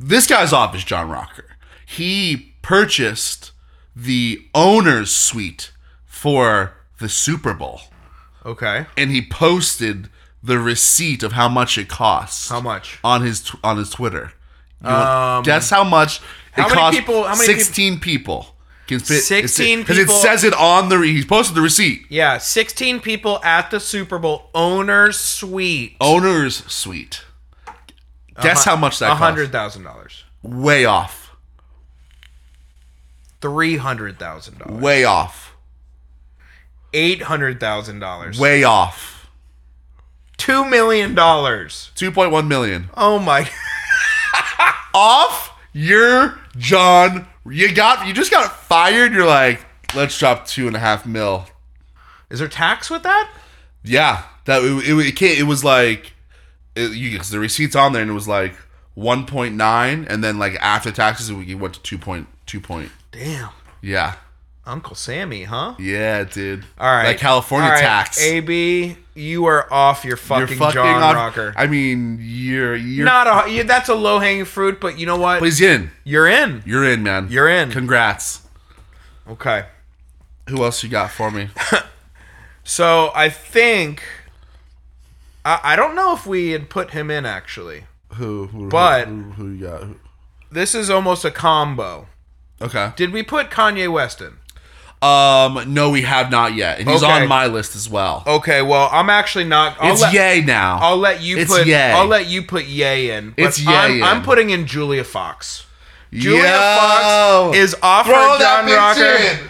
Speaker 1: this guy's off is John Rocker. He purchased the owner's suite for the Super Bowl
Speaker 2: Okay.
Speaker 1: and he posted the receipt of how much it costs
Speaker 2: How much?
Speaker 1: on his tw- on his Twitter. You wanna guess how much it
Speaker 2: how many
Speaker 1: cost
Speaker 2: people- how many peop-
Speaker 1: 16 people can fit it's-
Speaker 2: 16
Speaker 1: it
Speaker 2: people-
Speaker 1: says it on the re- he posted the receipt.
Speaker 2: Yeah, 16 people at the Super Bowl owner's suite. Uh-huh.
Speaker 1: Owner's suite. Guess Oh, how much that cost?
Speaker 2: $100,000.
Speaker 1: Way off.
Speaker 2: $300,000.
Speaker 1: Way off.
Speaker 2: $800,000.
Speaker 1: Way off.
Speaker 2: $2 million. Oh
Speaker 1: 2.1 million.
Speaker 2: my.
Speaker 1: Off your John. You got you just got fired. You're like, let's drop two and a half mil.
Speaker 2: Is there tax with that?
Speaker 1: Yeah. That it, it, it can't, it was like it, you cause the receipts on there and it was like 1.9 and then like after taxes it we- it went to 2.2 point.
Speaker 2: Damn.
Speaker 1: Yeah.
Speaker 2: Uncle Sammy, huh?
Speaker 1: Yeah, dude.
Speaker 2: All right.
Speaker 1: Like California
Speaker 2: All right,
Speaker 1: tax.
Speaker 2: AB, you are off your fucking,
Speaker 1: You're fucking
Speaker 2: John
Speaker 1: on-
Speaker 2: Rocker.
Speaker 1: I mean, you're you're
Speaker 2: Not a. You, that's a low hanging fruit, but you know what?
Speaker 1: But he's in.
Speaker 2: You're in.
Speaker 1: You're in, man.
Speaker 2: You're in.
Speaker 1: Congrats.
Speaker 2: Okay.
Speaker 1: Who else you got for me?
Speaker 2: So I think. I, I don't know if we had put him in actually.
Speaker 1: Who? who
Speaker 2: But-
Speaker 1: who, who you got? Who-
Speaker 2: This is almost a combo.
Speaker 1: Okay.
Speaker 2: Did we put Kanye West in?
Speaker 1: Um. No, we have not yet, and he's
Speaker 2: Okay.
Speaker 1: on my list as well.
Speaker 2: Okay, well I'm actually not. I'll
Speaker 1: it's
Speaker 2: let,
Speaker 1: Yay now.
Speaker 2: I'll let you
Speaker 1: It's
Speaker 2: put.
Speaker 1: Ye.
Speaker 2: I'll let you put Yay in. but
Speaker 1: It's Ye
Speaker 2: I'm,
Speaker 1: in.
Speaker 2: I'm putting in Julia Fox. Julia
Speaker 1: Yo!
Speaker 2: Fox is off
Speaker 1: Throw
Speaker 2: her
Speaker 1: that
Speaker 2: John
Speaker 1: bitch
Speaker 2: Rocker.
Speaker 1: in.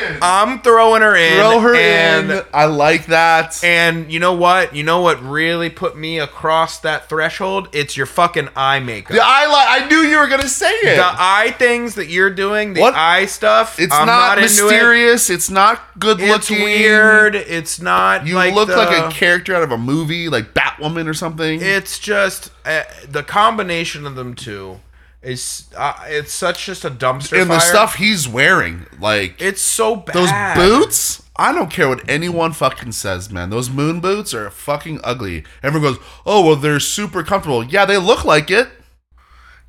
Speaker 1: Throw her in.
Speaker 2: I'm throwing her in.
Speaker 1: Um, Throw her
Speaker 2: and,
Speaker 1: in. I like that.
Speaker 2: And you know what? You know what really put me across that threshold? It's your fucking eye makeup.
Speaker 1: Yeah, I like. I knew you were gonna say it.
Speaker 2: The eye things that you're doing, the
Speaker 1: What?
Speaker 2: eye stuff.
Speaker 1: it's
Speaker 2: I'm
Speaker 1: not,
Speaker 2: into it.
Speaker 1: mysterious. It's not good
Speaker 2: It's
Speaker 1: looking.
Speaker 2: weird. It's not.
Speaker 1: You
Speaker 2: like
Speaker 1: look
Speaker 2: the-
Speaker 1: like a character out of a movie, like Batwoman or something.
Speaker 2: It's just uh, the combination of them two is. Uh, it's such just a dumpster.
Speaker 1: and the
Speaker 2: fire.
Speaker 1: stuff he's wearing, like
Speaker 2: It's so bad.
Speaker 1: Those boots? I don't care what anyone fucking says, man. Those moon boots are fucking ugly. Everyone goes, oh, well, they're super comfortable. Yeah, they look like it.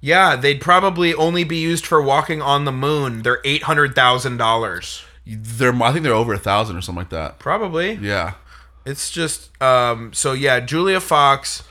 Speaker 2: Yeah, they'd probably only be used for walking on the moon. They're eight hundred thousand dollars.
Speaker 1: They're, I think they're over a thousand or something like that.
Speaker 2: Probably.
Speaker 1: Yeah.
Speaker 2: It's just um so yeah, Julia Fox,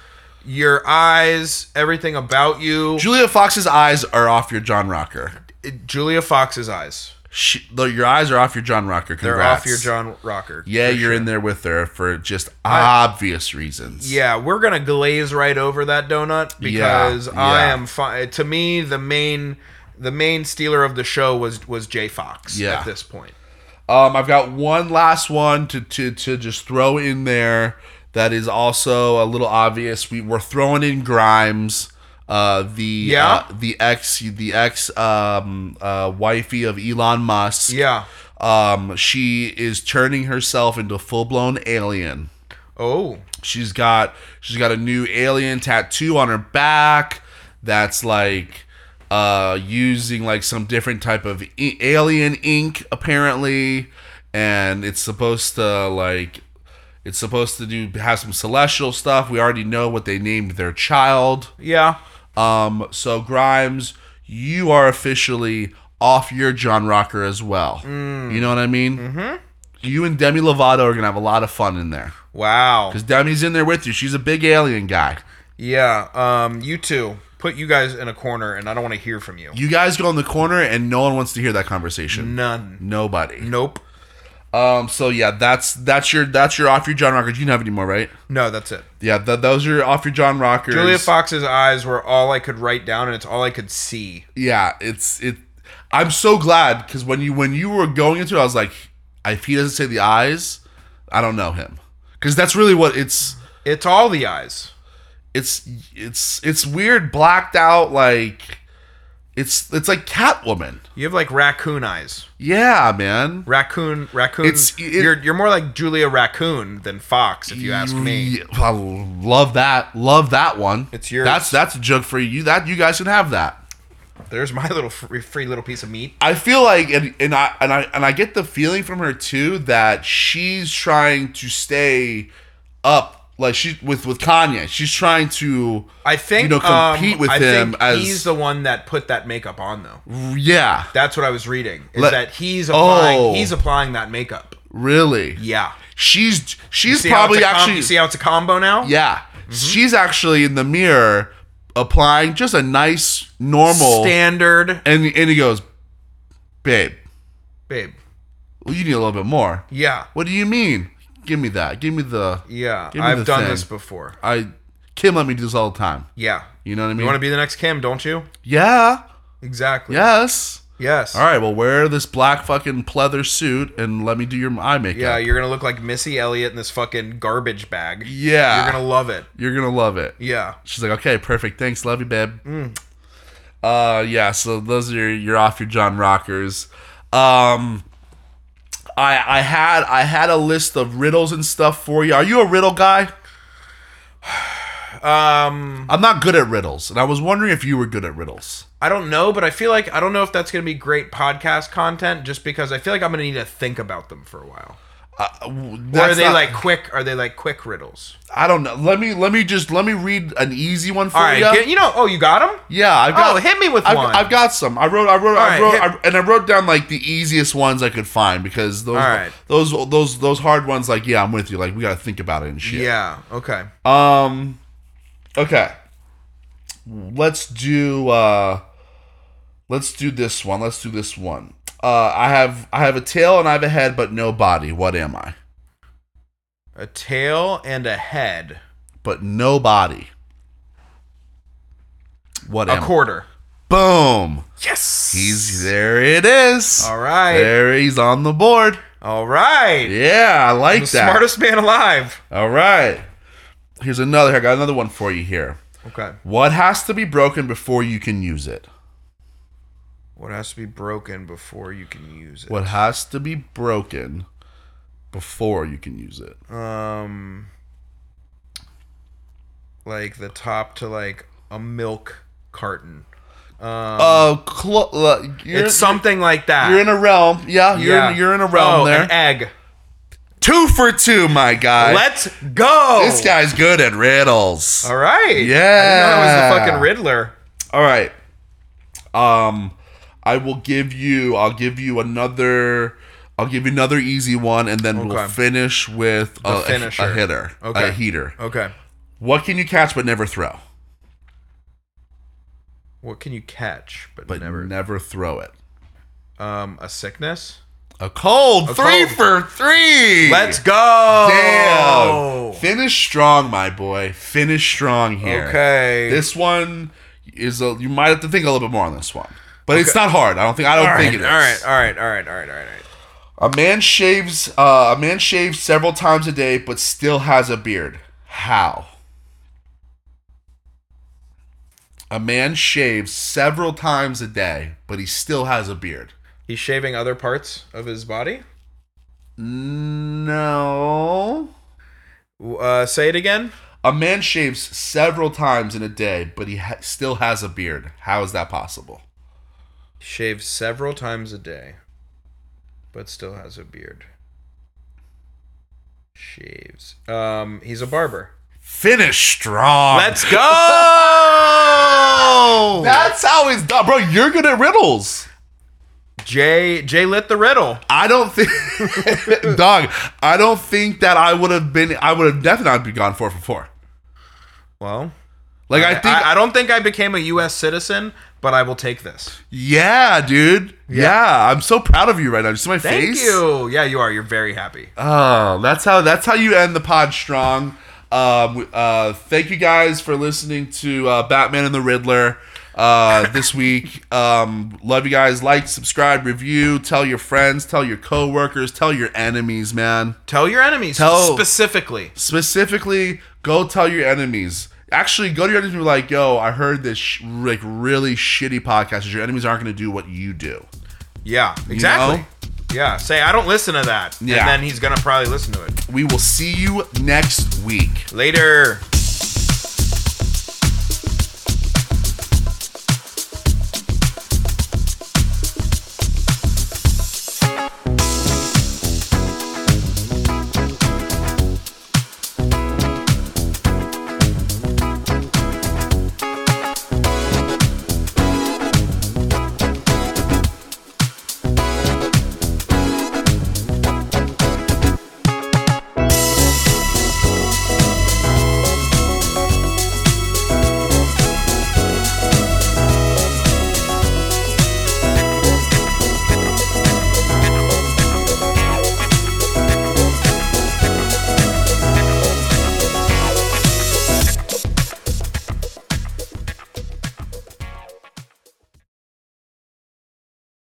Speaker 2: your eyes, everything about you.
Speaker 1: Julia Fox's eyes are off your John Rocker.
Speaker 2: Julia Fox's eyes.
Speaker 1: She, though your eyes are off your John Rocker.
Speaker 2: They're
Speaker 1: Congrats.
Speaker 2: off your John Rocker.
Speaker 1: Yeah, you're in there with her for just obvious reasons.
Speaker 2: Yeah, we're going to glaze right over that donut because I
Speaker 1: yeah.
Speaker 2: am fi- to me the main the main stealer of the show was was Jay Fox
Speaker 1: Yeah.
Speaker 2: at this point.
Speaker 1: Um, I've got one last one to, to to just throw in there that is also a little obvious. We we're throwing in Grimes, uh, the
Speaker 2: Yeah.
Speaker 1: uh, the ex the ex um, uh, wifey of Elon Musk.
Speaker 2: Yeah.
Speaker 1: Um, she is turning herself into full blown alien.
Speaker 2: Oh.
Speaker 1: She's got she's got a new alien tattoo on her back that's like uh using like some different type of i- alien ink apparently and it's supposed to like it's supposed to do have some celestial stuff. We already know what they named their child.
Speaker 2: Yeah.
Speaker 1: Um so Grimes, you are officially off your John Rocker as well. You know what I mean? Mhm. You and Demi Lovato are going to have a lot of fun in there.
Speaker 2: Wow.
Speaker 1: Because Demi's in there with you. She's a big alien guy.
Speaker 2: Yeah, um you two put you guys in a corner and I don't want to hear from you.
Speaker 1: You guys go in the corner, and no one wants to hear that conversation.
Speaker 2: None.
Speaker 1: Nobody.
Speaker 2: Nope.
Speaker 1: Um. So yeah, that's that's your that's your off your John Rockers. You don't have any more, right?
Speaker 2: No, that's it.
Speaker 1: Yeah. Th- those are your off your John Rockers.
Speaker 2: Julia Fox's eyes were all I could write down, and it's all I could see.
Speaker 1: Yeah. It's it. I'm so glad because when you when you were going into it, I was like, if he doesn't say the eyes, I don't know him. Because that's really what it's
Speaker 2: It's all the eyes.
Speaker 1: it's it's it's weird blacked out like It's it's like Catwoman.
Speaker 2: You have like raccoon eyes.
Speaker 1: Yeah, man.
Speaker 2: Raccoon, raccoon.
Speaker 1: It's- it-
Speaker 2: you're you're more like Julia Raccoon than Fox, if you ask me.
Speaker 1: Yeah, I love that. Love that one.
Speaker 2: It's yours.
Speaker 1: That's that's a joke for you. That you guys can have that.
Speaker 2: There's my little free, free little piece of meat.
Speaker 1: I feel like and, and I and I and I get the feeling from her too that she's trying to stay up like she with with Kanye. She's trying to
Speaker 2: I think
Speaker 1: You know,
Speaker 2: um,
Speaker 1: compete with
Speaker 2: I
Speaker 1: him
Speaker 2: think
Speaker 1: as-
Speaker 2: he's the one that put that makeup on though.
Speaker 1: yeah,
Speaker 2: That's what I was reading. Is
Speaker 1: Let-
Speaker 2: that he's applying
Speaker 1: Oh.
Speaker 2: he's applying that makeup.
Speaker 1: really.
Speaker 2: Yeah.
Speaker 1: She's she's
Speaker 2: See how it's
Speaker 1: probably
Speaker 2: a com-
Speaker 1: actually
Speaker 2: you see how Mm-hmm. it's a combo now?
Speaker 1: yeah. She's actually in the mirror applying just a nice normal
Speaker 2: Standard
Speaker 1: and and he goes, "Babe,
Speaker 2: babe.
Speaker 1: well, you need a little bit more."
Speaker 2: Yeah.
Speaker 1: What do you mean? Give me that. Give me the
Speaker 2: Yeah.
Speaker 1: Give me the
Speaker 2: I've done
Speaker 1: thing.
Speaker 2: this before.
Speaker 1: I Kim let me do this all the time.
Speaker 2: Yeah.
Speaker 1: You know what I mean?
Speaker 2: You want to be the next Kim, don't you?
Speaker 1: yeah.
Speaker 2: Exactly.
Speaker 1: Yes.
Speaker 2: Yes.
Speaker 1: All right. Well, wear this black fucking pleather suit and let me do your eye makeup.
Speaker 2: Yeah, you're gonna look like Missy Elliott in this fucking garbage bag.
Speaker 1: Yeah.
Speaker 2: You're gonna love it.
Speaker 1: You're gonna love it.
Speaker 2: Yeah.
Speaker 1: She's like, okay, perfect. Thanks. Love you, babe. Uh, yeah. So those are your, your off your John rockers. Um, I I had I had a list of riddles and stuff for you. Are you a riddle guy?
Speaker 2: Um,
Speaker 1: I'm not good at riddles, and I was wondering if you were good at riddles.
Speaker 2: I don't know, but I feel like I don't know if that's gonna be great podcast content, just because I feel like I'm gonna need to think about them for a while.
Speaker 1: Uh, w-
Speaker 2: Or are
Speaker 1: that's
Speaker 2: they
Speaker 1: not-
Speaker 2: like quick? Are they like quick riddles?
Speaker 1: I don't know. Let me let me just let me read an easy one for
Speaker 2: All right,
Speaker 1: you.
Speaker 2: get- you know. Oh, you got them.
Speaker 1: yeah, I've got
Speaker 2: Oh, hit me with
Speaker 1: I've,
Speaker 2: one.
Speaker 1: I've got some. I wrote, I wrote, I
Speaker 2: right,
Speaker 1: wrote,
Speaker 2: hit-
Speaker 1: I, and I wrote down like the easiest ones I could find because those,
Speaker 2: All right.
Speaker 1: those, those, those hard ones. Like, yeah, I'm with you. Like, we gotta think about it and shit.
Speaker 2: yeah. Okay.
Speaker 1: Um. Okay. Let's do. uh Let's do this one. Let's do this one. Uh, I have I have a tail and I have a head, but no body. What am I?
Speaker 2: A tail and a head.
Speaker 1: But no body. What
Speaker 2: A
Speaker 1: am I?
Speaker 2: quarter.
Speaker 1: Boom.
Speaker 2: Yes.
Speaker 1: He's there. It is.
Speaker 2: All right.
Speaker 1: There he's on the board.
Speaker 2: All right.
Speaker 1: Yeah, I like
Speaker 2: The
Speaker 1: that.
Speaker 2: smartest man alive.
Speaker 1: All right. Here's another. I got another one for you here.
Speaker 2: Okay.
Speaker 1: What has to be broken before you can use it?
Speaker 2: What has to be broken before you can use it?
Speaker 1: What has to be broken before you can use it?
Speaker 2: um like the top to like a milk carton
Speaker 1: Uh, clo- uh, you're,
Speaker 2: it's something like that
Speaker 1: you're in a realm. Yeah, you're
Speaker 2: Yeah.
Speaker 1: In, you're in a realm
Speaker 2: Oh,
Speaker 1: there.
Speaker 2: an egg
Speaker 1: two for two, my guy.
Speaker 2: let's go
Speaker 1: this guy's good at riddles.
Speaker 2: all right
Speaker 1: Yeah.
Speaker 2: i didn't know it was the fucking riddler
Speaker 1: All right. Um, I will give you. I'll give you another. I'll give you another easy one, and then we'll
Speaker 2: Okay.
Speaker 1: finish with a, a-
Speaker 2: finisher.
Speaker 1: a hitter, a
Speaker 2: Okay.
Speaker 1: heater.
Speaker 2: okay
Speaker 1: What can you catch but never throw?
Speaker 2: what can you catch but,
Speaker 1: But never,
Speaker 2: never
Speaker 1: throw it.
Speaker 2: um a sickness
Speaker 1: A cold three
Speaker 2: cold.
Speaker 1: for three.
Speaker 2: let's go
Speaker 1: Damn. Finish strong, my boy. Finish strong here.
Speaker 2: okay
Speaker 1: This one is a. You might have to think a little bit more on this one, but it's not hard. I don't think. I don't
Speaker 2: all
Speaker 1: think
Speaker 2: right, all
Speaker 1: it is.
Speaker 2: right all right all right all right all right
Speaker 1: A man shaves. Uh, a man shaves several times a day, but still has a beard. How? A man shaves several times a day, but he still has a beard.
Speaker 2: he's shaving other parts of his body
Speaker 1: No.
Speaker 2: uh say it again
Speaker 1: A man shaves several times in a day, but he ha- still has a beard. How is that possible?
Speaker 2: shaves several times a day, but still has a beard. Shaves. Um, he's a barber.
Speaker 1: Finish strong.
Speaker 2: Let's go.
Speaker 1: That's how it's done, bro. You're good at riddles.
Speaker 2: Jay Jay lit the riddle.
Speaker 1: I don't think, dog. I don't think that I would have been. I would have definitely not be gone four for four.
Speaker 2: Well,
Speaker 1: Like I
Speaker 2: I,
Speaker 1: think,
Speaker 2: I, I don't think I became a U.S. citizen, but I will take this.
Speaker 1: yeah, dude. Yeah. I'm so proud of you right now. You see my
Speaker 2: Thank
Speaker 1: face?
Speaker 2: you. Yeah, you are. You're very happy.
Speaker 1: Oh, that's how. That's how you end the pod strong. Um, uh, thank you guys for listening to uh, Batman and the Riddler uh, this week. Um, love you guys. Like, subscribe, review. Tell your friends. Tell your coworkers. Tell your enemies, man.
Speaker 2: Tell your enemies
Speaker 1: Tell-
Speaker 2: specifically.
Speaker 1: specifically go tell your enemies Actually, go to your enemies and be like, "Yo, I heard this sh- like really shitty podcast. Your enemies aren't going to do what you do."
Speaker 2: Yeah, exactly. Yeah, say I don't listen to that,
Speaker 1: Yeah.
Speaker 2: and then he's gonna probably listen to it
Speaker 1: We will see you next week.
Speaker 2: later.